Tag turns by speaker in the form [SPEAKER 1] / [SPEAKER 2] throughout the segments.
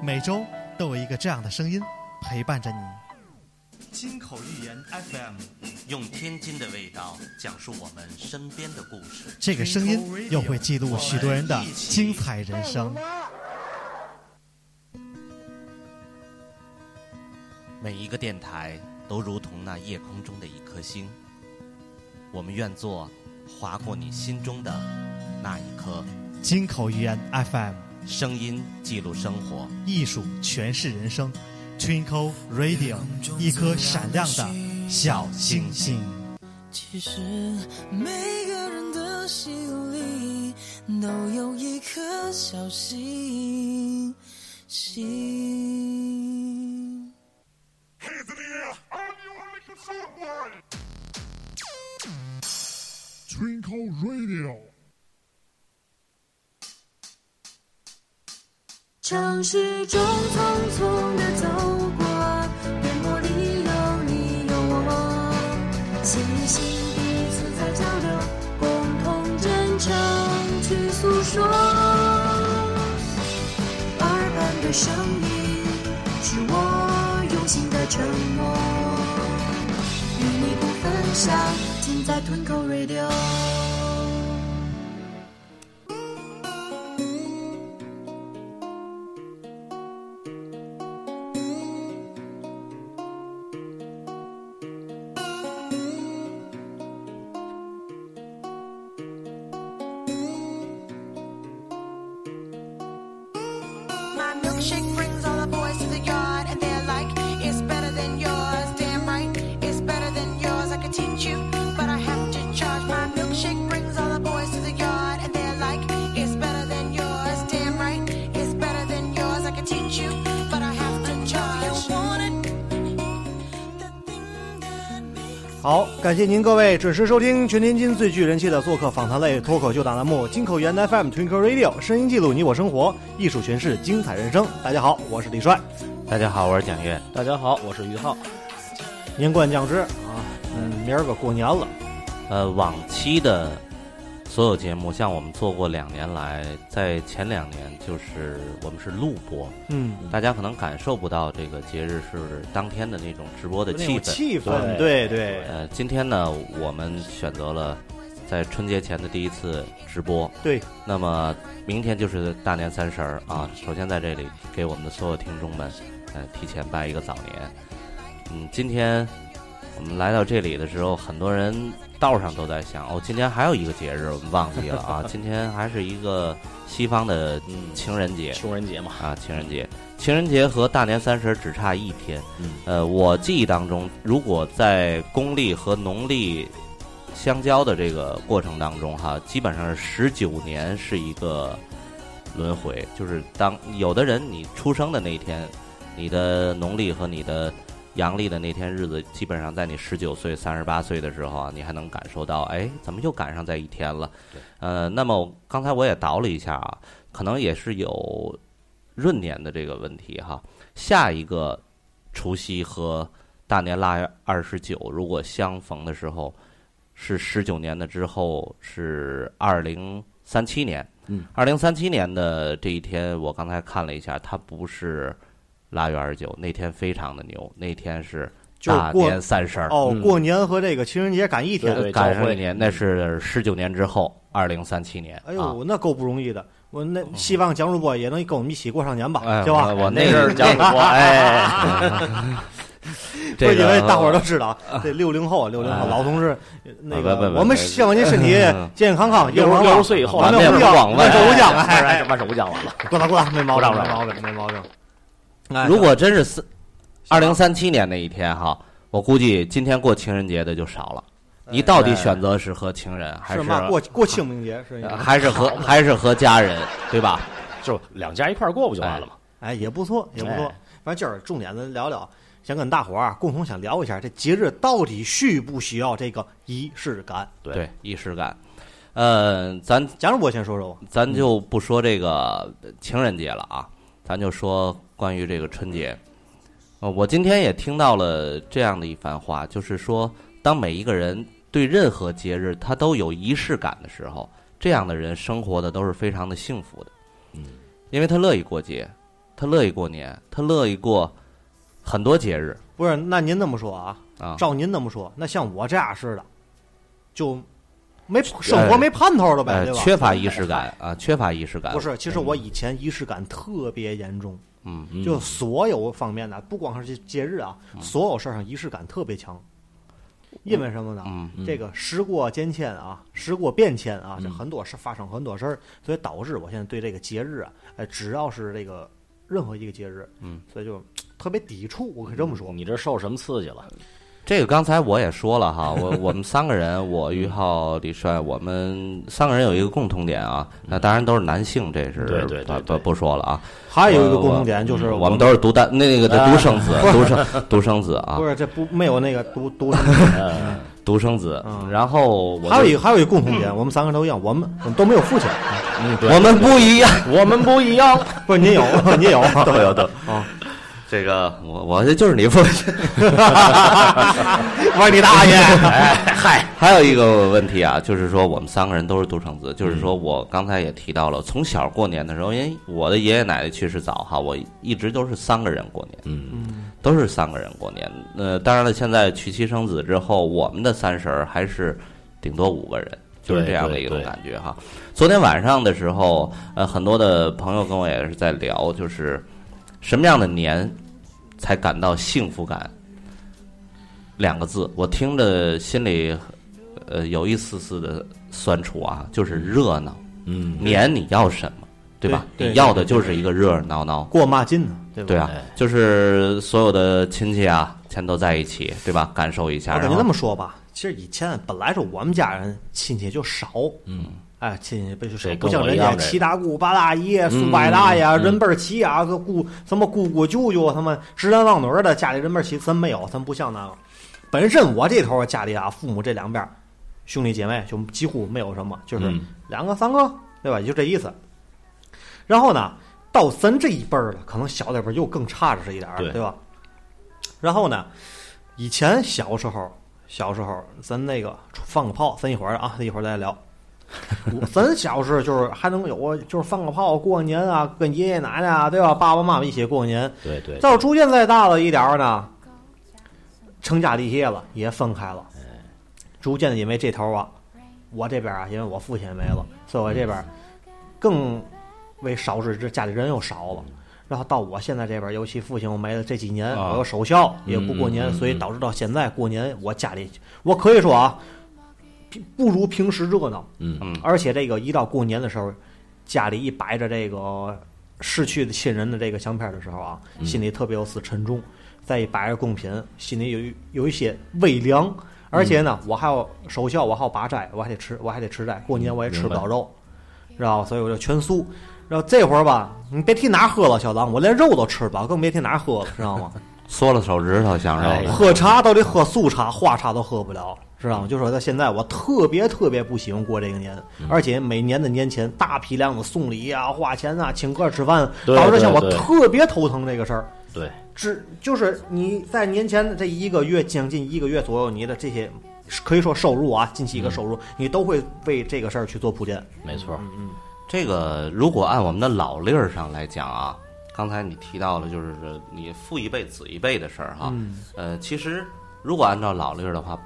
[SPEAKER 1] 每周都有一个这样的声音陪伴着你。
[SPEAKER 2] 金口玉言 FM，
[SPEAKER 3] 用天津的味道讲述我们身边的故事。
[SPEAKER 1] 这个声音又会记录许多人的精彩人生。
[SPEAKER 3] 每一个电台都如同那夜空中的一颗星，我们愿做划过你心中的那一颗。
[SPEAKER 1] 金口玉言 FM，
[SPEAKER 3] 声音记录生活，
[SPEAKER 1] 艺术诠释人生。Twinkle Radio，一颗闪亮的小星星。
[SPEAKER 4] 其实每个人的心里都有一颗小星星。
[SPEAKER 5] Twinkle Radio.
[SPEAKER 6] 城市中匆匆地走过，眼眸里有你有我，心与心彼此在交流，共同真诚去诉说。耳畔的声音是我用心的承诺，与你不分享，尽在吞口 radio。
[SPEAKER 7] My milkshake brings all the boys to the yard, and they're like, It's better than yours, damn right. It's better than yours, I could teach you, but I have to charge. My milkshake brings all the boys to the yard, and they're like, It's better than yours, damn right. It's better than yours, I could teach you, but I have to charge.
[SPEAKER 8] 好，感谢您各位准时收听全天津最具人气的做客访谈类脱口秀大栏目《金口源 FM Twinkle Radio》，声音记录你我生活，艺术诠释精彩人生。大家好，我是李帅。
[SPEAKER 3] 大家好，我是蒋越。
[SPEAKER 9] 大家好，我是于浩。
[SPEAKER 8] 年冠将至啊，嗯，明儿个过年了，
[SPEAKER 3] 呃，往期的所有节目，像我们做过两年来，在前两年就是我们是录播，
[SPEAKER 8] 嗯，
[SPEAKER 3] 大家可能感受不到这个节日是当天的那种直播的
[SPEAKER 8] 那种
[SPEAKER 3] 气氛。
[SPEAKER 8] 气氛，对
[SPEAKER 9] 对
[SPEAKER 8] 对，
[SPEAKER 3] 呃，今天呢，我们选择了在春节前的第一次直播。
[SPEAKER 8] 对，
[SPEAKER 3] 那么明天就是大年三十儿啊。首先在这里给我们的所有听众们，呃，提前拜一个早年。嗯，今天我们来到这里的时候，很多人道上都在想，哦，今天还有一个节日，我们忘记 了啊。今天还是一个西方的
[SPEAKER 8] 嗯
[SPEAKER 3] 情人节。
[SPEAKER 9] 穷人节嘛，
[SPEAKER 3] 啊，情人节，情人节和大年三十只差一天。
[SPEAKER 9] 嗯
[SPEAKER 3] 呃，我记忆当中，如果在公历和农历相交的这个过程当中，哈，基本上十九年是一个轮回，就是当有的人你出生的那一天，你的农历和你的阳历的那天日子，基本上在你十九岁、三十八岁的时候啊，你还能感受到，哎，怎么又赶上在一天了？呃，那么我刚才我也倒了一下啊，可能也是有闰年的这个问题哈。下一个除夕和大年腊月二十九如果相逢的时候，是十九年的之后是二零三七年。
[SPEAKER 9] 嗯，
[SPEAKER 3] 二零三七年的这一天，我刚才看了一下，它不是腊月二十九，那天非常的牛，那天是
[SPEAKER 8] 就是
[SPEAKER 3] 大
[SPEAKER 8] 过
[SPEAKER 3] 年三十儿。
[SPEAKER 8] 哦，
[SPEAKER 9] 嗯
[SPEAKER 8] 过年和这个情人节赶一天，
[SPEAKER 9] 对对
[SPEAKER 3] 赶
[SPEAKER 9] 交
[SPEAKER 3] 上
[SPEAKER 9] 汇
[SPEAKER 3] 一年，那是十九年之后，二零三七年。
[SPEAKER 8] 哎
[SPEAKER 3] 啊哦
[SPEAKER 8] 呦，那够不容易的。我那希望蒋主播也能跟我们一起过上年吧，
[SPEAKER 3] 哎
[SPEAKER 8] 行吧？
[SPEAKER 3] 我我
[SPEAKER 9] 那
[SPEAKER 3] 那
[SPEAKER 9] 是讲主 播，哎，
[SPEAKER 8] 不是
[SPEAKER 3] 这
[SPEAKER 8] 因
[SPEAKER 3] 个
[SPEAKER 8] 为大伙儿都知道，这六零后、六零后
[SPEAKER 3] 啊
[SPEAKER 8] 老同志，那
[SPEAKER 3] 啊不
[SPEAKER 8] 个
[SPEAKER 3] 不不
[SPEAKER 8] 我们希望您身体
[SPEAKER 3] 嗯
[SPEAKER 8] 健健康康，
[SPEAKER 9] 六
[SPEAKER 8] 硬朗
[SPEAKER 9] 十
[SPEAKER 8] 朗
[SPEAKER 9] 六十岁以后，
[SPEAKER 8] 咱们
[SPEAKER 3] 也
[SPEAKER 8] 不
[SPEAKER 3] 不
[SPEAKER 8] 要
[SPEAKER 3] 枉
[SPEAKER 8] 万寿无疆，哎，
[SPEAKER 9] 哎，万手无疆完了。
[SPEAKER 8] 过来过来，没毛病，
[SPEAKER 9] 鼓
[SPEAKER 8] 没
[SPEAKER 9] 掌
[SPEAKER 8] 毛病，没毛病。哎
[SPEAKER 3] 如果真是四二零三七年那一天哈，我估计今天过情人节的就少了。你到底选择是和情人，还
[SPEAKER 8] 哎是嘛，过过清明节是一 个，
[SPEAKER 3] 还是和还是和家人，对吧？
[SPEAKER 9] 就两家一块儿过不就完了吗？
[SPEAKER 8] 哎，也不错，也不错
[SPEAKER 9] 哎。
[SPEAKER 8] 反正今儿重点咱聊聊，想跟大伙儿啊共同想聊一下，这节日到底需不需要这个仪式感？
[SPEAKER 9] 对
[SPEAKER 3] 对，仪式感。呃，咱
[SPEAKER 8] 蒋主播先说说吧。
[SPEAKER 3] 咱就不说这个情人节了啊，咱就说关于这个春节。呃，我今天也听到了这样的一番话，就是说，当每一个人对任何节日他都有仪式感的时候，这样的人生活的都是非常的幸福的，因为他乐意过节，他乐意过年，他乐意过很多节日
[SPEAKER 8] 不是，那您那么说啊，
[SPEAKER 3] 啊。
[SPEAKER 8] 照您那么说，那像我这样似的，就没生活没盼头了呗，
[SPEAKER 3] 呃，
[SPEAKER 8] 对吧？
[SPEAKER 3] 缺乏仪式感啊，缺乏仪式感。
[SPEAKER 8] 不，是，其实我以前仪式感特别严重，
[SPEAKER 3] 嗯，
[SPEAKER 9] 嗯
[SPEAKER 8] 就所有方面的，不光是节日啊，所有事儿上仪式感特别强。因为什么呢？
[SPEAKER 3] 嗯
[SPEAKER 8] 这个时过境迁啊，时过变迁啊，这
[SPEAKER 9] 嗯
[SPEAKER 8] 很多事发生很多事儿，所以导致我现在对这个节日啊，哎，只要是这个任何一个节日，
[SPEAKER 3] 嗯，
[SPEAKER 8] 所以就特别抵触。我可以这么说，
[SPEAKER 9] 你这受什么刺激了？
[SPEAKER 3] 这个刚才我也说了哈，我我们三个人，我
[SPEAKER 8] 嗯
[SPEAKER 3] 于浩、李帅，我们三个人有一个共同点啊，
[SPEAKER 8] 嗯
[SPEAKER 3] 那当然都是男性，这是
[SPEAKER 9] 对对对
[SPEAKER 3] 不
[SPEAKER 9] 对
[SPEAKER 3] 不不说了啊。
[SPEAKER 8] 还有一个
[SPEAKER 3] 我嗯
[SPEAKER 8] 共同点就是啊
[SPEAKER 3] 我们都是独单那个的独生 子，独生独生子啊
[SPEAKER 8] 不，是这不没有那个独 独生
[SPEAKER 9] 呃，
[SPEAKER 3] 独生子
[SPEAKER 8] 嗯。
[SPEAKER 3] 然后我
[SPEAKER 8] 还有一
[SPEAKER 3] 就
[SPEAKER 8] 个还有一个共同点，我们三个都一样，我们我们都没有父 亲，
[SPEAKER 3] 我们不一样，
[SPEAKER 9] 我们不一样。
[SPEAKER 8] 不是您 有您 有，
[SPEAKER 3] 都有都
[SPEAKER 8] 啊，
[SPEAKER 3] 这个我我这就是你父亲。 哎
[SPEAKER 8] 我是你大爷，哎
[SPEAKER 3] 还有一个问题啊，就是说我们三个人都是独生子，
[SPEAKER 8] 嗯
[SPEAKER 3] 就是说我刚才也提到了，从小过年的时候，因为我的爷爷奶奶去世早哈，我一直都是三个人过年，
[SPEAKER 9] 嗯，
[SPEAKER 3] 都是三个人过年。呃，当然了，现在娶妻生子之后，我们的三十儿还是顶多五个人，就是
[SPEAKER 9] 对
[SPEAKER 3] 这样的
[SPEAKER 9] 对
[SPEAKER 3] 一种
[SPEAKER 9] 对
[SPEAKER 3] 感觉哈。昨天晚上的时候，呃，很多的朋友跟我也是在聊，就是什么样的年才感到幸福感两个字，我听着心里呃有一丝丝的酸楚啊，就是热闹。
[SPEAKER 9] 嗯，
[SPEAKER 3] 年你要什么，对吧？
[SPEAKER 8] 对对
[SPEAKER 3] 你要的就是一个热热闹闹。
[SPEAKER 8] 过骂劲呢，对吧？
[SPEAKER 3] 对啊，就是所有的亲戚啊，全都在一起，对吧？感受一下。
[SPEAKER 8] 我哦
[SPEAKER 3] 然
[SPEAKER 8] 感觉
[SPEAKER 3] 后
[SPEAKER 8] 这么说吧，其实以前啊本来是我们家人亲戚就少，
[SPEAKER 9] 嗯，
[SPEAKER 8] 哎，亲戚不就少，
[SPEAKER 9] 这
[SPEAKER 8] 不
[SPEAKER 9] 跟
[SPEAKER 8] 像
[SPEAKER 9] 我
[SPEAKER 8] 人
[SPEAKER 9] 一
[SPEAKER 8] 家
[SPEAKER 9] 样这
[SPEAKER 8] 七大姑八大姨、苏八大爷、
[SPEAKER 9] 嗯
[SPEAKER 8] 人辈儿齐啊，个姑什么姑姑舅舅，他们侄男忘女儿的，家里人辈儿齐，咱没有，咱不像那个。本身我这头儿家里啊，父母这两边儿兄弟姐妹就几乎没有什么，就是
[SPEAKER 9] 嗯
[SPEAKER 8] 两个三个，对吧？也就这意思。然后呢，到咱这一辈儿了，可能小点辈儿又更差着这一点儿，
[SPEAKER 9] 对
[SPEAKER 8] 对吧？然后呢，以前小时候，小时候咱那个放个炮，咱一会儿啊，一会儿再 聊。我咱小时候就是还能有啊，就是放个炮过年啊，跟爷爷奶奶啊，对吧？爸爸妈妈一起过年。
[SPEAKER 9] 对对，
[SPEAKER 8] 到逐渐再大了一点儿呢，成家立业了，也分开了，
[SPEAKER 9] 哎
[SPEAKER 8] 逐渐的因为这头啊，我这边啊，因为我父亲也没了，所以我这边更为少之之，家里人又少了。然后到我现在这边，尤其父亲我没了这几年，
[SPEAKER 9] 啊
[SPEAKER 8] 我又守孝，也不过年，
[SPEAKER 9] 嗯嗯嗯
[SPEAKER 8] 所以导致到现在过年，我家里我可以说啊，比不如平时热闹。
[SPEAKER 9] 嗯
[SPEAKER 3] 嗯
[SPEAKER 8] 而且这个一到过年的时候，家里一摆着这个逝去的亲人的这个相片的时候啊，心里特别有丝沉重。再一摆着贡品，心里有一有一些微凉。而且呢，我还要守孝，我还要拔斋，我还得吃，我还得吃斋。过年我也吃不了肉，知道吧？所以我就全素。然后这会儿吧，你别提哪喝了，小狼，我连肉都吃不了，更别提哪喝了，知道吗？
[SPEAKER 3] 缩了手指头享受
[SPEAKER 9] 哎
[SPEAKER 3] 了。
[SPEAKER 8] 喝茶都得喝素茶，花茶都喝不了，知道吗？就说到现在，我特别特别不喜欢过这个年，
[SPEAKER 9] 嗯
[SPEAKER 8] 而且每年的年前大批量的送礼啊、花钱啊、请客吃饭，
[SPEAKER 9] 对
[SPEAKER 8] 导致像我
[SPEAKER 9] 对对
[SPEAKER 8] 特别头疼这个事儿。
[SPEAKER 9] 对，
[SPEAKER 8] 只就是你在年前的这一个月，将近一个月左右，你的这些可以说收入啊，近期一
[SPEAKER 3] 嗯
[SPEAKER 8] 个收入，你都会为这个事儿去做铺垫。
[SPEAKER 9] 嗯
[SPEAKER 8] 嗯
[SPEAKER 9] 没错，
[SPEAKER 3] 这个如果按我们的老例儿上来讲啊，刚才你提到了，就是你父一辈子一辈的事儿
[SPEAKER 8] 啊
[SPEAKER 3] 哈。
[SPEAKER 8] 嗯
[SPEAKER 3] 呃，其实如果按照老例儿的话，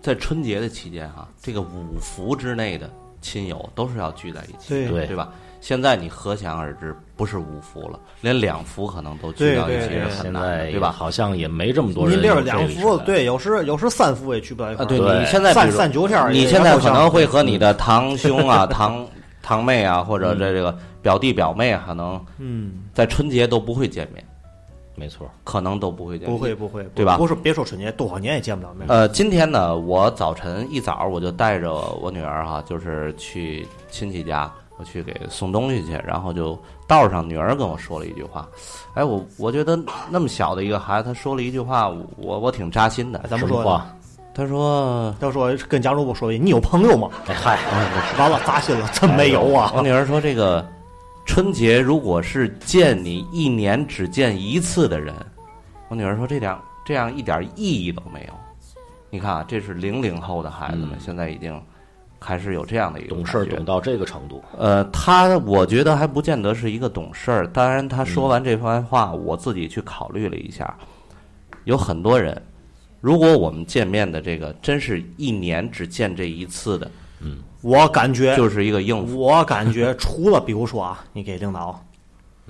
[SPEAKER 3] 在春节的期间哈、这个五福之内的亲友都是要聚在一起的，
[SPEAKER 9] 对
[SPEAKER 3] 对吧？现在你可想而知，不是五福了，连两福可能都聚
[SPEAKER 8] 对
[SPEAKER 3] 到一
[SPEAKER 8] 对
[SPEAKER 3] 起
[SPEAKER 8] 对
[SPEAKER 3] 是
[SPEAKER 8] 对
[SPEAKER 3] 很
[SPEAKER 9] 现
[SPEAKER 3] 难的，
[SPEAKER 9] 在
[SPEAKER 3] 对吧？
[SPEAKER 9] 好像也没这么多人
[SPEAKER 8] 您
[SPEAKER 9] 有
[SPEAKER 8] 这是
[SPEAKER 9] 这个
[SPEAKER 8] 两
[SPEAKER 9] 意识
[SPEAKER 8] 副
[SPEAKER 9] 了，
[SPEAKER 8] 对，有时有时三副也去不到一块
[SPEAKER 3] 啊，
[SPEAKER 8] 儿。
[SPEAKER 3] 对
[SPEAKER 9] 对
[SPEAKER 3] 你现在比
[SPEAKER 8] 散
[SPEAKER 3] 如
[SPEAKER 8] 散九天儿也
[SPEAKER 3] 你现在可能会
[SPEAKER 8] 也不
[SPEAKER 3] 和你的堂 兄啊、堂堂妹啊，或者这这个表弟表妹啊，可能
[SPEAKER 8] 嗯，
[SPEAKER 3] 在春节都不会见面，
[SPEAKER 9] 没错，
[SPEAKER 3] 可能都不会见面。
[SPEAKER 8] 不会。不会，
[SPEAKER 3] 嗯对吧
[SPEAKER 8] 不是，别说春节，多少年也见不了面。
[SPEAKER 3] 呃，今天呢，我早晨一早我就带着我女儿哈、就是去亲戚家，我去给送东西去，然后就道上女儿跟我说了一句话，哎，我我觉得那么小的一个孩子，他说了一句话，我我挺扎心的。
[SPEAKER 8] 哎咱们
[SPEAKER 9] 什
[SPEAKER 8] 说
[SPEAKER 9] 么话？
[SPEAKER 3] 他说，
[SPEAKER 8] 他说跟蒋主播说一句：“你有朋友吗
[SPEAKER 9] 哎嗨，？” 哎
[SPEAKER 8] 完了，扎心了，真没有啊！
[SPEAKER 3] 我女儿说：“这个春节如果是见你一年只见一次的人，我女儿说这两这样一点意义都没有。你看啊，这是零零后的孩子们，
[SPEAKER 9] 嗯
[SPEAKER 3] 现在已经还是有这样的一个
[SPEAKER 9] 懂事儿
[SPEAKER 3] 感觉
[SPEAKER 9] 懂到这个程度，
[SPEAKER 3] 呃，他我觉得还不见得是一个懂事儿。当然，他
[SPEAKER 9] 嗯
[SPEAKER 3] 说完这番话，我自己去考虑了一下，有很多人，如果我们见面的这个真是一年只见这一次的，
[SPEAKER 8] 我感觉
[SPEAKER 3] 就是一个应付。
[SPEAKER 8] 我感觉除了比如说啊，你给领导，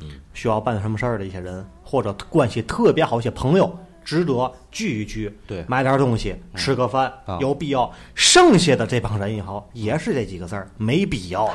[SPEAKER 3] 嗯
[SPEAKER 8] 需要办什么事儿的一些人，或者关系特别好一些朋友，值得聚一聚，
[SPEAKER 3] 对
[SPEAKER 8] 买点东西，
[SPEAKER 9] 嗯
[SPEAKER 8] 吃个饭，
[SPEAKER 3] 啊
[SPEAKER 8] 有必要。剩下的这帮人也好，也是这几个字儿，没必要，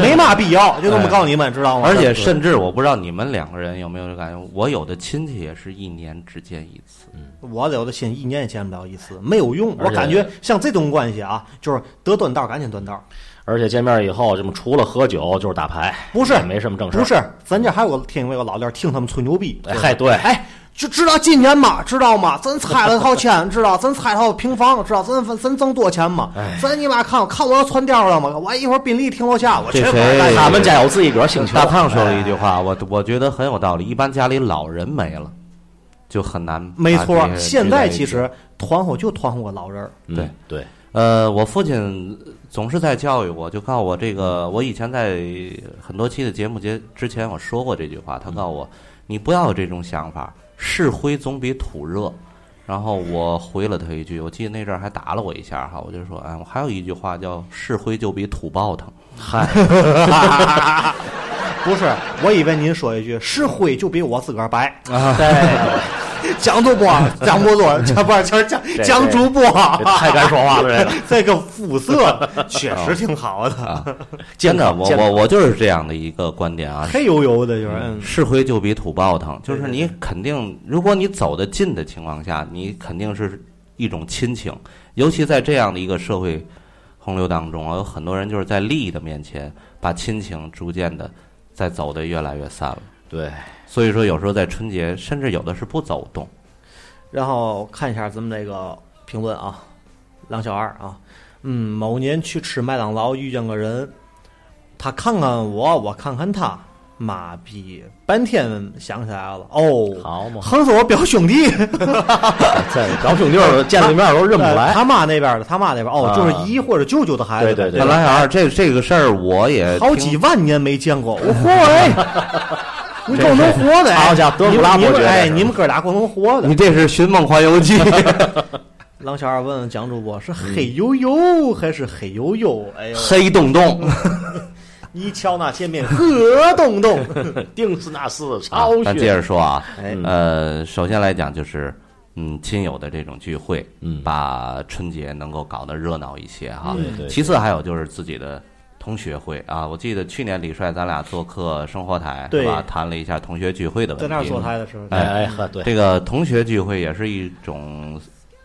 [SPEAKER 8] 没嘛必要，就这么
[SPEAKER 3] 哎
[SPEAKER 8] 告诉你们，知道吗？
[SPEAKER 3] 而且甚至我不知道你们两个人有没有这感觉，我有的亲戚也是一年只见一次。
[SPEAKER 8] 我有的亲一年也见不了一次，没有用。
[SPEAKER 9] 而
[SPEAKER 8] 我
[SPEAKER 9] 且
[SPEAKER 8] 感觉像这种关系啊，就是得断道赶紧断道，
[SPEAKER 9] 而且见面以后，这么除了喝酒就是打牌，
[SPEAKER 8] 不是
[SPEAKER 9] 也没什么正事儿，
[SPEAKER 8] 不是，咱这还有个听有个老弟儿听他们吹牛逼，
[SPEAKER 9] 哎嗨对
[SPEAKER 8] 哎，就知道今年嘛，知道吗？咱拆了套钱，知道？咱拆了套平房，知道？咱咱挣多钱嘛？
[SPEAKER 9] 哎
[SPEAKER 8] 咱你妈看看我要窜掉了吗？我一会儿宾利停我家，我去
[SPEAKER 3] 这
[SPEAKER 8] 会
[SPEAKER 3] 谁
[SPEAKER 8] 儿
[SPEAKER 9] 他们家有自己个儿兴趣。
[SPEAKER 3] 大胖说了一句话，我我觉得很有道理。一般家里老人没了，就很难把
[SPEAKER 8] 没
[SPEAKER 3] 这
[SPEAKER 8] 错，
[SPEAKER 3] 些
[SPEAKER 8] 现
[SPEAKER 3] 聚
[SPEAKER 8] 在
[SPEAKER 3] 一起
[SPEAKER 8] 其实团伙就团伙个老人儿，
[SPEAKER 9] 嗯
[SPEAKER 3] 对
[SPEAKER 9] 对，
[SPEAKER 3] 呃，我父亲总是在教育我，就告诉我这个。我以前在很多期的节目节之前我说过这句话，他告诉我，你不要有这种想法，是灰总比土热。然后我回了他一句，我记得那阵儿还打了我一下哈，我就说，哎，我还有一句话叫“是灰就比土爆腾”，嗨，
[SPEAKER 8] 不是？我以为您说一句是灰就比我自个儿白，
[SPEAKER 9] 对，
[SPEAKER 8] 蒋主播，蒋不多，蒋不是蒋蒋
[SPEAKER 9] 这
[SPEAKER 8] 蒋主播，
[SPEAKER 9] 这 太敢说话了，这个
[SPEAKER 8] 这个肤色确实挺好的，
[SPEAKER 3] 真的，
[SPEAKER 9] 健康
[SPEAKER 3] 我
[SPEAKER 9] 健
[SPEAKER 3] 我我就是这样的一个观点 啊，
[SPEAKER 8] 黑油油的，就是。嗯
[SPEAKER 3] 是灰就比土爆腾，就是
[SPEAKER 8] 对对
[SPEAKER 3] 你肯定，如果你走得近的情况下，你肯定是一种亲情，尤其在这样的一个社会洪流当中啊，有很多人就是在利益的面前，把亲情逐渐的在走得越来越散了。
[SPEAKER 9] 对，
[SPEAKER 3] 所以说，有时候在春节，甚至有的是不走动。
[SPEAKER 8] 然后看一下咱们这个评论啊，郎小二啊，嗯，某年去吃麦当劳遇见个人，他看看我，我看看他，妈逼，半天想起来了，哦，
[SPEAKER 9] 好嘛，
[SPEAKER 8] 横是我表兄弟，
[SPEAKER 9] 这表兄弟儿见了面儿都认不出来，
[SPEAKER 8] 呃他妈那边的，他妈那边，哦，
[SPEAKER 9] 啊
[SPEAKER 8] 就是姨或者舅舅的孩子，
[SPEAKER 9] 对对
[SPEAKER 3] 本来啊，这这个事儿我也
[SPEAKER 8] 好
[SPEAKER 3] 听
[SPEAKER 8] 几万年没见过，我活哎，你够能活的，哎
[SPEAKER 9] 这是他家德古拉伯爵
[SPEAKER 8] 你们你们哎，
[SPEAKER 9] 这是
[SPEAKER 8] 你们哥俩够能活的
[SPEAKER 3] 你。这是《寻梦环游记》
[SPEAKER 8] 郎小二问问蒋主播是
[SPEAKER 9] 嗯
[SPEAKER 8] 黑油油还是黑油油？哎呦，
[SPEAKER 3] 黑洞洞，
[SPEAKER 8] 你瞧那前面何洞洞，
[SPEAKER 9] 定是那是
[SPEAKER 3] 啊
[SPEAKER 9] 超
[SPEAKER 3] 咱
[SPEAKER 9] 血，
[SPEAKER 3] 接着说啊，
[SPEAKER 8] 哎
[SPEAKER 3] 呃，首先来讲就是，嗯，亲友的这种聚会，
[SPEAKER 9] 嗯
[SPEAKER 3] 把春节能够搞得热闹一些哈。
[SPEAKER 9] 对对
[SPEAKER 3] 其次还有就是自己的同学会啊，我记得去年李帅咱俩做客生活台
[SPEAKER 8] 对
[SPEAKER 3] 是吧，谈了一下同学聚会的问题。
[SPEAKER 8] 在那儿坐台的时候，
[SPEAKER 9] 哎哎呵，对，
[SPEAKER 3] 这个同学聚会也是一种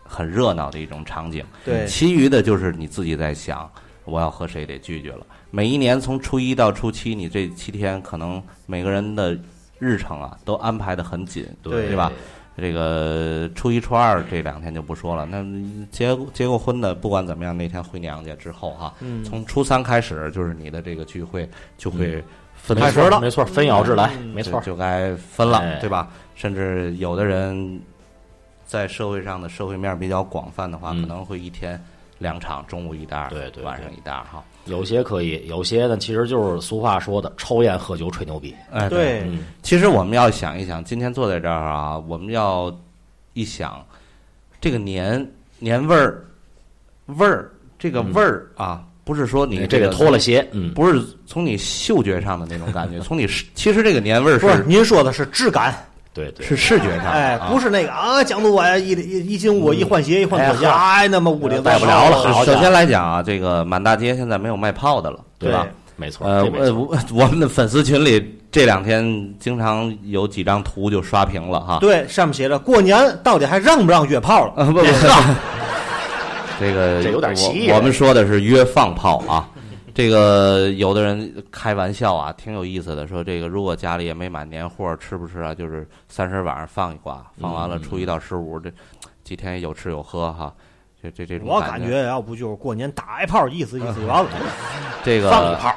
[SPEAKER 3] 很热闹的一种场景。
[SPEAKER 8] 对
[SPEAKER 9] 嗯
[SPEAKER 3] 其余的就是你自己在想，我要和谁得拒绝了。每一年从初一到初七，你这七天可能每个人的日程啊都安排的很紧，
[SPEAKER 8] 对
[SPEAKER 3] 对吧？这个初一、初二这两天就不说了。那结结过婚的，不管怎么样，那天回娘家之后哈、
[SPEAKER 8] 嗯
[SPEAKER 3] 从初三开始就是你的这个聚会就会分
[SPEAKER 9] 没
[SPEAKER 3] 开
[SPEAKER 9] 错儿，没错儿，分嗯咬至来，没错儿，
[SPEAKER 3] 就就该分了，
[SPEAKER 9] 哎
[SPEAKER 3] 对吧？甚至有的人在社会上的社会面比较广泛的话，
[SPEAKER 9] 嗯
[SPEAKER 3] 可能会一天两场，中午一单，
[SPEAKER 9] 对对对
[SPEAKER 3] 晚上一单哈。
[SPEAKER 9] 有些可以，有些呢其实就是俗话说的抽烟喝酒吹牛逼，
[SPEAKER 3] 哎，
[SPEAKER 8] 对，
[SPEAKER 9] 嗯
[SPEAKER 3] 其实我们要想一想，今天坐在这儿啊，我们要一想这个年年味儿味儿这个味儿啊，不是说你
[SPEAKER 9] 嗯哎这
[SPEAKER 3] 个
[SPEAKER 9] 个脱了。鞋，嗯，
[SPEAKER 3] 不是从你嗅觉上的那种 感觉，从你视其实这个年味儿
[SPEAKER 8] 不是您说的是质感，
[SPEAKER 9] 对对，
[SPEAKER 3] 是视觉上的，
[SPEAKER 8] 哎，
[SPEAKER 3] 啊
[SPEAKER 8] 不是那个啊，蒋主播一一一进屋一换鞋一换拖鞋，
[SPEAKER 9] 哎呵
[SPEAKER 8] 哎，那么屋里
[SPEAKER 9] 带不了了好
[SPEAKER 3] 首
[SPEAKER 9] 家伙
[SPEAKER 3] 先来讲啊，这个满大街现在没有卖炮的了，
[SPEAKER 8] 对
[SPEAKER 3] 吧？
[SPEAKER 9] 没错儿，
[SPEAKER 3] 呃，
[SPEAKER 9] 这没
[SPEAKER 3] 我
[SPEAKER 9] 错儿，
[SPEAKER 3] 我我们的粉丝群里这两天经常有几张图就刷屏了 哈。
[SPEAKER 8] 对，上面写着过年到底还让不让约炮了？
[SPEAKER 3] 啊，不不， 这个
[SPEAKER 9] 这有点歧义
[SPEAKER 3] 我。我们说的是约放炮啊。 这个有的人开玩笑啊，挺有意思的，说这个如果家里也没买年货，吃不吃啊？就是三十晚上放一挂，放完
[SPEAKER 9] 嗯
[SPEAKER 3] 了初一到十五这几天有吃有喝哈。这这这种
[SPEAKER 8] 我
[SPEAKER 3] 感
[SPEAKER 8] 感觉要不就是过年打一炮意思意思就完了，
[SPEAKER 3] 这个
[SPEAKER 9] 放一炮，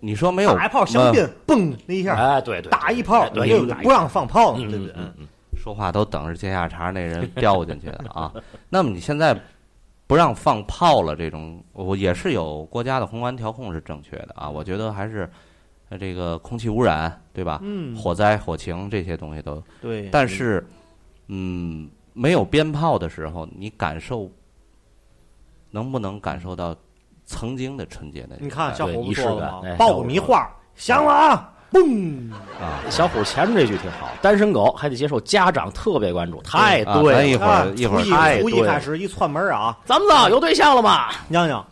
[SPEAKER 3] 你说没有
[SPEAKER 8] 打一炮香槟，嘣的一下，
[SPEAKER 9] 哎，对对，
[SPEAKER 8] 打一炮，
[SPEAKER 9] 对
[SPEAKER 8] 对不对？不让放炮了，
[SPEAKER 9] 嗯
[SPEAKER 8] 对不对？
[SPEAKER 9] 嗯嗯
[SPEAKER 3] 说话都等着接下茬儿那人掉进去了啊。那么你现在不让放炮了这种，我也是有国家的宏观调控是正确的啊。我觉得还是呃这个空气污染，对吧？
[SPEAKER 8] 嗯，
[SPEAKER 3] 火灾、火情这些东西都
[SPEAKER 8] 对，
[SPEAKER 3] 但是，嗯，没有鞭炮的时候，你感受能不能感受到曾经的纯洁的？
[SPEAKER 8] 你看小
[SPEAKER 9] 像
[SPEAKER 8] 伙
[SPEAKER 9] 对
[SPEAKER 8] 子
[SPEAKER 9] 仪式
[SPEAKER 8] 说
[SPEAKER 9] 感
[SPEAKER 8] 了吗
[SPEAKER 9] 哎？
[SPEAKER 8] 爆米花响了啊！嘣，
[SPEAKER 3] 啊，
[SPEAKER 9] 小虎前面这句挺好，单身狗还得接受家长特别关注，哎太
[SPEAKER 8] 哎
[SPEAKER 3] 啊
[SPEAKER 9] 对
[SPEAKER 3] 咱一
[SPEAKER 9] 了。
[SPEAKER 3] 会儿一会儿
[SPEAKER 8] 初
[SPEAKER 9] 哎
[SPEAKER 8] 一初一
[SPEAKER 9] 对
[SPEAKER 8] 开始一串门啊，
[SPEAKER 9] 怎么着，有对象了吗？
[SPEAKER 8] 娘娘，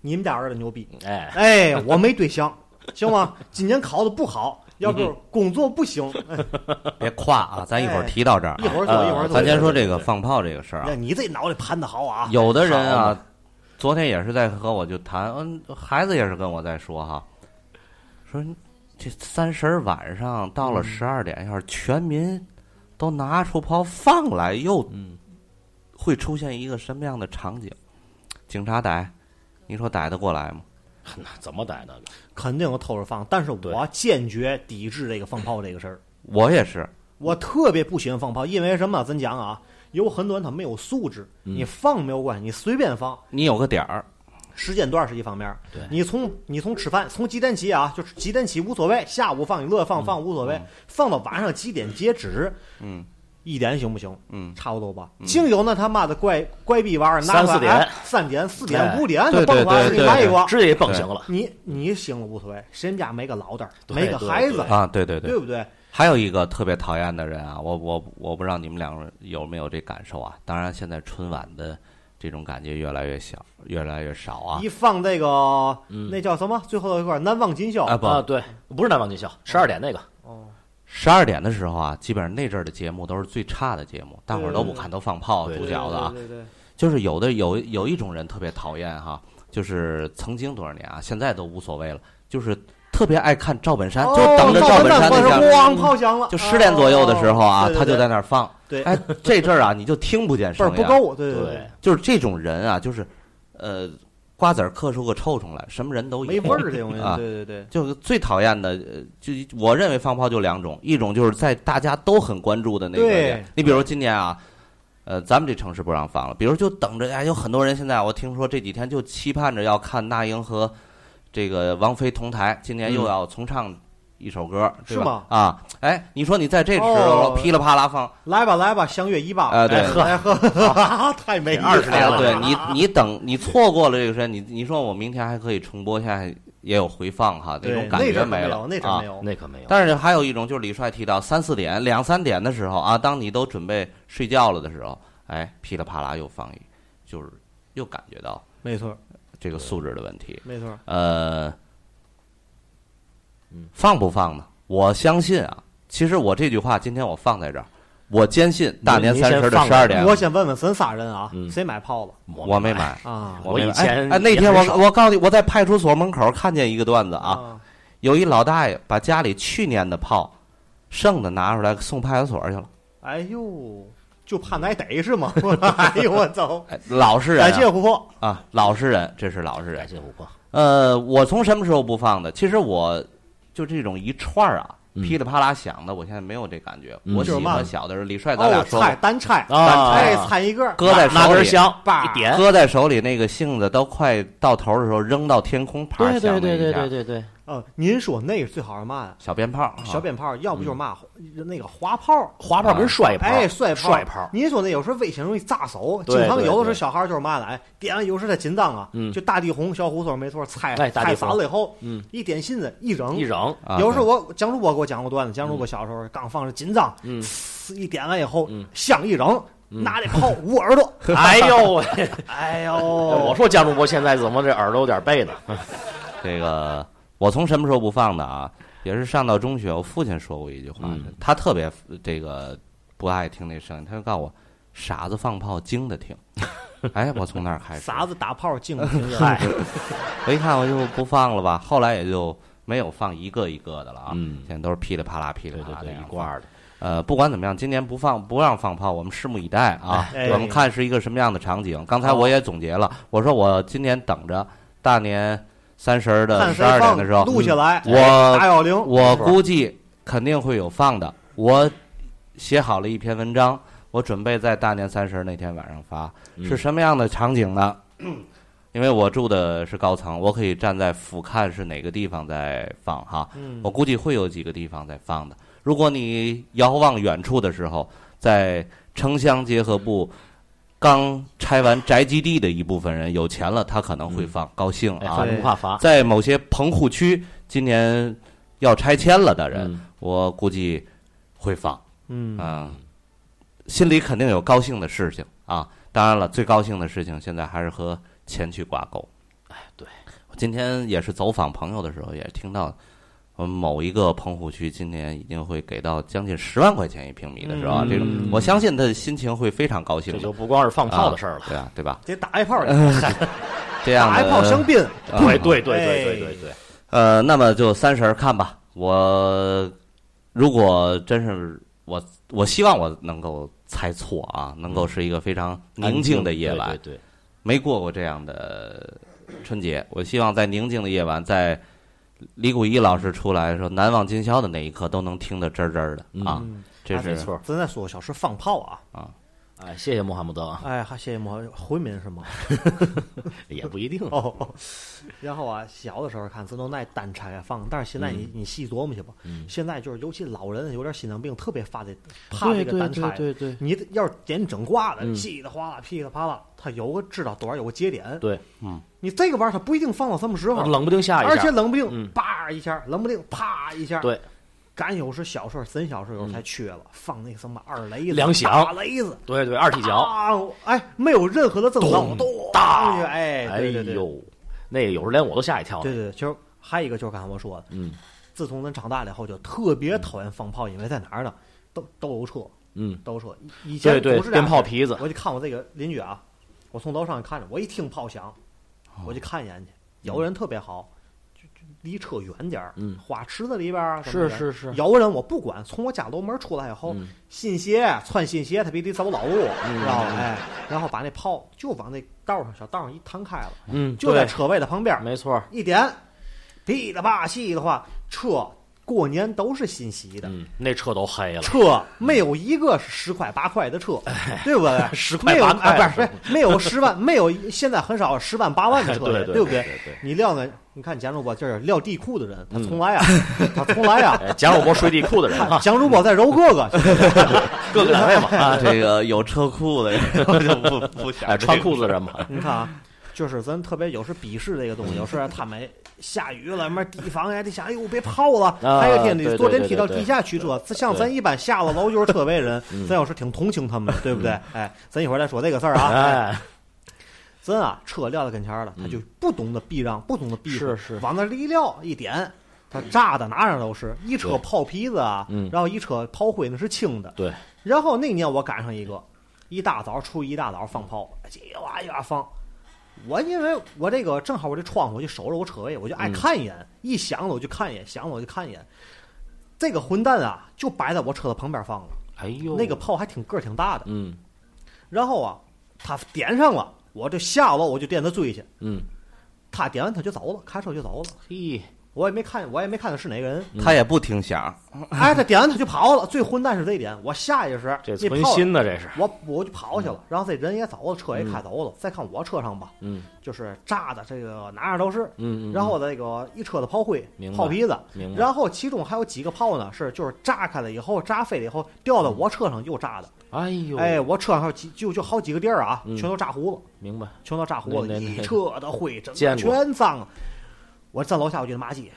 [SPEAKER 8] 你们家儿子牛逼，
[SPEAKER 9] 哎，
[SPEAKER 8] 哎，我没对象，行吗？今年考的不好，要不工作不行。哎
[SPEAKER 3] 别夸啊，咱一会儿
[SPEAKER 8] 哎
[SPEAKER 3] 提到这儿啊、
[SPEAKER 8] 一会儿说，
[SPEAKER 9] 呃
[SPEAKER 8] 一会儿说。
[SPEAKER 3] 咱先说这个放炮这个事儿
[SPEAKER 8] 那
[SPEAKER 3] 啊，
[SPEAKER 8] 你这脑袋盘的好啊！
[SPEAKER 3] 有的人
[SPEAKER 9] 好
[SPEAKER 3] 啊，昨天也是在和我就谈，嗯，孩子也是跟我在说哈，说这三十儿晚上到了十二点，要是全民都拿出炮放来，又
[SPEAKER 9] 嗯
[SPEAKER 3] 会出现一个什么样的场景？警察逮，你说逮得过来吗？
[SPEAKER 9] 那怎么逮那个？
[SPEAKER 8] 肯定有偷着放，但是我
[SPEAKER 9] 对
[SPEAKER 8] 坚决抵制这个放炮这个事儿。
[SPEAKER 3] 我也是，
[SPEAKER 8] 我特别不喜欢放炮，因为什么？咱讲啊，有很多人他没有素质，
[SPEAKER 3] 嗯
[SPEAKER 8] 你放没有关系，你随便放，
[SPEAKER 3] 你有个点儿，
[SPEAKER 8] 时间段是一方面儿
[SPEAKER 9] 对。
[SPEAKER 8] 你从你从吃饭，从几点起啊？就是几点起无所谓，下午放你乐放放无所谓，放到晚上几点截止？
[SPEAKER 3] 嗯，
[SPEAKER 8] 一点行不行？
[SPEAKER 3] 嗯
[SPEAKER 8] 差不多吧。净有那他妈的怪怪逼玩意儿，拿
[SPEAKER 9] 三
[SPEAKER 8] 出来
[SPEAKER 9] 四点
[SPEAKER 8] 哎三点、四点、
[SPEAKER 9] 哎
[SPEAKER 8] 五点，
[SPEAKER 3] 对
[SPEAKER 8] 他蹦
[SPEAKER 3] 对
[SPEAKER 8] 完
[SPEAKER 3] 对
[SPEAKER 8] 你来一个，
[SPEAKER 9] 直接给蹦行了。
[SPEAKER 8] 你你行了无所谓，谁家没个老的儿，
[SPEAKER 9] 对
[SPEAKER 8] 没个
[SPEAKER 9] 对
[SPEAKER 8] 孩子
[SPEAKER 9] 对，
[SPEAKER 3] 啊，对对对
[SPEAKER 8] 对，不对？
[SPEAKER 3] 还有一个特别讨厌的人啊，我我我不知道你们两个有没有这感受啊。当然，现在春晚的这种感觉越来越小，越来越少啊
[SPEAKER 8] 一。放那个
[SPEAKER 9] 嗯
[SPEAKER 8] 那叫什么？最后一块难忘今宵
[SPEAKER 3] 啊不，
[SPEAKER 9] 啊，对，不是南方军校，十二点那个，
[SPEAKER 8] 哦，
[SPEAKER 3] 十二点的时候啊，基本上那阵儿的节目都是最差的节目，大伙儿都不看，都放炮、
[SPEAKER 9] 对
[SPEAKER 3] 煮
[SPEAKER 8] 对
[SPEAKER 3] 饺子啊。
[SPEAKER 8] 对对对，
[SPEAKER 3] 就是有的有有一种人特别讨厌哈，就是曾经多少年啊，现在都无所谓了，就是特别爱看赵本山，就等着赵
[SPEAKER 8] 哦赵
[SPEAKER 3] 本山那
[SPEAKER 8] 那
[SPEAKER 3] 下。嗯
[SPEAKER 8] 咣炮响了，
[SPEAKER 3] 就十点左右的时候啊，
[SPEAKER 8] 哦对对
[SPEAKER 3] 他就
[SPEAKER 8] 对
[SPEAKER 3] 在那儿放。
[SPEAKER 8] 对
[SPEAKER 3] 哎，这阵儿啊，你就听不见
[SPEAKER 8] 倍
[SPEAKER 3] 声
[SPEAKER 8] 儿
[SPEAKER 3] 音
[SPEAKER 8] 不
[SPEAKER 3] 啊，
[SPEAKER 8] 够，对对
[SPEAKER 9] 对，
[SPEAKER 3] 就是这种人啊，就是，呃，瓜子儿嗑出个臭虫来，什么人都有。
[SPEAKER 8] 没味儿这种人，
[SPEAKER 3] 啊
[SPEAKER 8] 对对对，
[SPEAKER 3] 就是最讨厌的，呃就我认为放炮就两种，一种就是在大家都很关注的那个
[SPEAKER 8] 对
[SPEAKER 3] 点，你比如今年啊，呃，咱们这城市不让放了，比如就等着，哎，有很多人现在我听说这几天就期盼着要看那英和这个王菲同台，今年
[SPEAKER 8] 嗯
[SPEAKER 3] 又要重唱一首歌，对
[SPEAKER 8] 是
[SPEAKER 3] 吧
[SPEAKER 8] 吗
[SPEAKER 3] 啊，哎，你说你在这时候
[SPEAKER 8] 哦
[SPEAKER 3] 噼里啪啦放，
[SPEAKER 8] 来吧来吧，相约一把，
[SPEAKER 3] 哎对
[SPEAKER 8] 来喝，太没二
[SPEAKER 9] 20年了
[SPEAKER 3] 对你，你等你错过了这个时间，你你说我明天还可以重播，现在也有回放哈，那
[SPEAKER 8] 对
[SPEAKER 3] 种感觉
[SPEAKER 8] 阵没
[SPEAKER 3] 了，
[SPEAKER 8] 那阵
[SPEAKER 3] 啊
[SPEAKER 8] 没。有，
[SPEAKER 9] 那可没有。
[SPEAKER 3] 但是还有一种就是李帅提到三四点、两三点的时候啊，当你都准备睡觉了的时候，哎，噼里啪啦又放一，就是又感觉到
[SPEAKER 8] 没错
[SPEAKER 3] 这个素质的问题。
[SPEAKER 8] 没错，
[SPEAKER 3] 呃，
[SPEAKER 8] 嗯
[SPEAKER 3] 放不放呢？我相信啊，其实我这句话今天我放在这儿，我坚信大年
[SPEAKER 9] 您
[SPEAKER 3] 三
[SPEAKER 9] 先
[SPEAKER 3] 十的
[SPEAKER 9] 放
[SPEAKER 3] 十
[SPEAKER 9] 着
[SPEAKER 3] 二点，
[SPEAKER 8] 我先问问咱仨人啊，
[SPEAKER 9] 嗯
[SPEAKER 8] 谁买炮了
[SPEAKER 3] 我没买。
[SPEAKER 8] 啊？
[SPEAKER 9] 我以
[SPEAKER 3] 没买
[SPEAKER 9] 前
[SPEAKER 3] 哎哎那
[SPEAKER 9] 也
[SPEAKER 3] 天
[SPEAKER 9] 很少
[SPEAKER 3] 我我告诉你，我在派出所门口看见一个段子啊，
[SPEAKER 8] 啊，
[SPEAKER 3] 有一老大爷把家里去年的炮剩的拿出来送派出所去了。
[SPEAKER 8] 哎呦，就怕挨逮是吗？ 哎呦我操！
[SPEAKER 3] 哎，老实人
[SPEAKER 8] 感谢
[SPEAKER 3] 啊
[SPEAKER 8] 琥珀，
[SPEAKER 3] 啊，老实人，这是老实
[SPEAKER 9] 感
[SPEAKER 3] 人。
[SPEAKER 9] 谢琥珀，
[SPEAKER 3] 呃，我从什么时候不放的？其实我就这种一串儿啊，
[SPEAKER 9] 嗯
[SPEAKER 3] 噼里啪啦响的，我现在没有这感觉。
[SPEAKER 9] 嗯
[SPEAKER 3] 我喜
[SPEAKER 8] 就是嘛
[SPEAKER 3] 欢小的时候，李帅咱俩
[SPEAKER 8] 哦，
[SPEAKER 3] 说
[SPEAKER 8] 菜
[SPEAKER 3] 过，
[SPEAKER 8] 单拆
[SPEAKER 9] 啊
[SPEAKER 8] 哎，菜一个，
[SPEAKER 3] 搁在
[SPEAKER 9] 拿
[SPEAKER 3] 手
[SPEAKER 9] 根
[SPEAKER 3] 里，
[SPEAKER 9] 香
[SPEAKER 8] 叭
[SPEAKER 9] 一点，
[SPEAKER 3] 搁在手里那个杏子都快到头的时候，扔到天空，啪
[SPEAKER 9] 对
[SPEAKER 3] 响
[SPEAKER 9] 对
[SPEAKER 3] 了
[SPEAKER 9] 对
[SPEAKER 3] 一
[SPEAKER 9] 对
[SPEAKER 3] 下
[SPEAKER 9] 对，对对，
[SPEAKER 8] 呃，您说那个最好是嘛呀？
[SPEAKER 3] 小鞭炮，啊
[SPEAKER 9] 啊
[SPEAKER 8] 小鞭炮，要不就是嘛那个滑炮，
[SPEAKER 9] 滑炮跟摔嗯炮，
[SPEAKER 8] 哎，摔炮，
[SPEAKER 9] 摔炮，
[SPEAKER 8] 您说那有时候危险容易炸手，
[SPEAKER 9] 对
[SPEAKER 8] 经常
[SPEAKER 9] 对
[SPEAKER 8] 有的时候
[SPEAKER 9] 对
[SPEAKER 8] 小孩儿就是嘛来点完有时候他紧张啊，
[SPEAKER 9] 嗯
[SPEAKER 8] 就大地红小胡同没错，菜
[SPEAKER 9] 哎大
[SPEAKER 8] 菜
[SPEAKER 9] 地红
[SPEAKER 8] 散了以后，
[SPEAKER 9] 嗯，
[SPEAKER 8] 一点心子一扔
[SPEAKER 9] 一。扔，
[SPEAKER 3] 啊，
[SPEAKER 8] 有时候
[SPEAKER 3] 对
[SPEAKER 8] 我蒋主播给我讲过段子，蒋主播小时候刚放着紧张，
[SPEAKER 9] 嗯
[SPEAKER 8] 呲一点完以后
[SPEAKER 9] 嗯，
[SPEAKER 8] 香一扔，拿这炮捂耳朵，
[SPEAKER 9] 哎呦喂！
[SPEAKER 8] 哎呦，
[SPEAKER 9] 我
[SPEAKER 8] 我
[SPEAKER 9] 说江主播现在怎么这耳朵有点背呢？
[SPEAKER 3] 这个我从什么时候不放的啊？也是上到中学，我父亲说过一句话，
[SPEAKER 9] 嗯
[SPEAKER 3] 他特别这个不爱听那声音，他就告诉我，傻子放炮惊得 挺。哎，我从那儿开始，
[SPEAKER 8] 傻子打炮净听 着，哎
[SPEAKER 3] 我一看我就不放了吧，后来也就没有放一个一个的了啊，
[SPEAKER 9] 嗯
[SPEAKER 3] 现在都是噼里啪啦噼里
[SPEAKER 9] 对
[SPEAKER 3] 啪
[SPEAKER 9] 对
[SPEAKER 3] 啦
[SPEAKER 9] 对，
[SPEAKER 3] 那
[SPEAKER 9] 一
[SPEAKER 3] 样
[SPEAKER 9] 罐
[SPEAKER 3] 放。
[SPEAKER 9] 儿的，
[SPEAKER 3] 呃，不管怎么样，今年不放不让放炮，我们拭目以待啊，
[SPEAKER 8] 哎
[SPEAKER 3] 我们看是一个什么样的场景。刚才我也总结了，我说我今年等着大年三十儿的
[SPEAKER 8] 看
[SPEAKER 3] 十
[SPEAKER 8] 谁
[SPEAKER 3] 二点
[SPEAKER 8] 放
[SPEAKER 3] 的时候，
[SPEAKER 8] 录下来，哎
[SPEAKER 3] 我
[SPEAKER 8] 打幺零，
[SPEAKER 3] 我估计肯定会有放的。我写好了一篇文章，我准备在大年三十那天晚上发，
[SPEAKER 9] 嗯
[SPEAKER 3] 是什么样的场景呢？ 因为我住的是高层，我可以站在俯瞰是哪个地方在放哈。
[SPEAKER 8] 嗯
[SPEAKER 3] 我估计会有几个地方在放的。如果你遥望远处的时候，在城乡结合部刚拆完宅基地的一部分人有钱了，他可能会放，高兴
[SPEAKER 9] 哎，
[SPEAKER 3] 啊
[SPEAKER 9] 反。正不怕罚。
[SPEAKER 3] 在某些棚户区，今年要拆迁了的人，
[SPEAKER 9] 嗯
[SPEAKER 3] 我估计会放。
[SPEAKER 8] 嗯
[SPEAKER 3] 啊，心里肯定有高兴的事情啊。当然了，最高兴的事情现在还是和钱去挂钩。哎，
[SPEAKER 9] 对，
[SPEAKER 3] 我今天也是走访朋友的时候，也听到，呃，某一个棚户区今年一定会给到将近十万块钱一平米的时候啊，
[SPEAKER 8] 嗯
[SPEAKER 3] 这种我相信他的心情会非常高兴
[SPEAKER 9] 这
[SPEAKER 3] 的。
[SPEAKER 9] 就不光是放炮的事儿
[SPEAKER 3] 啊
[SPEAKER 9] 了。
[SPEAKER 3] 对啊，对吧？
[SPEAKER 8] 得打一炮儿去，
[SPEAKER 3] 嗯这样
[SPEAKER 8] 打一炮生
[SPEAKER 3] 的
[SPEAKER 8] 病，
[SPEAKER 3] 啊
[SPEAKER 9] 对对对对对对对，
[SPEAKER 3] 呃，那么就三十儿看吧。我如果真是我，我希望我能够猜错啊，能够是一个非常宁静的夜晚
[SPEAKER 9] 嗯对。对对，
[SPEAKER 3] 没过过这样的春节，我希望在宁静的夜晚，在呃李谷一老师出来说“难忘今宵”的那一刻，都能听得真儿真儿的啊！
[SPEAKER 9] 嗯
[SPEAKER 3] 这
[SPEAKER 8] 没
[SPEAKER 3] 是
[SPEAKER 8] 错。咱再说个小时放炮啊！
[SPEAKER 9] 哎，谢谢穆罕默德啊，
[SPEAKER 8] 哎，还谢谢我回民是吗？
[SPEAKER 9] 也不一定。
[SPEAKER 8] 哦，然后啊，小的时候看自动带单拆开放，但是现在
[SPEAKER 3] 嗯
[SPEAKER 8] 你、你细琢磨去吧，现在就是尤其老人有点心脏病，特别发得怕这个单拆。
[SPEAKER 9] 对
[SPEAKER 8] 你得要是点整挂的，
[SPEAKER 9] 嗯
[SPEAKER 8] 噼里哗啦噼里啪啦，它有个知道多少有个节点。
[SPEAKER 9] 对，
[SPEAKER 8] 你这个玩意儿它不一定放到什么时候，
[SPEAKER 9] 冷不丁下一下，
[SPEAKER 8] 而且冷不
[SPEAKER 9] 嗯
[SPEAKER 8] 丁叭一下，冷不丁啪一下。
[SPEAKER 9] 对，
[SPEAKER 8] 赶有时小时候，咱小时候有时候才缺了，放那个什么二雷子、
[SPEAKER 9] 两响
[SPEAKER 8] 大雷子、
[SPEAKER 9] 对对，二踢脚，
[SPEAKER 8] 啊，哎，没有任何的增
[SPEAKER 9] 咚
[SPEAKER 8] 噪，
[SPEAKER 9] 大
[SPEAKER 8] 哎，
[SPEAKER 9] 哎
[SPEAKER 8] 对对对，
[SPEAKER 9] 呦，那个有时候连我都吓一跳。
[SPEAKER 8] 对对，对，就是还有一个就是刚才我说的，
[SPEAKER 9] 嗯
[SPEAKER 8] 自从咱长大了以后，就特别讨厌放炮，因为在哪儿呢？都都有车，
[SPEAKER 9] 嗯，
[SPEAKER 8] 都有车。以以前
[SPEAKER 9] 对对
[SPEAKER 8] 不，是这
[SPEAKER 9] 鞭
[SPEAKER 8] 样
[SPEAKER 9] 炮皮子
[SPEAKER 8] 我就看我这个邻居啊，我从楼上看着，我一听炮响，
[SPEAKER 9] 哦
[SPEAKER 8] 我就看一眼去。有人特别好，就就离车远点儿，
[SPEAKER 9] 嗯
[SPEAKER 8] 花池子里边儿啊，什么的
[SPEAKER 9] 是是是
[SPEAKER 8] 有人我不管，从我家楼门出来以后
[SPEAKER 9] 嗯，
[SPEAKER 8] 新鞋穿新鞋，他必须得走老路，
[SPEAKER 9] 嗯
[SPEAKER 8] 知道吧？哎，然后把那炮就往那道上小道上一摊开了，
[SPEAKER 9] 嗯，
[SPEAKER 8] 就在
[SPEAKER 9] 对
[SPEAKER 8] 车位的旁边，
[SPEAKER 9] 没错儿，
[SPEAKER 8] 一点，噼里啪啦戏的话，车过年都是新洗的，
[SPEAKER 9] 嗯，那车都黑了，
[SPEAKER 8] 车没有一个是十块八块的车，对不 对？
[SPEAKER 9] 10块
[SPEAKER 8] 没有
[SPEAKER 9] 8块
[SPEAKER 8] 啊，不是没有十万， 没有现在很少十万八万 的车，
[SPEAKER 9] 对对
[SPEAKER 8] 不对
[SPEAKER 9] 对对对？
[SPEAKER 8] 你撂那，你看蒋主播就是撂地库的人，他从来 啊，他从来啊，
[SPEAKER 9] 哎，贾某波睡地库的 人哎啊，
[SPEAKER 8] 蒋主播在揉哥哥，
[SPEAKER 9] 各个单位嘛，
[SPEAKER 3] 啊，这个有车库的， 我就不不想
[SPEAKER 9] 哎，
[SPEAKER 3] 这个
[SPEAKER 9] 穿裤子的人嘛，
[SPEAKER 8] 你看啊，就是咱特别有时鄙视这个 东西，有时候他们下雨了，嘛提防呀，得想，哎呦别泡了。
[SPEAKER 9] 啊
[SPEAKER 8] 还有一天
[SPEAKER 9] 对
[SPEAKER 8] 得
[SPEAKER 9] 对
[SPEAKER 8] 坐电
[SPEAKER 9] 对
[SPEAKER 8] 梯
[SPEAKER 9] 对
[SPEAKER 8] 到
[SPEAKER 9] 对嗯
[SPEAKER 8] 地下取车，像咱一般下了楼就是车位人，咱有时挺同情他们的，对不对？哎，咱一会儿再说这个事儿啊。
[SPEAKER 9] 哎，
[SPEAKER 8] 真啊，车撂在跟前儿了，他就不懂得避让，不懂得避讳
[SPEAKER 9] 嗯是是
[SPEAKER 8] 往那儿一撂一点。他炸的哪哪都是，一车
[SPEAKER 9] 对
[SPEAKER 8] 炮皮子啊，
[SPEAKER 9] 嗯
[SPEAKER 8] 然后一车炮灰那是轻的，
[SPEAKER 9] 对，
[SPEAKER 8] 然后那年我赶上一个，一大早初一一大早放炮，叽哇一哇放。我因为我这个正好我这窗户就守着我车位，我就爱
[SPEAKER 9] 嗯
[SPEAKER 8] 看一眼，一响了我就看一眼，响了我就看一眼。这个混蛋啊，就摆在我车的旁边放了，
[SPEAKER 9] 哎呦，
[SPEAKER 8] 那个，炮还挺个儿挺大的。
[SPEAKER 9] 嗯
[SPEAKER 8] 然后啊，他点上了，我就下楼我就惦着追去，
[SPEAKER 9] 嗯，
[SPEAKER 8] 他点完他就走了，开车就走了。
[SPEAKER 9] 嘿，
[SPEAKER 8] 我也没看，我也没看他是哪个人。
[SPEAKER 9] 嗯
[SPEAKER 3] 他也不听响，
[SPEAKER 8] 哎，他点完他就跑了。最混蛋是这一点，我下意识
[SPEAKER 9] 这
[SPEAKER 8] 那
[SPEAKER 9] 存
[SPEAKER 8] 炮
[SPEAKER 9] 心呢，这是，
[SPEAKER 8] 我我就跑去了，然后这人也走了，车也开走了。再看我车上吧，
[SPEAKER 9] 嗯
[SPEAKER 8] 就是炸的这个哪哪都是，
[SPEAKER 9] 嗯嗯，
[SPEAKER 8] 然后那个一车的炮灰
[SPEAKER 9] 明、白嗯
[SPEAKER 8] 炮皮子
[SPEAKER 9] 明，白
[SPEAKER 8] 然后其中还有几个炮呢，是就是炸开了以后炸飞了以后掉
[SPEAKER 9] 嗯
[SPEAKER 8] 到我车上又炸的。
[SPEAKER 9] 哎呦，
[SPEAKER 8] 哎，我车上还有几就就好几个地儿啊，
[SPEAKER 9] 嗯
[SPEAKER 8] 全都炸糊了，
[SPEAKER 9] 明白，
[SPEAKER 8] 全都炸糊
[SPEAKER 9] 那
[SPEAKER 8] 了，
[SPEAKER 9] 那那
[SPEAKER 8] 一车的灰，整
[SPEAKER 9] 见
[SPEAKER 8] 个
[SPEAKER 9] 过嗯
[SPEAKER 8] 全脏了。我站楼下我就骂街，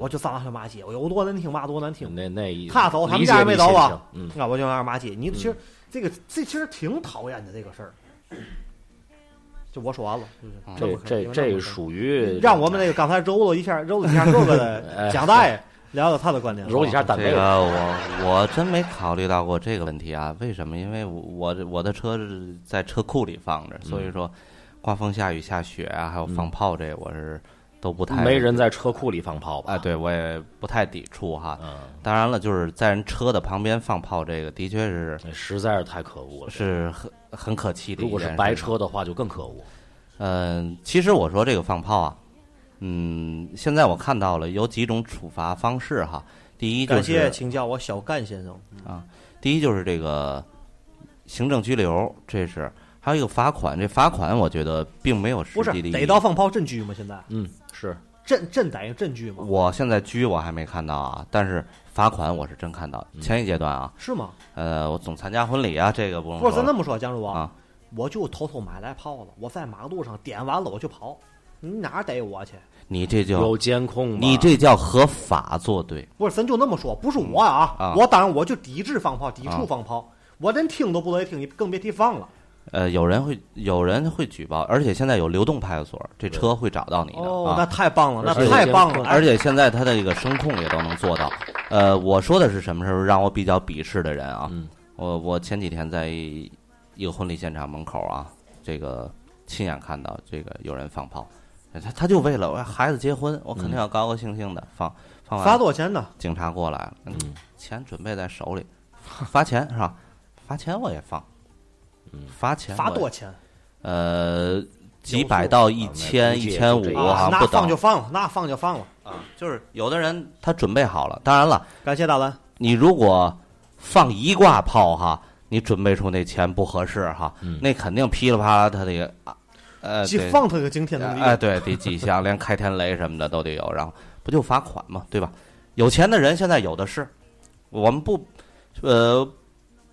[SPEAKER 8] 我就上楼下骂街，我有多难听骂多难听。
[SPEAKER 9] 那那一
[SPEAKER 8] 他走，他
[SPEAKER 9] 理
[SPEAKER 8] 们
[SPEAKER 9] 解
[SPEAKER 8] 家人没
[SPEAKER 9] 你
[SPEAKER 8] 走
[SPEAKER 9] 心
[SPEAKER 8] 啊
[SPEAKER 9] 情，嗯，
[SPEAKER 8] 那我就让骂街。你其实这个这其实挺讨厌的这个事儿。就我说完了，
[SPEAKER 9] 这这这属于
[SPEAKER 8] 让我们那个刚才揉了一下，揉了一下各个 的蒋大爷聊聊他的观点。
[SPEAKER 9] 哎揉一下单
[SPEAKER 3] 这
[SPEAKER 9] 位，
[SPEAKER 3] 个我我真没考虑到过这个问题啊，为什么？因为我我的我的车是在车库里放着，所
[SPEAKER 9] 嗯
[SPEAKER 3] 以说刮风下雨下雪啊，还有放炮这我是都不太
[SPEAKER 9] 没人在车库里放炮吧？
[SPEAKER 3] 啊，，对我也不太抵触哈。
[SPEAKER 9] 嗯，
[SPEAKER 3] 当然了，就是在人车的旁边放炮，这个的确是
[SPEAKER 9] 那实在是太可恶了。
[SPEAKER 3] 是很很可气的。
[SPEAKER 9] 如果是白，车的话，就更可恶。
[SPEAKER 3] 嗯、其实我说这个放炮啊，嗯，现在我看到了有几种处罚方式哈。第一就
[SPEAKER 8] 感
[SPEAKER 3] 是
[SPEAKER 8] 谢，请叫我小干先生。
[SPEAKER 3] 第一就是这个行政拘留，这是还有一个罚款。这罚款我觉得并没有实
[SPEAKER 8] 不是
[SPEAKER 3] 际的意义。
[SPEAKER 8] 逮到放炮镇拘吗？现在
[SPEAKER 9] 嗯，是
[SPEAKER 8] 镇镇逮镇拘吗？
[SPEAKER 3] 我现在拘我还没看到啊，但是罚款我是真看到。前一阶段啊，
[SPEAKER 8] 是吗？
[SPEAKER 3] 呃，我总参加婚礼啊，这个不用
[SPEAKER 8] 不
[SPEAKER 3] 说
[SPEAKER 8] 是，咱这
[SPEAKER 3] 了。
[SPEAKER 8] 么说，江主播
[SPEAKER 3] 啊，
[SPEAKER 8] 我就偷偷买来炮了，我在马路上点完了我就跑，你哪儿逮我去？
[SPEAKER 3] 你这就
[SPEAKER 9] 有监控吧，
[SPEAKER 3] 你这叫和法作对。
[SPEAKER 8] 不是，咱就那么说，不是我啊，
[SPEAKER 3] 啊
[SPEAKER 8] 我当然我就抵制放炮，抵触
[SPEAKER 3] 啊
[SPEAKER 8] 放炮，我连听都不乐意听，你更别提放了。
[SPEAKER 3] 呃，有人会有人会举报，而且现在有流动派出所，这车会找到你的。
[SPEAKER 8] 哦
[SPEAKER 3] 啊，
[SPEAKER 8] 那太棒了，那
[SPEAKER 9] 而且
[SPEAKER 8] 太棒了！
[SPEAKER 3] 而且现在它的这个声控也都能做到。呃，我说的是什么时候让我比较鄙视的人啊？
[SPEAKER 9] 嗯
[SPEAKER 3] 我我前几天在一个婚礼现场门口啊，这个亲眼看到这个有人放炮，他他就为了我孩子结婚，我肯定要
[SPEAKER 8] 嗯
[SPEAKER 3] 高高兴兴的放放
[SPEAKER 8] 罚
[SPEAKER 3] 完
[SPEAKER 8] 多少钱呢？
[SPEAKER 3] 警察过来了，嗯，钱准备在手里，罚钱是吧？罚钱我也放，罚钱
[SPEAKER 8] 罚
[SPEAKER 3] 我
[SPEAKER 8] 嗯多少啊钱
[SPEAKER 3] 呃几百到一千一千五
[SPEAKER 9] 我
[SPEAKER 8] 啊
[SPEAKER 3] 好像
[SPEAKER 8] 那
[SPEAKER 3] 哎不
[SPEAKER 8] 放
[SPEAKER 3] 等
[SPEAKER 8] 就放了，那放就放了。
[SPEAKER 3] 啊，就是有的人他准备好了，当然了，
[SPEAKER 8] 感谢大蓝，
[SPEAKER 3] 你如果放一挂炮哈，你准备出那钱不合适哈，那肯定噼里啪啦，他得啊呃
[SPEAKER 8] 既
[SPEAKER 3] 对
[SPEAKER 8] 放他个惊天动
[SPEAKER 3] 哎、
[SPEAKER 8] 地，
[SPEAKER 3] 对，得几箱，连开天雷什么的都得有，然后不就罚款嘛，对吧？有钱的人现在有的是，我们不呃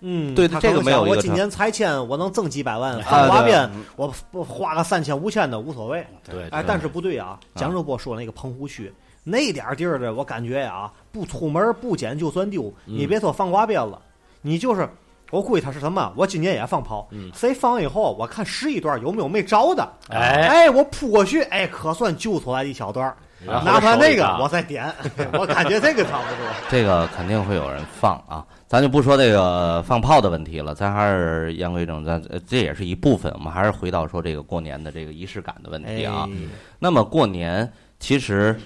[SPEAKER 8] 嗯，
[SPEAKER 3] 对
[SPEAKER 8] 他
[SPEAKER 3] 这个
[SPEAKER 8] 可能
[SPEAKER 3] 没有
[SPEAKER 8] 想
[SPEAKER 3] 一个
[SPEAKER 8] 我今
[SPEAKER 3] 成
[SPEAKER 8] 年拆迁，我能挣几百万，
[SPEAKER 3] 啊
[SPEAKER 8] 放花
[SPEAKER 3] 对
[SPEAKER 8] 边，我不花个三千五千的无所谓。
[SPEAKER 9] 对，
[SPEAKER 8] 哎，
[SPEAKER 9] 对
[SPEAKER 8] 但是不对啊，蒋主播说那个澎湖区那点儿地儿的，我感觉呀、不出门不捡就算丢。
[SPEAKER 9] 嗯
[SPEAKER 8] 你别说放花边了，你就是我估计他是什么，我今年也放炮，
[SPEAKER 9] 嗯
[SPEAKER 8] 谁放以后我看十一段有没有没着的，
[SPEAKER 9] 哎
[SPEAKER 8] 我扑过去，哎，可算救出来一小段儿，
[SPEAKER 9] 然后
[SPEAKER 8] 拿出来那个
[SPEAKER 9] 手
[SPEAKER 8] 我
[SPEAKER 9] 里拿
[SPEAKER 8] 再 点，我感觉这个差不多。
[SPEAKER 3] 这个肯定会有人放啊，咱就不说这个放炮的问题了，咱还是言归正传，呃这也是一部分。我们还是回到说这个过年的这个仪式感的
[SPEAKER 9] 哎
[SPEAKER 3] 问题
[SPEAKER 8] 哎
[SPEAKER 3] 啊。
[SPEAKER 9] 嗯
[SPEAKER 3] 那么过年其实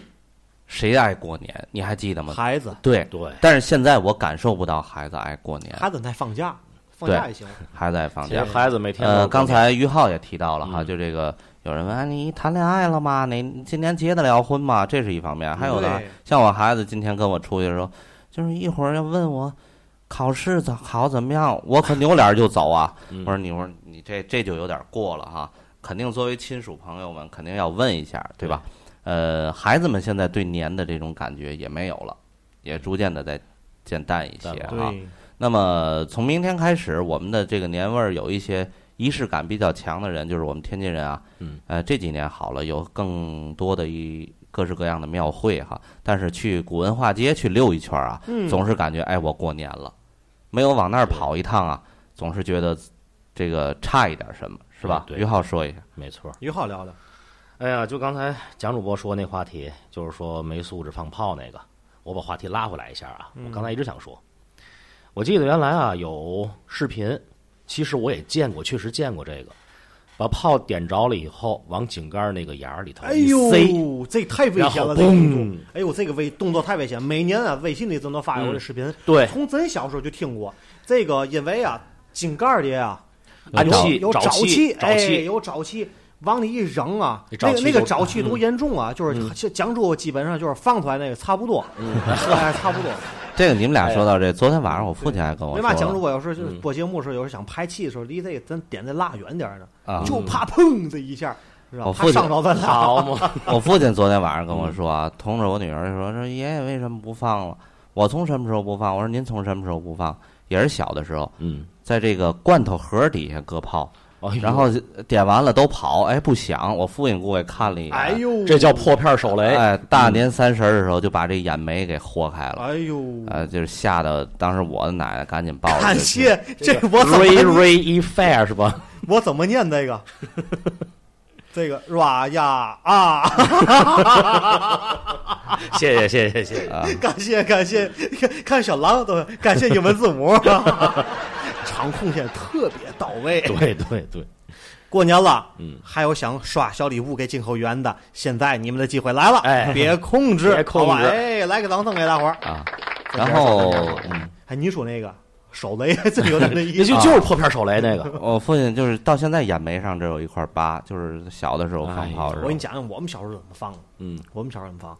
[SPEAKER 3] 谁爱过年？你还记得吗？
[SPEAKER 8] 孩子，
[SPEAKER 3] 对，
[SPEAKER 9] 对，
[SPEAKER 3] 但是现在我感受不到孩子爱过年，
[SPEAKER 8] 孩子在放假，放
[SPEAKER 3] 对
[SPEAKER 8] 假也行。
[SPEAKER 9] 哎
[SPEAKER 3] 孩子爱放
[SPEAKER 9] 其实
[SPEAKER 3] 假。
[SPEAKER 9] 孩子每天都
[SPEAKER 3] 呃，
[SPEAKER 9] 是
[SPEAKER 3] 刚才于浩也提到了哈，
[SPEAKER 9] 嗯
[SPEAKER 3] 就这个有人问、啊、你谈恋爱了吗？你你今年结得了婚吗？这是一方面，还有呢
[SPEAKER 8] 对，
[SPEAKER 3] 像我孩子今天跟我出去的时候，就是一会儿要问我考试怎考怎么样，我可扭脸就走啊。
[SPEAKER 9] 嗯
[SPEAKER 3] 我说你我说你这这就有点过了哈，肯定作为亲属朋友们肯定要问一下，对吧？呃，孩子们现在对年的这种感觉也没有了，也逐渐的在渐淡一些
[SPEAKER 9] 淡了
[SPEAKER 3] 啊。那么从明天开始，我们的这个年味儿有一些仪式感比较强的人，就是我们天津人啊，
[SPEAKER 9] 嗯，
[SPEAKER 3] 呃，这几年好了，有更多的一各式各样的庙会哈，但是去古文化街去溜一圈儿啊，
[SPEAKER 8] 嗯
[SPEAKER 3] 总是感觉哎，我过年了，没有往那儿跑一趟啊，总是觉得这个差一点什么，是吧？
[SPEAKER 9] 对
[SPEAKER 3] 于浩说一下，
[SPEAKER 9] 没错。
[SPEAKER 8] 于浩聊聊，
[SPEAKER 9] 哎呀，就刚才蒋主播说那话题，就是说没素质放炮那个，我把话题拉回来一下啊。我刚才一直想说，我记得原来啊有视频，其实我也见过，确实见过这个，把炮点着了以后，往井盖那个沿儿里头
[SPEAKER 8] 哎
[SPEAKER 9] 一塞，
[SPEAKER 8] 呦，这太危险了，这个
[SPEAKER 9] 然后
[SPEAKER 8] 动
[SPEAKER 9] 嘣
[SPEAKER 8] 作。哎呦，这个危动作太危险。每年啊，微信里都能发有这视频。
[SPEAKER 9] 对
[SPEAKER 8] 从咱小时候就听过这个，因为啊，井盖里啊
[SPEAKER 9] 暗
[SPEAKER 8] 有
[SPEAKER 9] 器、
[SPEAKER 8] 有
[SPEAKER 9] 沼
[SPEAKER 8] 气，
[SPEAKER 9] 沼
[SPEAKER 8] 哎，
[SPEAKER 9] 气，
[SPEAKER 8] 有沼气。往里一扔啊，
[SPEAKER 9] 那沼
[SPEAKER 8] 那个
[SPEAKER 9] 气
[SPEAKER 8] 那个
[SPEAKER 9] 都嗯
[SPEAKER 8] 沼气多严重啊！就是江主基本上就是放出来那个差不多，
[SPEAKER 9] 嗯
[SPEAKER 8] 哎，差不 多。
[SPEAKER 3] 这个你们俩说到这，昨天晚上我父亲还跟我
[SPEAKER 8] 为
[SPEAKER 3] 说
[SPEAKER 8] 嘛江
[SPEAKER 3] 了
[SPEAKER 8] 主播有时候
[SPEAKER 9] 嗯
[SPEAKER 8] 就是播节目的时候，有时候想排气的时候，离这个咱点的拉远点儿呢，
[SPEAKER 9] 嗯
[SPEAKER 3] 啊，
[SPEAKER 8] 就怕砰这一下，是吧
[SPEAKER 3] 我？
[SPEAKER 8] 怕
[SPEAKER 3] 父亲
[SPEAKER 8] 上着咱俩。
[SPEAKER 9] 哦好嘛，
[SPEAKER 3] 我父亲昨天晚上跟我说
[SPEAKER 9] 嗯
[SPEAKER 3] 啊，通着我女儿说说爷爷为什么不放了？我从什么时候不放？我说您从什么时候不放？也是小的时候，
[SPEAKER 9] 嗯，
[SPEAKER 3] 在这个罐头盒底下搁炮，
[SPEAKER 9] 哎呦
[SPEAKER 3] 然后点完了都跑，哎不响。我父亲过来看了一眼，
[SPEAKER 8] 哎呦，
[SPEAKER 9] 这叫破片手雷，
[SPEAKER 3] 哎大年三十的时候就把这眼眉给豁开了，
[SPEAKER 8] 哎呦，
[SPEAKER 3] 呃，就是吓得当时我的奶奶赶紧抱着就去。
[SPEAKER 8] 感谢这我怎
[SPEAKER 9] ray
[SPEAKER 8] 么
[SPEAKER 9] ray e fire 是吧？
[SPEAKER 8] 我怎么念这 个？这个哇呀啊！
[SPEAKER 9] 谢谢谢谢谢谢，
[SPEAKER 3] 啊
[SPEAKER 8] 感谢感谢，看看小狼都感谢英文字母， 场控线特别到位。
[SPEAKER 9] 对对对，
[SPEAKER 8] 过年了，
[SPEAKER 9] 嗯，
[SPEAKER 8] 还有想刷小礼物给进口员的，现在你们的机会来了，
[SPEAKER 9] 哎
[SPEAKER 8] 别控制，
[SPEAKER 9] 别控
[SPEAKER 8] 好吧
[SPEAKER 9] 制
[SPEAKER 8] 哎，来个掌声给大伙儿。
[SPEAKER 3] 啊，然后嗯
[SPEAKER 8] 哎，你说那个手雷， 这有点那意
[SPEAKER 9] 也
[SPEAKER 8] 思。
[SPEAKER 9] 就就是破片手雷那个，
[SPEAKER 3] 我父亲就是到现在眼眉上这有一块疤，就是小的时候
[SPEAKER 9] 哎
[SPEAKER 3] 放
[SPEAKER 9] 呦
[SPEAKER 3] 炮的时
[SPEAKER 8] 我
[SPEAKER 3] 候
[SPEAKER 8] 给你讲讲我们小时候怎么放的。
[SPEAKER 9] 嗯
[SPEAKER 8] 我们小时候怎么放？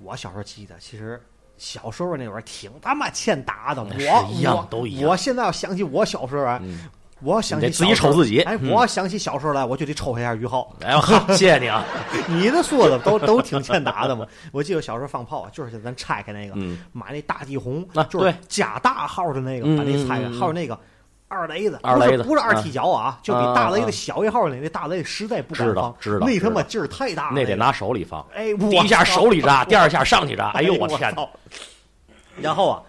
[SPEAKER 8] 我小时候记得，其实小时候那会儿挺他妈欠打的，
[SPEAKER 9] 是
[SPEAKER 8] 我
[SPEAKER 9] 一样
[SPEAKER 8] 我
[SPEAKER 9] 都一样
[SPEAKER 8] 我现在要想起我小时候来，
[SPEAKER 3] 嗯
[SPEAKER 8] 我想起
[SPEAKER 9] 你得自己
[SPEAKER 8] 小时候
[SPEAKER 9] 瞅自己
[SPEAKER 8] 哎，
[SPEAKER 9] 嗯
[SPEAKER 8] 我想起小时候来，我就得抽一下于 浩。
[SPEAKER 9] 哎呦呵，谢谢你啊！
[SPEAKER 8] 你的说的都都挺欠打的嘛。 我记得小时候放炮啊，就是咱拆开那个，
[SPEAKER 3] 嗯
[SPEAKER 8] 买那大地红
[SPEAKER 9] 啊，
[SPEAKER 8] 就是
[SPEAKER 9] 对
[SPEAKER 8] 加大号的那个，
[SPEAKER 9] 嗯
[SPEAKER 8] 把那拆开，
[SPEAKER 9] 嗯嗯嗯
[SPEAKER 8] 还有那个。二雷子，
[SPEAKER 9] 二
[SPEAKER 8] 不是
[SPEAKER 9] 雷子
[SPEAKER 8] 不是二
[SPEAKER 9] 啊
[SPEAKER 8] 踢脚啊，就比
[SPEAKER 9] 啊
[SPEAKER 8] 大雷
[SPEAKER 9] 啊
[SPEAKER 8] 子小一号那那大雷实在不敢
[SPEAKER 9] 知道
[SPEAKER 8] 放，
[SPEAKER 9] 知道
[SPEAKER 8] 那他
[SPEAKER 9] 知
[SPEAKER 8] 妈
[SPEAKER 9] 道
[SPEAKER 8] 劲儿太大了，
[SPEAKER 9] 那得拿手里放，
[SPEAKER 8] 哎，
[SPEAKER 9] 第
[SPEAKER 8] 我
[SPEAKER 9] 一下
[SPEAKER 8] 操
[SPEAKER 9] 手里扎，第二下上去扎。哎呦我天哪！
[SPEAKER 8] 操！然后啊，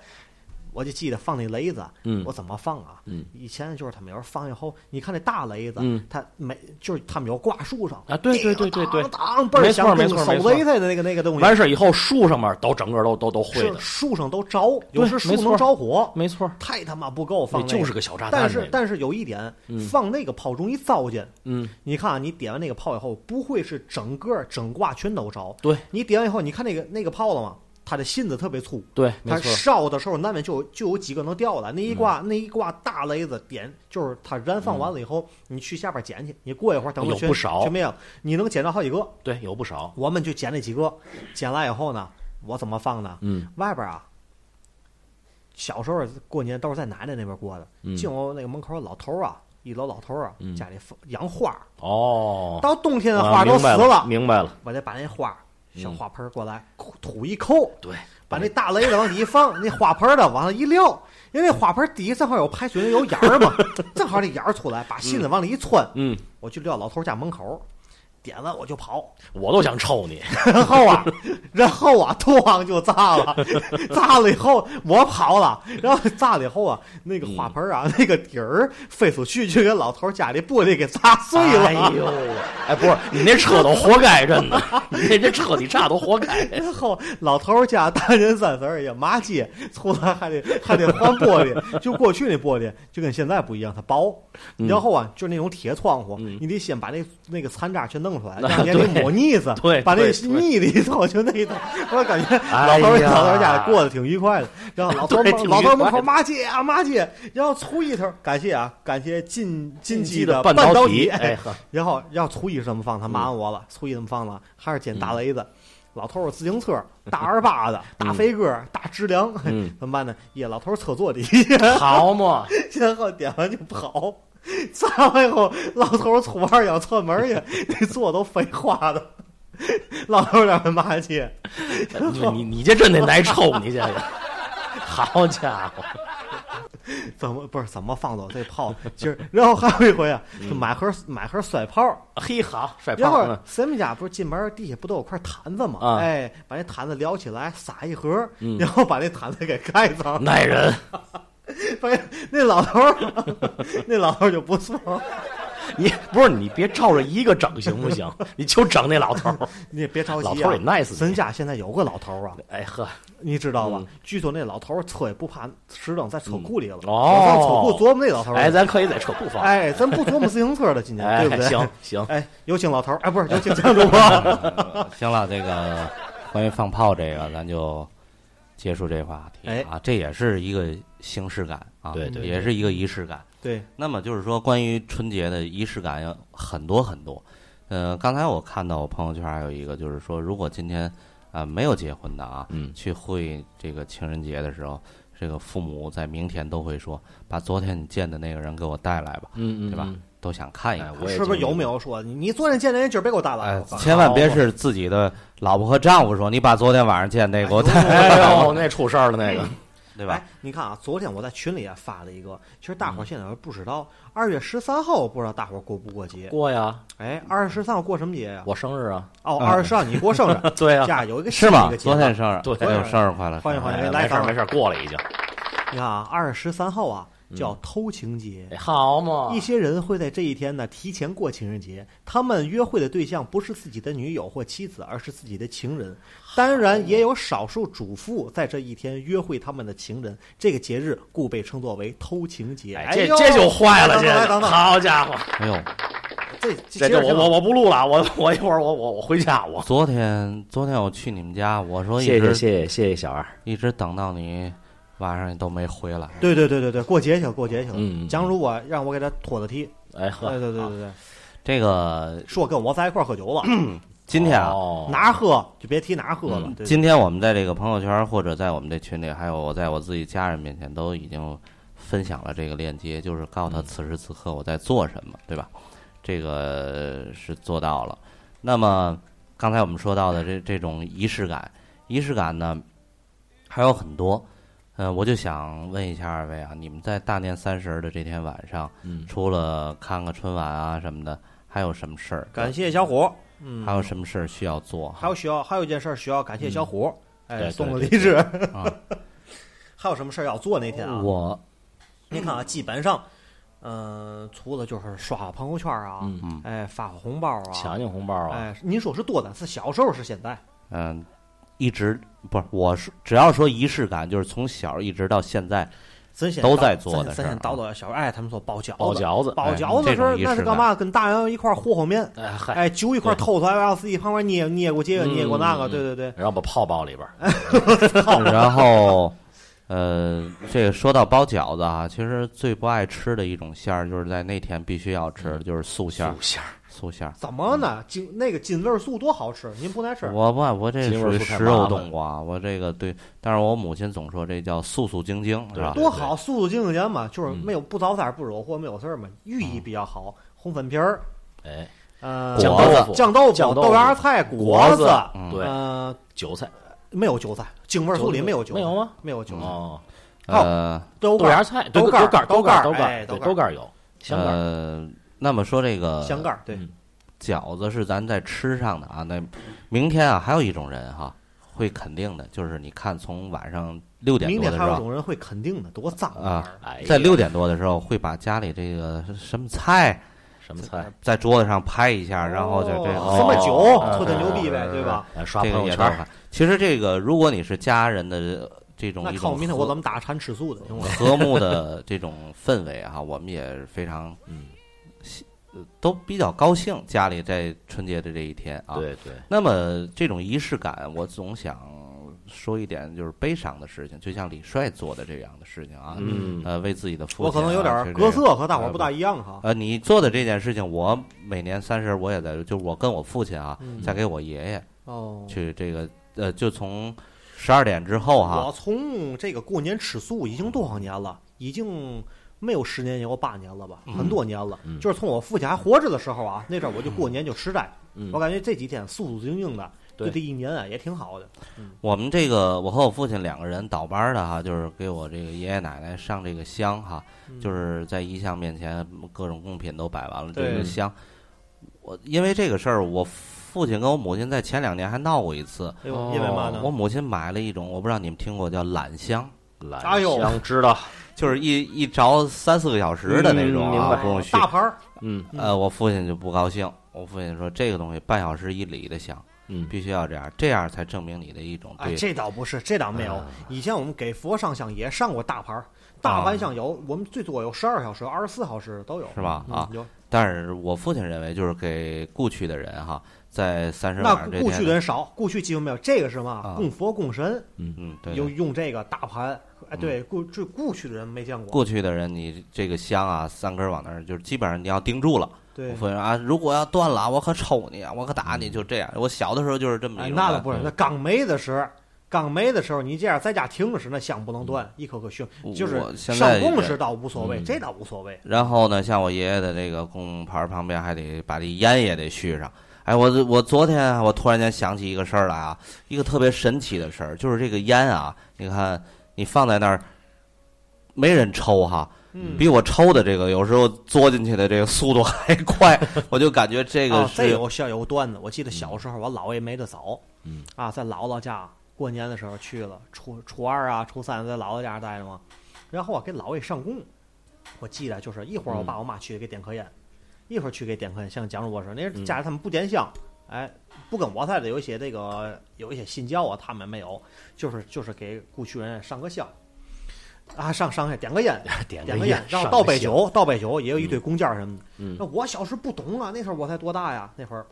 [SPEAKER 8] 我就记得放那雷子，
[SPEAKER 3] 嗯
[SPEAKER 8] 我怎么放啊？
[SPEAKER 3] 嗯
[SPEAKER 8] 以前就是他们有时候放以后，你看那大雷子，
[SPEAKER 3] 嗯
[SPEAKER 8] 它每就是他们有挂树上
[SPEAKER 9] 啊对对对对对
[SPEAKER 8] 当当倍儿
[SPEAKER 9] 没错
[SPEAKER 8] 响，
[SPEAKER 9] 没错
[SPEAKER 8] 手
[SPEAKER 9] 没错
[SPEAKER 8] 擂台的那个那个东西，
[SPEAKER 9] 完事儿以后，树上面都整个都都都会
[SPEAKER 8] 是
[SPEAKER 9] 的，
[SPEAKER 8] 树上都着，有
[SPEAKER 9] 对
[SPEAKER 8] 时树
[SPEAKER 9] 没错
[SPEAKER 8] 能着火，
[SPEAKER 9] 没错，
[SPEAKER 8] 太他妈不够
[SPEAKER 9] 那
[SPEAKER 8] 放、那个，
[SPEAKER 9] 就是个小炸弹。
[SPEAKER 8] 但
[SPEAKER 9] 那
[SPEAKER 8] 是
[SPEAKER 9] 个
[SPEAKER 8] 但是有一点，放那个炮容易糟践。
[SPEAKER 9] 嗯，
[SPEAKER 8] 你看啊，你点完那个炮以后，不会是整个整挂全都着。
[SPEAKER 9] 对，
[SPEAKER 8] 你点完以后，你看那个那个炮了吗？它的芯子特别粗，
[SPEAKER 9] 对，没
[SPEAKER 8] 它
[SPEAKER 9] 错，嗯
[SPEAKER 8] 烧的时候难免就有就有几个能掉下来。那一挂、那一挂大雷子点，就是它燃放完了以后，你去下边捡去。你过一会儿等它
[SPEAKER 9] 有
[SPEAKER 8] 全
[SPEAKER 9] 嗯哎不少
[SPEAKER 8] 全灭了，你能捡着好几个。
[SPEAKER 9] 对，有不少。
[SPEAKER 8] 我们就捡那几个，捡来以后呢，我怎么放呢？
[SPEAKER 3] 嗯，
[SPEAKER 8] 外边啊，小时候过年都是在奶奶那边过的，
[SPEAKER 3] 嗯
[SPEAKER 8] 进我那个门口老头儿啊，一楼老头儿啊，
[SPEAKER 3] 嗯
[SPEAKER 8] 家里放养花儿，
[SPEAKER 9] 哦，
[SPEAKER 8] 到冬天的
[SPEAKER 9] 啊
[SPEAKER 8] 花都
[SPEAKER 9] 明
[SPEAKER 8] 死
[SPEAKER 9] 白
[SPEAKER 8] 了，
[SPEAKER 9] 明白了。
[SPEAKER 8] 我得把那花儿小花盆儿过来，扣土一扣，
[SPEAKER 9] 对，
[SPEAKER 8] 把那大雷子往底一放，那花盆儿的往上一撂，因为那花盆儿底下正好有排水那有眼儿嘛， 正好那眼儿出来，把芯子往里一穿，
[SPEAKER 9] 嗯，
[SPEAKER 8] 我就撂老头儿家门口儿，点完我就跑。
[SPEAKER 9] 我都想抽你。
[SPEAKER 8] 然后啊， 然后啊，突然就炸了， 炸了以后我跑了，然后炸了以后啊，那个花盆儿啊，
[SPEAKER 9] 嗯
[SPEAKER 8] 那个底儿飞出去就给老头儿家里玻璃给砸碎了。
[SPEAKER 9] 哎呦，哎，不是，你那车都活该， 真的，你那这车你炸都活该。
[SPEAKER 8] 然后老头儿家大年三十儿也骂街，出来还得还得换玻璃。就过去那玻璃就跟现在不一样，它薄。然后啊，就那种铁窗户，你得先把那那个残渣全弄出来，让人给抹腻子，
[SPEAKER 9] 对对
[SPEAKER 8] 把那
[SPEAKER 9] 对对
[SPEAKER 8] 腻的一套就那一套。我感觉
[SPEAKER 9] 哎
[SPEAKER 8] 老头儿
[SPEAKER 9] 呀
[SPEAKER 8] 老头儿家过得挺愉快的。然后老头儿
[SPEAKER 9] 对挺愉
[SPEAKER 8] 老头儿门
[SPEAKER 9] 快
[SPEAKER 8] 口
[SPEAKER 9] 的
[SPEAKER 8] 骂街啊骂街，然后初一头儿感谢啊感谢进进击的
[SPEAKER 9] 半
[SPEAKER 8] 导
[SPEAKER 9] 体，
[SPEAKER 8] 体，
[SPEAKER 9] 哎呵，
[SPEAKER 8] 然后要初一怎么放，他骂我了，初一怎么放了，还是捡大雷子。老头儿自行车，大二八子，大飞鸽，大直梁，
[SPEAKER 3] 嗯
[SPEAKER 8] 怎么办呢？耶，老头儿车 座底，
[SPEAKER 9] 好嘛，
[SPEAKER 8] 然后点完就跑。砸完以后，老头儿杵弯腰窜门去， 那座都飞花的。老头儿在那骂街，
[SPEAKER 9] 你你你这真得来抽你这个，好家伙，
[SPEAKER 8] 怎么不是怎么放走这炮？就是，然后还有一回啊，就买盒买盒摔炮儿，
[SPEAKER 9] 嘿好，帅
[SPEAKER 8] 然
[SPEAKER 9] 胖
[SPEAKER 8] 后
[SPEAKER 9] 了，
[SPEAKER 8] 咱们家不是进门地下不都有块坛子嘛？
[SPEAKER 9] 嗯啊嗯
[SPEAKER 8] 哎，把那坛子撩起来，撒一盒，然后把那坛子给盖上。
[SPEAKER 9] 耐人，
[SPEAKER 8] 发现那老头儿，那老头儿就不错，
[SPEAKER 9] 你不是你别照着一个整行不 行？你就整那老头儿，
[SPEAKER 8] 你也别着急、啊。
[SPEAKER 9] 老头儿也 nice
[SPEAKER 8] 咱家现在有个老头儿啊，
[SPEAKER 9] 哎呵，
[SPEAKER 8] 你知道吧？据说那老头儿车也不怕石头在车库里了。
[SPEAKER 9] 嗯
[SPEAKER 8] 我上
[SPEAKER 9] 哦
[SPEAKER 8] 车库琢磨那老头儿了。
[SPEAKER 9] 哎，咱可以在车库放，
[SPEAKER 8] 哎，咱不琢磨自行车了，今年、
[SPEAKER 9] 哎
[SPEAKER 8] 对不对？
[SPEAKER 9] 行。行，
[SPEAKER 8] 哎，有请老头儿，哎，不是有 请江主播。
[SPEAKER 3] 行了，这个关于放炮这个，咱就结束这话题
[SPEAKER 8] 哎
[SPEAKER 3] 啊。这也是一个形式感啊，
[SPEAKER 9] 对对
[SPEAKER 3] 也是一个仪式感。
[SPEAKER 8] 对，
[SPEAKER 3] 那么就是说，关于春节的仪式感有很多很多。呃，刚才我看到我朋友圈还有一个，就是说，如果今天啊、没有结婚的啊，
[SPEAKER 9] 嗯
[SPEAKER 3] 去会这个情人节的时候，这个父母在明天都会说，把昨天你见的那个人给我带来吧，
[SPEAKER 9] 嗯嗯
[SPEAKER 3] 对吧？都想看一
[SPEAKER 9] 哎
[SPEAKER 3] 看。
[SPEAKER 9] 我也
[SPEAKER 8] 是不是有没有说你你昨天见的人今儿别给我打
[SPEAKER 3] 哎
[SPEAKER 8] 了？，
[SPEAKER 3] 千万别是自己的老婆和丈夫说，你把昨天晚上见那个我 带来，
[SPEAKER 9] 哎呦，那出事儿了那个，
[SPEAKER 3] 对吧
[SPEAKER 8] 哎？，你看啊，昨天我在群里也发了一个，其实大伙儿现在都不知道，二月十三号我不知道大伙儿过不过节。
[SPEAKER 9] 过呀，
[SPEAKER 8] 哎，二月十三号过什么节呀、
[SPEAKER 9] 我生日啊，
[SPEAKER 8] 哦，二月十号你过生日，
[SPEAKER 9] 对啊呀，
[SPEAKER 8] 家有一个
[SPEAKER 3] 是吗
[SPEAKER 8] 一个？节
[SPEAKER 3] 昨天生日，
[SPEAKER 9] 对
[SPEAKER 3] 哎呦生日快乐！
[SPEAKER 8] 欢迎欢迎
[SPEAKER 9] 哎
[SPEAKER 8] 来
[SPEAKER 9] 没事儿
[SPEAKER 8] 上
[SPEAKER 9] 没事儿，过了已经，
[SPEAKER 8] 你看啊，二月十三号啊叫偷情节。
[SPEAKER 9] 哎好嘛
[SPEAKER 8] 一，些人会在这一天呢提前过情人节，他们约会的对象不是自己的女友或妻子，而是自己的情人。当然，也有少数主妇在这一天约会他们的情人。这个节日故被称作为偷情节。
[SPEAKER 9] 哎这
[SPEAKER 8] 呦
[SPEAKER 9] 这就坏了，
[SPEAKER 8] 等
[SPEAKER 9] 这
[SPEAKER 8] 等来等
[SPEAKER 9] 个
[SPEAKER 8] 等，
[SPEAKER 9] 好家伙，
[SPEAKER 3] 哎呦，
[SPEAKER 8] 这
[SPEAKER 9] 这
[SPEAKER 8] 节
[SPEAKER 9] 这
[SPEAKER 8] 日
[SPEAKER 9] 我我我不录了，我我一会儿我我我回家我。
[SPEAKER 3] 昨天昨天我去你们家，我说一
[SPEAKER 9] 谢谢
[SPEAKER 3] 直
[SPEAKER 9] 谢谢谢谢小二，
[SPEAKER 3] 一直等到你晚上都没回来，
[SPEAKER 8] 对对对对对，过节去了，过节去了。
[SPEAKER 9] 嗯嗯嗯
[SPEAKER 8] 假如我让我给他拖的踢，
[SPEAKER 9] 哎
[SPEAKER 8] 对
[SPEAKER 3] 呃
[SPEAKER 9] 呵，
[SPEAKER 3] 啊
[SPEAKER 8] 对对对对，
[SPEAKER 3] 这个
[SPEAKER 8] 说跟我在一块儿喝酒了，
[SPEAKER 3] 今天啊，
[SPEAKER 9] 哦
[SPEAKER 8] 拿喝就别提拿喝了。
[SPEAKER 3] 嗯
[SPEAKER 8] 对
[SPEAKER 3] 今天我们在这个朋友圈或者在我们这群里，还有我在我自己家人面前，都已经分享了这个链接，就是告诉他此时此刻我在做什么，对吧？这个是做到了。那么刚才我们说到的这这种仪式感，仪式感呢还有很多。嗯，我就想问一下二位啊，你们在大年三十儿的这天晚上，
[SPEAKER 9] 嗯
[SPEAKER 3] 除了看看春晚啊什么的，还有什么事儿？
[SPEAKER 8] 感谢小伙，嗯，
[SPEAKER 3] 还有什么事儿需要做？
[SPEAKER 8] 还有需要还有一件事儿需要感谢小伙，哎，
[SPEAKER 3] 嗯对
[SPEAKER 8] 送
[SPEAKER 3] 对
[SPEAKER 8] 个
[SPEAKER 3] 对
[SPEAKER 8] 礼纸。
[SPEAKER 3] 啊
[SPEAKER 8] 还有什么事儿要做那天啊？
[SPEAKER 3] 我
[SPEAKER 8] 你看啊，基本上，呃，除了就是刷朋友圈啊，
[SPEAKER 9] 嗯
[SPEAKER 3] 嗯
[SPEAKER 8] 哎，发红包啊，
[SPEAKER 9] 抢抢红包啊，
[SPEAKER 8] 哎，您说是多的，是小时候是现在，
[SPEAKER 3] 嗯，一直不是我是只要说仪式感，就是从小一直到 现在，
[SPEAKER 8] 咱先
[SPEAKER 3] 都
[SPEAKER 8] 叨
[SPEAKER 3] 在做的
[SPEAKER 8] 咱
[SPEAKER 3] 事儿
[SPEAKER 8] 先
[SPEAKER 3] 啊
[SPEAKER 8] 叨叨小时候，哎，他们说包饺子，
[SPEAKER 9] 包饺子，
[SPEAKER 8] 包
[SPEAKER 3] 哎
[SPEAKER 8] 饺子
[SPEAKER 3] 这
[SPEAKER 8] 时候
[SPEAKER 3] 种仪
[SPEAKER 8] 那是
[SPEAKER 3] 式
[SPEAKER 8] 干嘛？跟大人一块儿和和面，
[SPEAKER 9] 哎嗨，
[SPEAKER 8] 哎，揪一块儿
[SPEAKER 9] 对
[SPEAKER 8] 偷出来，然后自己旁边捏捏过这个，
[SPEAKER 9] 嗯
[SPEAKER 8] 捏过那个，
[SPEAKER 9] 嗯
[SPEAKER 8] 对对对，
[SPEAKER 9] 然后把炮包里边儿，
[SPEAKER 8] 哎
[SPEAKER 3] 然后呃，这个说到包饺子啊，其实最不爱吃的一种馅儿，就是在那天必须要吃，
[SPEAKER 8] 嗯
[SPEAKER 3] 的就是素馅儿，
[SPEAKER 9] 素馅儿，
[SPEAKER 3] 素馅儿。
[SPEAKER 8] 怎么呢？金那个金味儿素多好吃，您不爱吃？
[SPEAKER 3] 我不爱，我这
[SPEAKER 9] 鸡
[SPEAKER 3] 属
[SPEAKER 9] 味
[SPEAKER 3] 于
[SPEAKER 9] 素太
[SPEAKER 3] 食
[SPEAKER 9] 麻
[SPEAKER 3] 肉
[SPEAKER 9] 烦
[SPEAKER 3] 动物啊，我这个对，但是我母亲总说这叫素素晶晶，是
[SPEAKER 9] 对
[SPEAKER 3] 吧？
[SPEAKER 8] 多
[SPEAKER 9] 对
[SPEAKER 8] 好，素素净净盐嘛，就是
[SPEAKER 9] 嗯
[SPEAKER 8] 没有不早点不惹祸，没有事儿嘛，寓意比较好。红粉皮儿，
[SPEAKER 9] 哎，
[SPEAKER 8] 呃，
[SPEAKER 9] 酱
[SPEAKER 8] 豆
[SPEAKER 9] 豆
[SPEAKER 8] 腐、
[SPEAKER 9] 腐
[SPEAKER 8] 酱豆
[SPEAKER 9] 酱豆
[SPEAKER 8] 豆
[SPEAKER 9] 腐
[SPEAKER 8] 芽菜、
[SPEAKER 9] 果
[SPEAKER 8] 子，
[SPEAKER 3] 嗯
[SPEAKER 9] 对，
[SPEAKER 8] 呃，
[SPEAKER 9] 韭菜
[SPEAKER 8] 没有韭菜，京味儿素里没有韭菜，
[SPEAKER 9] 没有吗？
[SPEAKER 8] 没有
[SPEAKER 3] 嗯
[SPEAKER 8] 韭菜，
[SPEAKER 9] 哦，
[SPEAKER 3] 呃
[SPEAKER 8] 豆
[SPEAKER 9] 豆
[SPEAKER 8] 干儿
[SPEAKER 9] 芽菜，对
[SPEAKER 8] 豆
[SPEAKER 9] 豆
[SPEAKER 8] 干儿
[SPEAKER 9] 干儿
[SPEAKER 8] 豆
[SPEAKER 9] 豆
[SPEAKER 8] 干儿
[SPEAKER 9] 儿豆干
[SPEAKER 8] 哎
[SPEAKER 9] 儿，
[SPEAKER 8] 豆干
[SPEAKER 9] 对
[SPEAKER 8] 儿
[SPEAKER 9] 豆干儿有香干儿，
[SPEAKER 3] 呃，那么说这个
[SPEAKER 8] 香干儿，对，
[SPEAKER 9] 嗯
[SPEAKER 3] 饺子是咱在吃上的啊。那明天啊，还有一种人哈、会肯定的，就是你看从晚上六点
[SPEAKER 8] 明
[SPEAKER 3] 多
[SPEAKER 8] 天
[SPEAKER 3] 的时
[SPEAKER 8] 还有
[SPEAKER 3] 候，
[SPEAKER 8] 种人会肯定的，多脏
[SPEAKER 3] 啊
[SPEAKER 8] 玩意儿
[SPEAKER 9] 哎呀，
[SPEAKER 3] 在六点多的时候会把家里这个什么菜
[SPEAKER 9] 什么
[SPEAKER 8] 哎
[SPEAKER 9] 菜？
[SPEAKER 3] 在桌子上拍一下，然后就这个
[SPEAKER 9] 哦
[SPEAKER 8] 喝杯酒，
[SPEAKER 9] 哦
[SPEAKER 8] 吹吹牛逼呗，对吧？
[SPEAKER 9] 哎刷
[SPEAKER 3] 这
[SPEAKER 9] 朋
[SPEAKER 3] 个
[SPEAKER 9] 友
[SPEAKER 3] 也
[SPEAKER 9] 圈
[SPEAKER 3] 都
[SPEAKER 9] 儿，
[SPEAKER 3] 看。其实这个，如果你是家人的这种
[SPEAKER 8] 那
[SPEAKER 3] 一
[SPEAKER 8] 看我
[SPEAKER 3] 种
[SPEAKER 8] 明天我
[SPEAKER 3] 和
[SPEAKER 8] 怎么打馋吃素的，行吗？
[SPEAKER 3] 和睦的这种氛围哈、我们也是非常
[SPEAKER 9] 嗯，
[SPEAKER 3] 都比较高兴，家里在春节的这一天啊，
[SPEAKER 9] 对对，
[SPEAKER 3] 那么这种仪式感，我总想说一点就是悲伤的事情，就像李帅做的这样的事情啊，
[SPEAKER 9] 嗯，
[SPEAKER 3] 呃，为自己的父亲、啊，
[SPEAKER 8] 我可能有点儿
[SPEAKER 3] 去这
[SPEAKER 8] 隔
[SPEAKER 3] 个。
[SPEAKER 8] 色，和大伙儿不大一样哈。
[SPEAKER 3] 呃，你做的这件事情，我每年三十我也在，就是我跟我父亲啊，
[SPEAKER 8] 嗯
[SPEAKER 3] 再给我爷爷
[SPEAKER 8] 哦，
[SPEAKER 3] 去这个，呃，就从十二点之后哈、
[SPEAKER 8] 我从这个过年吃素已经多少年了？已经没有十年也有八年了吧，很多年了。
[SPEAKER 9] 嗯
[SPEAKER 8] 就是从我父亲还活着的时候啊，那阵儿我就过年就吃斋，
[SPEAKER 9] 嗯
[SPEAKER 8] 我感觉这几天素素净净的，
[SPEAKER 9] 对
[SPEAKER 8] 这一年啊也挺好的。
[SPEAKER 3] 我们这个，我和我父亲两个人倒班儿的哈，就是给我这个爷爷奶奶上这个香哈，
[SPEAKER 9] 嗯
[SPEAKER 3] 就是在遗像面前各种贡品都摆完了，这
[SPEAKER 8] 对
[SPEAKER 3] 个香，我因为这个事儿，我父亲跟我母亲在前两年还闹过一次。
[SPEAKER 8] 哎呦，因为嘛呢
[SPEAKER 3] 我？母亲买了一种，我不知道你们听过叫懒香，
[SPEAKER 9] 懒
[SPEAKER 8] 哎呦
[SPEAKER 9] 香知道，
[SPEAKER 3] 就是一一着三四个小时的那种
[SPEAKER 9] 嗯明
[SPEAKER 3] 啊，
[SPEAKER 9] 白
[SPEAKER 3] 不用续
[SPEAKER 8] 大。盘儿，
[SPEAKER 9] 嗯
[SPEAKER 3] 呃，我父亲就不高兴，我父亲说这个东西半小时一里的香，
[SPEAKER 9] 嗯，
[SPEAKER 3] 必须要这样，这样才证明你的一种
[SPEAKER 8] 哎，
[SPEAKER 3] 对
[SPEAKER 8] 这倒不是，这倒没有
[SPEAKER 3] 啊。
[SPEAKER 8] 以前我们给佛上香也上过大盘儿，大盘香有，我们最多有十二小时、二十四小时都有，
[SPEAKER 3] 是吧？
[SPEAKER 8] 嗯
[SPEAKER 3] 啊，
[SPEAKER 8] 有。
[SPEAKER 3] 但是我父亲认为，就是给故去的人哈，在三十
[SPEAKER 8] 那
[SPEAKER 3] 晚上这
[SPEAKER 8] 故去
[SPEAKER 3] 天
[SPEAKER 8] 的，人少，故去几乎没有。这个是嘛
[SPEAKER 3] 啊？
[SPEAKER 8] 供佛供神，
[SPEAKER 3] 嗯，对，嗯
[SPEAKER 8] 用用这个大盘。哎，对，故这故去的人没见过。
[SPEAKER 3] 故去的人，你这个香啊，三根儿往那儿，就是基本上你要盯住了。
[SPEAKER 8] 对嗯
[SPEAKER 3] 我，父亲说啊，如果要断了啊，我可抽你，啊，我可打你，就这样。我小的时候就是这么
[SPEAKER 8] 哎，
[SPEAKER 3] 一种
[SPEAKER 8] 那
[SPEAKER 3] 人。
[SPEAKER 8] 倒不是，那刚没的时候，刚没的时候，你这样在家停着时，那香不能断，一颗颗熏，
[SPEAKER 3] 我
[SPEAKER 8] 就是
[SPEAKER 3] 现
[SPEAKER 8] 上
[SPEAKER 3] 在
[SPEAKER 8] 供
[SPEAKER 3] 也
[SPEAKER 8] 时倒无所谓，
[SPEAKER 9] 嗯
[SPEAKER 8] 这倒无所谓。
[SPEAKER 3] 然后呢，像我爷爷的这个供牌旁边还得把这烟也得续上。哎，我我昨天啊我突然间想起一个事儿来啊，一个特别神奇的事儿，就是这个烟啊，你看你放在那儿，没人抽哈，
[SPEAKER 8] 嗯，
[SPEAKER 3] 比我抽的这个有时候嘬进去的这个速度还快，我就感觉这个
[SPEAKER 8] 啊，这
[SPEAKER 3] 是、
[SPEAKER 8] 有小有段子。我记得小时候我姥爷没得早，
[SPEAKER 9] 嗯
[SPEAKER 8] 啊，在姥姥家过年的时候去了，初初二啊、初三在姥姥家待着嘛，然后我给姥爷上供，我记得就是一
[SPEAKER 9] 嗯
[SPEAKER 8] 会儿我爸我妈去给点颗烟，一会儿去给点颗烟，像蒋主播说，那
[SPEAKER 9] 嗯
[SPEAKER 8] 家里他们不点香，哎，不跟我在的有一些这个有一些信教啊，他们没有，就是就是给故去人上个香。啊，上上点个烟，
[SPEAKER 9] 点
[SPEAKER 8] 点
[SPEAKER 9] 个
[SPEAKER 8] 烟，然后
[SPEAKER 9] 上
[SPEAKER 8] 倒
[SPEAKER 9] 个
[SPEAKER 8] 杯
[SPEAKER 9] 香，
[SPEAKER 8] 酒，倒杯酒也有一堆工件儿什么的。
[SPEAKER 9] 嗯
[SPEAKER 8] 那我小时候不懂啊，那时候我才多大呀？那会儿，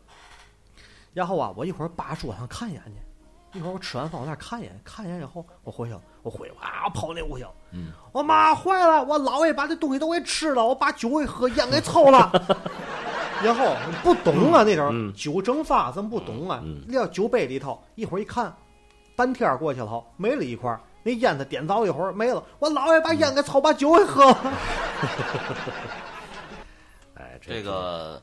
[SPEAKER 8] 然后啊，我一会儿扒桌上看一眼去，一会儿我吃完饭我那儿看一眼，看一眼以后我回去了，我回去哇跑那屋去了。
[SPEAKER 9] 嗯，
[SPEAKER 8] 我 妈坏了，我姥爷把这东西都给吃了，我把酒给喝，烟给抽了。然后不懂啊，那点儿
[SPEAKER 9] 嗯
[SPEAKER 8] 酒蒸发，咱不懂啊
[SPEAKER 9] 嗯。
[SPEAKER 8] 撂酒杯里头，一会儿一看，半天儿过去了，没了一块儿。那烟他点着一会儿没了，我姥爷把烟给操，把酒给喝了。
[SPEAKER 9] 哎，
[SPEAKER 3] 这个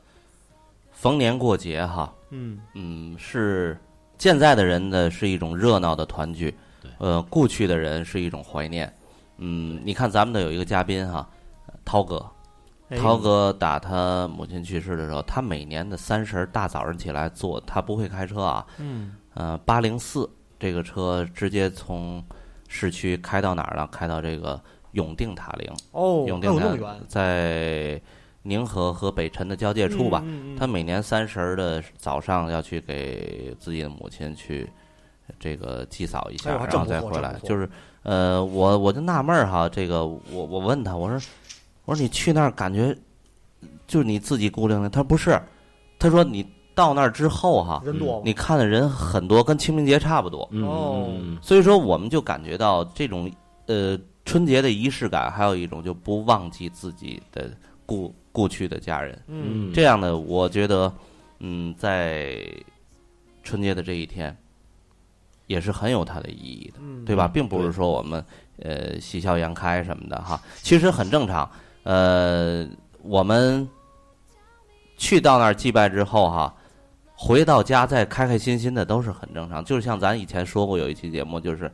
[SPEAKER 3] 逢年过节哈，
[SPEAKER 8] 嗯，
[SPEAKER 3] 嗯，是现在的人呢是一种热闹的团聚，呃，故去的人是一种怀念。嗯，你看咱们的有一个嘉宾哈，涛哥，
[SPEAKER 8] 哎
[SPEAKER 3] 涛哥打他母亲去世的时候，他每年的三十儿大早上起来坐，他不会开车啊，
[SPEAKER 8] 嗯，
[SPEAKER 3] 呃，八零四这个车直接从市区开到哪儿呢？开到这个永定塔陵，
[SPEAKER 8] 哦，
[SPEAKER 3] 永
[SPEAKER 8] 还有
[SPEAKER 3] 定
[SPEAKER 8] 那么
[SPEAKER 3] 塔
[SPEAKER 8] 远，
[SPEAKER 3] 在宁河和北辰的交界处吧。
[SPEAKER 8] 嗯嗯嗯
[SPEAKER 3] 他每年三十儿的早上要去给自己的母亲去这个祭扫一
[SPEAKER 8] 哎
[SPEAKER 3] 下，
[SPEAKER 8] 呦还
[SPEAKER 3] 然
[SPEAKER 8] 真
[SPEAKER 3] 后
[SPEAKER 8] 不错
[SPEAKER 3] 再回
[SPEAKER 8] 真
[SPEAKER 3] 来
[SPEAKER 8] 不。错
[SPEAKER 3] 就是呃，我我就纳闷儿哈，这个我我问他，我说我说你去那儿感觉就是你自己孤零零，他说不是，他说你到那儿之后哈，
[SPEAKER 8] 人多吗
[SPEAKER 3] 嗯你看的人很多，跟清明节差不多，
[SPEAKER 9] 嗯
[SPEAKER 8] 哦
[SPEAKER 9] 嗯
[SPEAKER 3] 所以说我们就感觉到这种呃春节的仪式感，还有一种就不忘记自己的故故去的家人。
[SPEAKER 8] 嗯
[SPEAKER 9] 嗯，
[SPEAKER 3] 这样的，我觉得，嗯，在春节的这一天，也是很有它的意义的，
[SPEAKER 8] 嗯，
[SPEAKER 3] 对吧？并不是说我们呃喜笑颜开什么的哈，其实很正常。呃，我们去到那儿祭拜之后哈，回到家再开开心心的都是很正常。就是像咱以前说过有一期节目，就是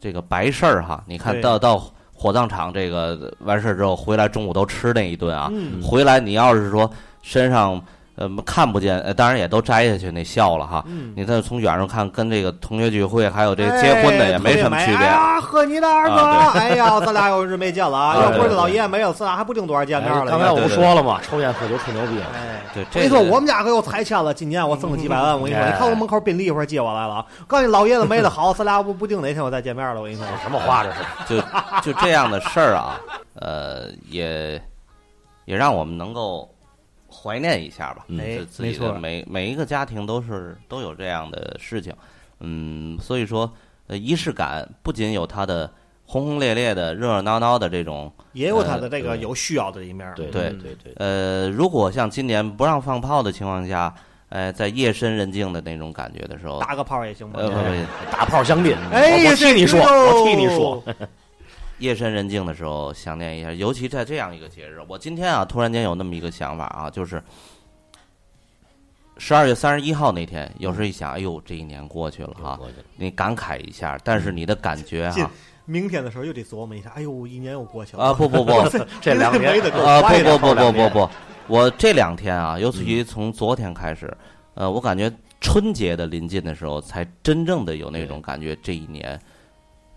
[SPEAKER 3] 这个白事儿哈，你看
[SPEAKER 8] 对
[SPEAKER 3] 到到火葬场这个完事儿之后回来中午都吃那一顿啊，
[SPEAKER 8] 嗯
[SPEAKER 3] 回来你要是说身上呃看不见，呃当然也都摘下去那笑了哈。
[SPEAKER 8] 嗯，
[SPEAKER 3] 你再从远处看，跟这个同学聚会还有这个结婚的也没什么
[SPEAKER 8] 哎特
[SPEAKER 3] 区别
[SPEAKER 8] 别美哎。呀，呵，你的二哥，
[SPEAKER 3] 啊
[SPEAKER 8] 哎呀，咱俩有日没见了啊！
[SPEAKER 3] 啊
[SPEAKER 8] 要不是
[SPEAKER 3] 对对
[SPEAKER 8] 老爷爷没有，咱俩还不定多少见面
[SPEAKER 9] 哎
[SPEAKER 8] 了。
[SPEAKER 9] 刚才我不
[SPEAKER 3] 对对
[SPEAKER 9] 说了吗？抽烟喝酒吹牛逼，
[SPEAKER 8] 哎，
[SPEAKER 3] 对，这
[SPEAKER 8] 我跟你说，
[SPEAKER 3] 个
[SPEAKER 8] 我们家可有拆迁了，今年我挣了几百万。我跟你说，
[SPEAKER 9] 哎
[SPEAKER 8] 你看我门口宾利一会儿接我来了啊！告诉你，老爷子没得好，咱俩不不定哪天我再见面了。我跟你说，
[SPEAKER 9] 什么话这是？
[SPEAKER 3] 就就这样的事儿啊，呃，也也让我们能够怀念一下吧。
[SPEAKER 9] 嗯
[SPEAKER 8] 哎
[SPEAKER 3] 就自己的每每一个家庭都是都有这样的事情，嗯，所以说呃仪式感不仅有它的轰轰烈烈的、热热闹闹的这种，
[SPEAKER 8] 也有他的这
[SPEAKER 3] 呃
[SPEAKER 8] 个
[SPEAKER 3] 对
[SPEAKER 8] 有需要的一面。嗯
[SPEAKER 9] 对
[SPEAKER 3] 对
[SPEAKER 9] 对对，
[SPEAKER 3] 呃，如果像今年不让放炮的情况下，呃，在夜深人静的那种感觉的时候，
[SPEAKER 8] 打个炮也行吧
[SPEAKER 3] 呃，。不不
[SPEAKER 9] 大炮相邻，
[SPEAKER 8] 哎
[SPEAKER 9] 我我替你说，
[SPEAKER 8] 这个哦
[SPEAKER 9] 我替你说，
[SPEAKER 3] 夜深人静的时候，想念一下，尤其在这样一个节日。我今天啊，突然间有那么一个想法啊，就是十二月三十一号那天，有时候一想，哎呦，这一年过去了哈，
[SPEAKER 9] 我就
[SPEAKER 3] 你感慨一下，但是你的感觉
[SPEAKER 8] 进
[SPEAKER 3] 哈，
[SPEAKER 8] 明天的时候又得琢磨一下。哎呦，一年又过去了
[SPEAKER 3] 啊，不不不，啊
[SPEAKER 9] 这两年
[SPEAKER 8] 没得够
[SPEAKER 3] 不
[SPEAKER 8] 快
[SPEAKER 3] 不
[SPEAKER 8] 的
[SPEAKER 3] 不
[SPEAKER 9] 两
[SPEAKER 3] 不
[SPEAKER 9] 年
[SPEAKER 3] 不不，我这两天啊，尤其从昨天开始，呃，我感觉春节的临近的时候，才真正的有那种感觉，这一年，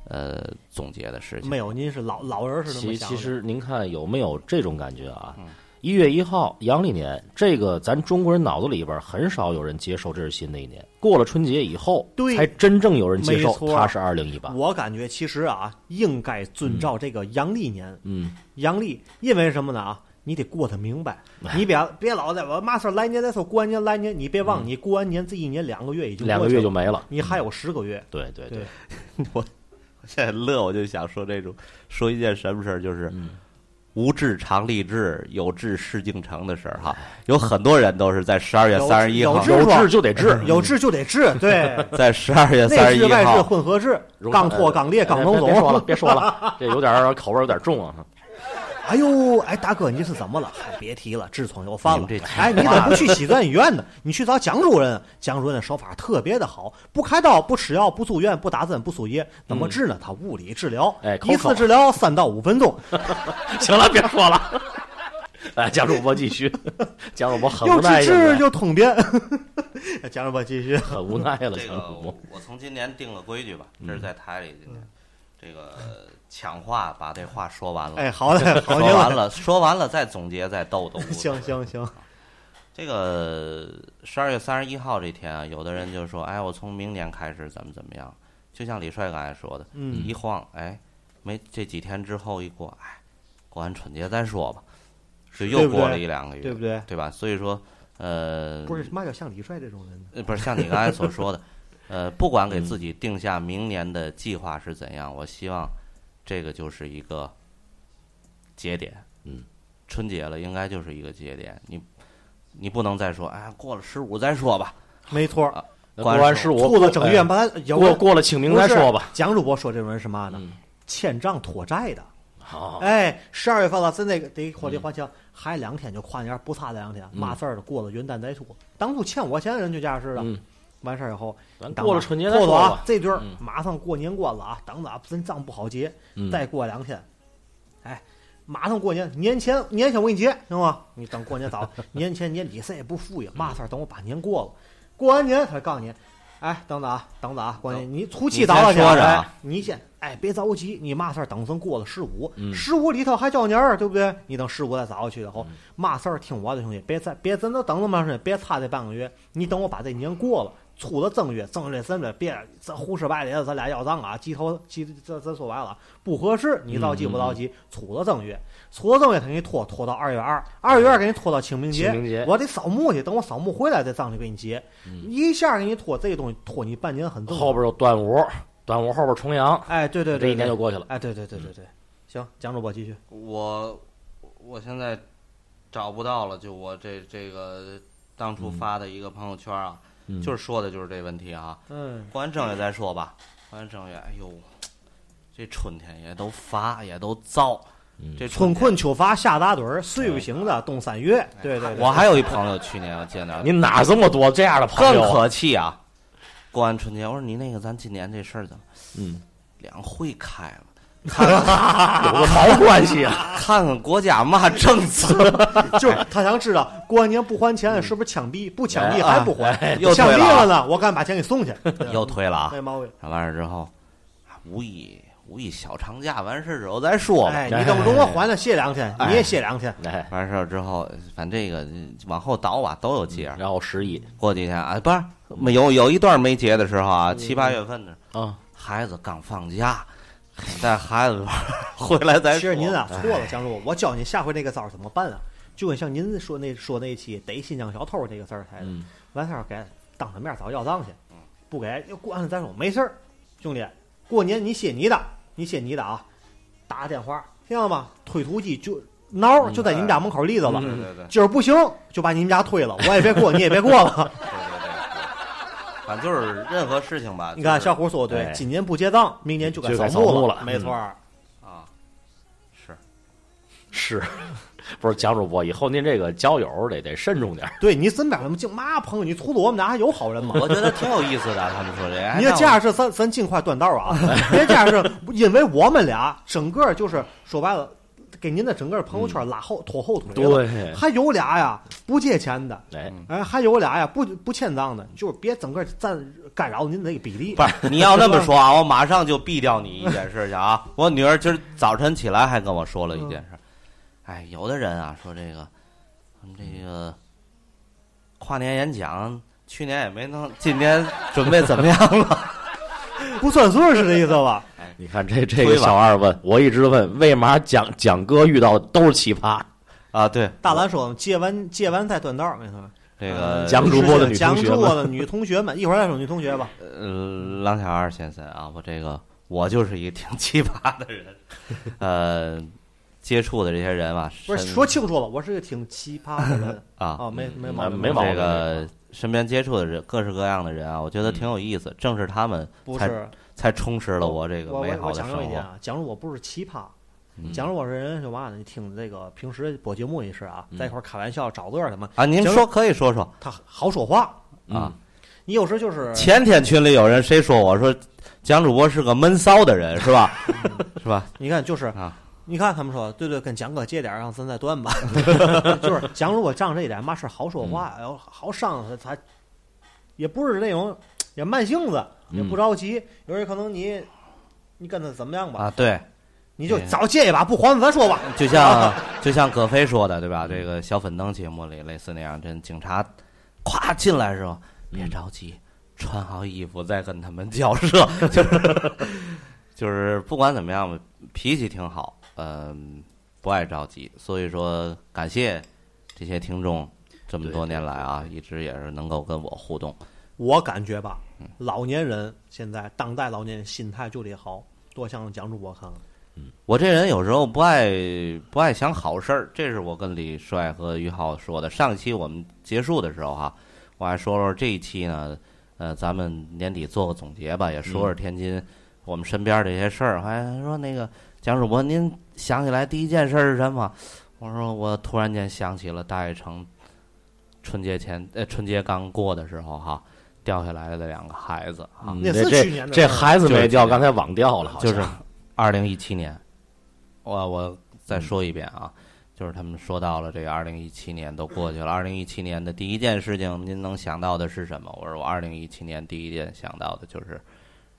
[SPEAKER 3] 呃，总结的事情
[SPEAKER 8] 没。有，您是老老人是这么
[SPEAKER 9] 其
[SPEAKER 8] 想
[SPEAKER 9] 其
[SPEAKER 8] 的。嗯
[SPEAKER 9] 实您看有没有这种感觉啊？一月一号，阳历年，这个咱中国人脑子里边很少有人接受这是新的一年。过了春节以后，
[SPEAKER 8] 对
[SPEAKER 9] 才真正有人接受
[SPEAKER 8] 没错
[SPEAKER 9] 它是二零一八。
[SPEAKER 8] 我感觉其实啊，应该遵照这个阳历年，
[SPEAKER 9] 嗯，
[SPEAKER 8] 阳历，因为什么呢啊？你得过得明 白，你别别老在我嘛事儿来年再说，过完年来年，你别忘，你过完年这一年两个月已经
[SPEAKER 9] 嗯两个
[SPEAKER 8] 过去
[SPEAKER 9] 月
[SPEAKER 8] 了
[SPEAKER 9] 就没了。
[SPEAKER 8] 你还有十个月，
[SPEAKER 9] 对对
[SPEAKER 8] 对，
[SPEAKER 3] 现在乐，我就想说这种，说一件什么事儿，就是、无志常立志，有志事竟成的事儿哈。有很多人都是在十二月
[SPEAKER 8] 有
[SPEAKER 3] 三十一
[SPEAKER 8] 有
[SPEAKER 3] 号，
[SPEAKER 8] 志
[SPEAKER 9] 有
[SPEAKER 8] 说
[SPEAKER 9] 治就得治，嗯
[SPEAKER 8] 有治就得治，对，
[SPEAKER 3] 在十二月三
[SPEAKER 8] 内
[SPEAKER 3] 十
[SPEAKER 8] 治
[SPEAKER 3] 一
[SPEAKER 8] 外治
[SPEAKER 3] 号，
[SPEAKER 8] 混合治，
[SPEAKER 9] 容
[SPEAKER 8] 刚脱刚裂刚
[SPEAKER 9] 哎
[SPEAKER 8] 能
[SPEAKER 9] 别别说了，
[SPEAKER 8] 走。
[SPEAKER 9] 别 说了，这有点儿口味儿有点儿重啊。
[SPEAKER 8] 哎呦，哎大哥，你是怎么了？嗨，别提了，痔疮又犯了
[SPEAKER 3] 你们这。
[SPEAKER 8] 哎，你怎么不去西藏医院呢？ 你去找蒋主任，蒋主任的手法特别的好，不开刀，不吃药，不住院，不打针，不输液，怎么治呢？他物理治疗，
[SPEAKER 9] 哎口
[SPEAKER 8] 一
[SPEAKER 9] 口
[SPEAKER 8] 次治疗三到五分钟，
[SPEAKER 9] 行了，别说了。哎，蒋主播继续，蒋主播很无
[SPEAKER 8] 又
[SPEAKER 9] 奈
[SPEAKER 8] 治
[SPEAKER 9] 现
[SPEAKER 8] 治
[SPEAKER 9] 在，
[SPEAKER 8] 又通便。 讲着吧，继续。
[SPEAKER 9] 很无奈了。
[SPEAKER 3] 这
[SPEAKER 9] 蒋
[SPEAKER 3] 个
[SPEAKER 9] 主播
[SPEAKER 3] 我，我从今年定了规矩吧，这是在台里今天，这个抢话把这话说完了，
[SPEAKER 8] 哎，好嘞，好
[SPEAKER 3] 说
[SPEAKER 8] 您
[SPEAKER 3] 完
[SPEAKER 8] 了。。
[SPEAKER 3] 了，说完了再总结再逗逗
[SPEAKER 8] 行行行，
[SPEAKER 3] 这个十二月三十一号这天啊，有的人就说：“哎，我从明年开始怎么怎么样。”就像李帅刚才说的，
[SPEAKER 8] 嗯
[SPEAKER 3] 一晃，哎，没这几天之后一过，哎，过完春节再说吧，就又
[SPEAKER 8] 对不对
[SPEAKER 3] 过了一两个月，
[SPEAKER 8] 对不对？
[SPEAKER 3] 吧？所以说，呃，
[SPEAKER 8] 不是，嘛叫像李帅这种人呢？
[SPEAKER 3] 呃，不是像你刚才所说的，呃，不管给自己定下明年的计划是怎样，我希望这个就是一个节点。
[SPEAKER 9] 嗯，
[SPEAKER 3] 春节了，应该就是一个节点。你你不能再说，哎，过了十五再说吧。
[SPEAKER 8] 没错儿，
[SPEAKER 9] 过完十五，
[SPEAKER 8] 吐了整月，把它摇
[SPEAKER 9] 过过了清明再说吧。。
[SPEAKER 8] 蒋主播说这玩意儿是嘛呢
[SPEAKER 9] 嗯？
[SPEAKER 8] 欠账拖债的。
[SPEAKER 9] 好，
[SPEAKER 8] 哎，十二月份了，真得得火力还钱，还两天就跨年，不差这两天，
[SPEAKER 9] 嗯
[SPEAKER 8] 嘛事儿了，过了元旦再说。当初欠我钱的人就这样似的，
[SPEAKER 9] 嗯
[SPEAKER 8] 完事儿以后，
[SPEAKER 9] 咱
[SPEAKER 8] 等
[SPEAKER 9] 过了
[SPEAKER 8] 吧
[SPEAKER 9] 春节再
[SPEAKER 8] 过
[SPEAKER 9] 说
[SPEAKER 8] 了啊
[SPEAKER 9] 吧，。
[SPEAKER 8] 这对儿
[SPEAKER 9] 嗯
[SPEAKER 8] 马上过年关了啊，等着啊，真账不好结，
[SPEAKER 9] 嗯
[SPEAKER 8] 再过两天，哎，马上过年，年前年前我给你结，行吗？你等过年 早，年前年底谁也不富裕，嘛事儿等我把年过了，过完年他告诉你，哎，等着啊，等着啊，过年你除夕
[SPEAKER 3] 你
[SPEAKER 8] 早
[SPEAKER 3] 先
[SPEAKER 8] 了去啊
[SPEAKER 3] 说着啊
[SPEAKER 8] 哎你先哎别着急，你嘛事儿等成过了十五，
[SPEAKER 9] 嗯
[SPEAKER 8] 十五里头还叫年儿，对不对？你等十五再早去以
[SPEAKER 3] 嗯
[SPEAKER 8] 后，嘛事儿听我的兄弟，别再别真的等那么长时间，别差这半个月，你等我把这年过了。出了正月，正月正月，别这胡说八道，咱俩要账啊！鸡头鸡，这这说白了啊不合适，你着急不
[SPEAKER 9] 嗯
[SPEAKER 8] 着急？出了正月，出了正月他给你拖拖到二月二，二月二给你拖到清明节，
[SPEAKER 9] 清明节嗯
[SPEAKER 8] 我得扫墓去，等我扫墓回来再上去给你结，一下给你拖这东西拖你半年很正常。
[SPEAKER 9] 后边有端午，端午后边重阳，
[SPEAKER 8] 哎，对对
[SPEAKER 9] 这
[SPEAKER 8] 对，
[SPEAKER 9] 一年就过去
[SPEAKER 8] 对
[SPEAKER 9] 了。
[SPEAKER 8] 哎，对对对对对，行，蒋主播继续。
[SPEAKER 3] 我我现在找不到了，就我这这个当初发的一个朋友圈啊，
[SPEAKER 9] 嗯
[SPEAKER 3] 就是说的就是这问题啊。
[SPEAKER 8] 嗯，
[SPEAKER 3] 过完正月再说吧，过完正月，哎呦，这春天也都乏，也都燥，这
[SPEAKER 8] 春
[SPEAKER 3] 春天
[SPEAKER 8] 困秋乏夏打盹儿，睡不醒
[SPEAKER 9] 哎
[SPEAKER 8] 的冬三月。对对对，
[SPEAKER 3] 我还有一朋友，去年我见到
[SPEAKER 9] 你哪这么多这样的朋
[SPEAKER 3] 更
[SPEAKER 9] 友啊？
[SPEAKER 3] 可气啊！过完春节，我说你那个咱今年这事儿怎么
[SPEAKER 9] 嗯，
[SPEAKER 3] 两会开了？
[SPEAKER 9] 有个毛关系啊！
[SPEAKER 3] 看看国家嘛政策，
[SPEAKER 8] 就是
[SPEAKER 3] 哎
[SPEAKER 8] 他想知道过完年不还钱是不是枪毙？不枪毙
[SPEAKER 3] 嗯哎
[SPEAKER 8] 还不还？
[SPEAKER 3] 又
[SPEAKER 8] 枪
[SPEAKER 3] 退
[SPEAKER 8] 毙
[SPEAKER 3] 了
[SPEAKER 8] 了
[SPEAKER 3] 啊，
[SPEAKER 8] 呢，我敢把钱给 送去。
[SPEAKER 3] 又推了啊
[SPEAKER 8] 没！毛病。
[SPEAKER 3] 完事儿之后，啊五一五一小长假完事儿之后再说吧。
[SPEAKER 8] 哎，你等着我还了歇两天，
[SPEAKER 3] 哎
[SPEAKER 8] 你也歇两天。
[SPEAKER 9] 哎，
[SPEAKER 3] 完事儿之后，反正这个往后倒吧，都有节儿。
[SPEAKER 9] 然后十一
[SPEAKER 3] 过几天啊，不是没有有一段没节的时候啊，七八月份呢，
[SPEAKER 9] 啊，
[SPEAKER 3] 孩子刚放假，带孩子玩儿回来再
[SPEAKER 8] 其实
[SPEAKER 3] 说。哎
[SPEAKER 8] 您啊错了，江主，我教您下回那个招儿怎么办啊？就跟像您说那说那期逮新疆小偷这个事儿似的，
[SPEAKER 9] 嗯
[SPEAKER 8] 完事儿给当着面找要账去，不给又过完了再说，没事儿，兄弟，过年你歇你的，你歇你的啊，打个电话，听到吗？推土机就挠
[SPEAKER 3] 嗯
[SPEAKER 8] 儿就
[SPEAKER 3] 哎
[SPEAKER 8] 在你们家门口立着了，
[SPEAKER 3] 对对对
[SPEAKER 8] 今儿不行就把你们家推了，我也别过，你也别过了。
[SPEAKER 3] 反正就是任何事情吧。
[SPEAKER 8] 你看
[SPEAKER 3] 就是
[SPEAKER 8] 小虎说的对
[SPEAKER 9] 哎，
[SPEAKER 8] 今年不结账，明年就该
[SPEAKER 9] 就该
[SPEAKER 8] 扫墓
[SPEAKER 9] 扫墓
[SPEAKER 8] 了，
[SPEAKER 9] 了
[SPEAKER 8] 没错儿。
[SPEAKER 3] 啊，是
[SPEAKER 9] 是， 不是蒋主播？以后您这个交友得得慎重点儿。
[SPEAKER 8] 对你真把他们净嘛朋友，你除了我们俩还有好人吗？
[SPEAKER 3] 我觉得挺有意思的。他们说这，哎
[SPEAKER 8] 你要这样，是咱咱尽快断道啊！别这样是，因为我们俩整个就是说白了，给您的整个朋友圈拉后拖后腿了。
[SPEAKER 9] 对，
[SPEAKER 8] 还有俩呀不借钱的，
[SPEAKER 9] 哎，
[SPEAKER 8] 哎，还有俩呀不不欠账的，就是别整个占干扰您的那个比例。
[SPEAKER 3] 那我不是你要那么说啊，我马上就毙掉你一件事情啊。我女儿今儿早晨起来还跟我说了一件事，哎，有的人啊说这个，我们这个跨年演讲。去年也没弄，今年准备怎么样了？
[SPEAKER 8] 不算数是这意思吧？
[SPEAKER 9] 你看这这个小二问，我一直问，为嘛蒋蒋哥遇到的都是奇葩？
[SPEAKER 3] 啊，对，
[SPEAKER 8] 大兰说借完借完再断道，跟你说。
[SPEAKER 3] 这个
[SPEAKER 9] 讲蒋主播的女同学
[SPEAKER 8] 蒋呃
[SPEAKER 9] 们
[SPEAKER 8] 嗯主播的女同学们，一会儿再说女同学吧。
[SPEAKER 3] 呃，郎小二先生啊，我这个我就是一个挺奇葩的人，呃，接触的这些人吧，
[SPEAKER 8] 不是
[SPEAKER 3] 身
[SPEAKER 8] 说清楚了，我是个挺奇葩的人
[SPEAKER 3] 啊，
[SPEAKER 8] 啊，没没毛
[SPEAKER 9] 没
[SPEAKER 8] 病，
[SPEAKER 9] 没毛病嗯
[SPEAKER 3] 这个身边接触的人，各式各样的人啊，我觉得挺有意思。正是他们
[SPEAKER 8] 不
[SPEAKER 3] 才
[SPEAKER 8] 是。
[SPEAKER 3] 才充实了我这个
[SPEAKER 8] 我
[SPEAKER 3] 美
[SPEAKER 8] 我
[SPEAKER 3] 好
[SPEAKER 8] 我
[SPEAKER 3] 的
[SPEAKER 8] 讲
[SPEAKER 3] 生
[SPEAKER 8] 究一点
[SPEAKER 3] 活。
[SPEAKER 8] 啊，假如我不是奇葩，
[SPEAKER 3] 嗯
[SPEAKER 8] 假如我是人是嘛呢？你听这个平时播节目也是
[SPEAKER 3] 嗯
[SPEAKER 8] 啊，在一块儿开玩笑找乐儿什么，
[SPEAKER 3] 啊，您
[SPEAKER 8] 行
[SPEAKER 3] 说可以说说
[SPEAKER 8] 他好说话。
[SPEAKER 3] 啊。
[SPEAKER 8] 你有时就是
[SPEAKER 3] 前天群里有人谁说我说蒋主播是个闷骚的人是 吧？是吧？
[SPEAKER 8] 你看就是
[SPEAKER 3] 啊
[SPEAKER 8] 你看他们说对对，跟蒋哥借点儿，让咱再断 吧。就是蒋如果仗这一点，嘛事儿好说
[SPEAKER 3] 嗯
[SPEAKER 8] 话，然后好商量，他也不是那种也慢性子，也
[SPEAKER 3] 嗯
[SPEAKER 8] 不着急。有人可能你你跟他怎么样吧，
[SPEAKER 3] 啊，对，
[SPEAKER 8] 你就早借一把，不还咱说吧。
[SPEAKER 3] 就像就像葛飞说的，对吧？这个小粉灯节目里类似那样，这警察咵进来的时候，别着急，穿好衣服再跟他们交涉， 就是就是不管怎么样吧，脾气挺好，嗯、不爱着急，所以说感谢这些听众这么多年来啊，一直也是能够跟我互动。
[SPEAKER 8] 我感觉
[SPEAKER 3] 嗯
[SPEAKER 8] 吧，老年人现在当代老年人心态就得好，多向蒋主播看看。
[SPEAKER 3] 我这人有时候不爱不爱想好事儿，这是我跟李帅和于浩说的。上一期我们结束的时候哈、我还说说这一期呢，呃，咱们年底做个总结吧，也说说天津我们身边这些事儿。还说那个蒋主播，您想起来第一件事儿是什么？我说我突然间想起了大悦城春节前呃春节刚过的时候哈、掉下来的两个孩子啊，
[SPEAKER 9] 嗯
[SPEAKER 8] 那是
[SPEAKER 9] 这
[SPEAKER 8] 去年的事
[SPEAKER 9] 这
[SPEAKER 8] 儿
[SPEAKER 9] 孩子
[SPEAKER 3] 就是
[SPEAKER 9] 没
[SPEAKER 3] 去
[SPEAKER 9] 掉，
[SPEAKER 3] 年
[SPEAKER 9] 刚才网掉了，好
[SPEAKER 3] 就是
[SPEAKER 9] 像
[SPEAKER 3] 二零一七年，我我
[SPEAKER 9] 嗯
[SPEAKER 3] 再说一遍啊，就是他们说到了这个二零一七年都过去了，二零一七年的第一件事情，您能想到的是什么？我说我二零一七年第一件想到的就是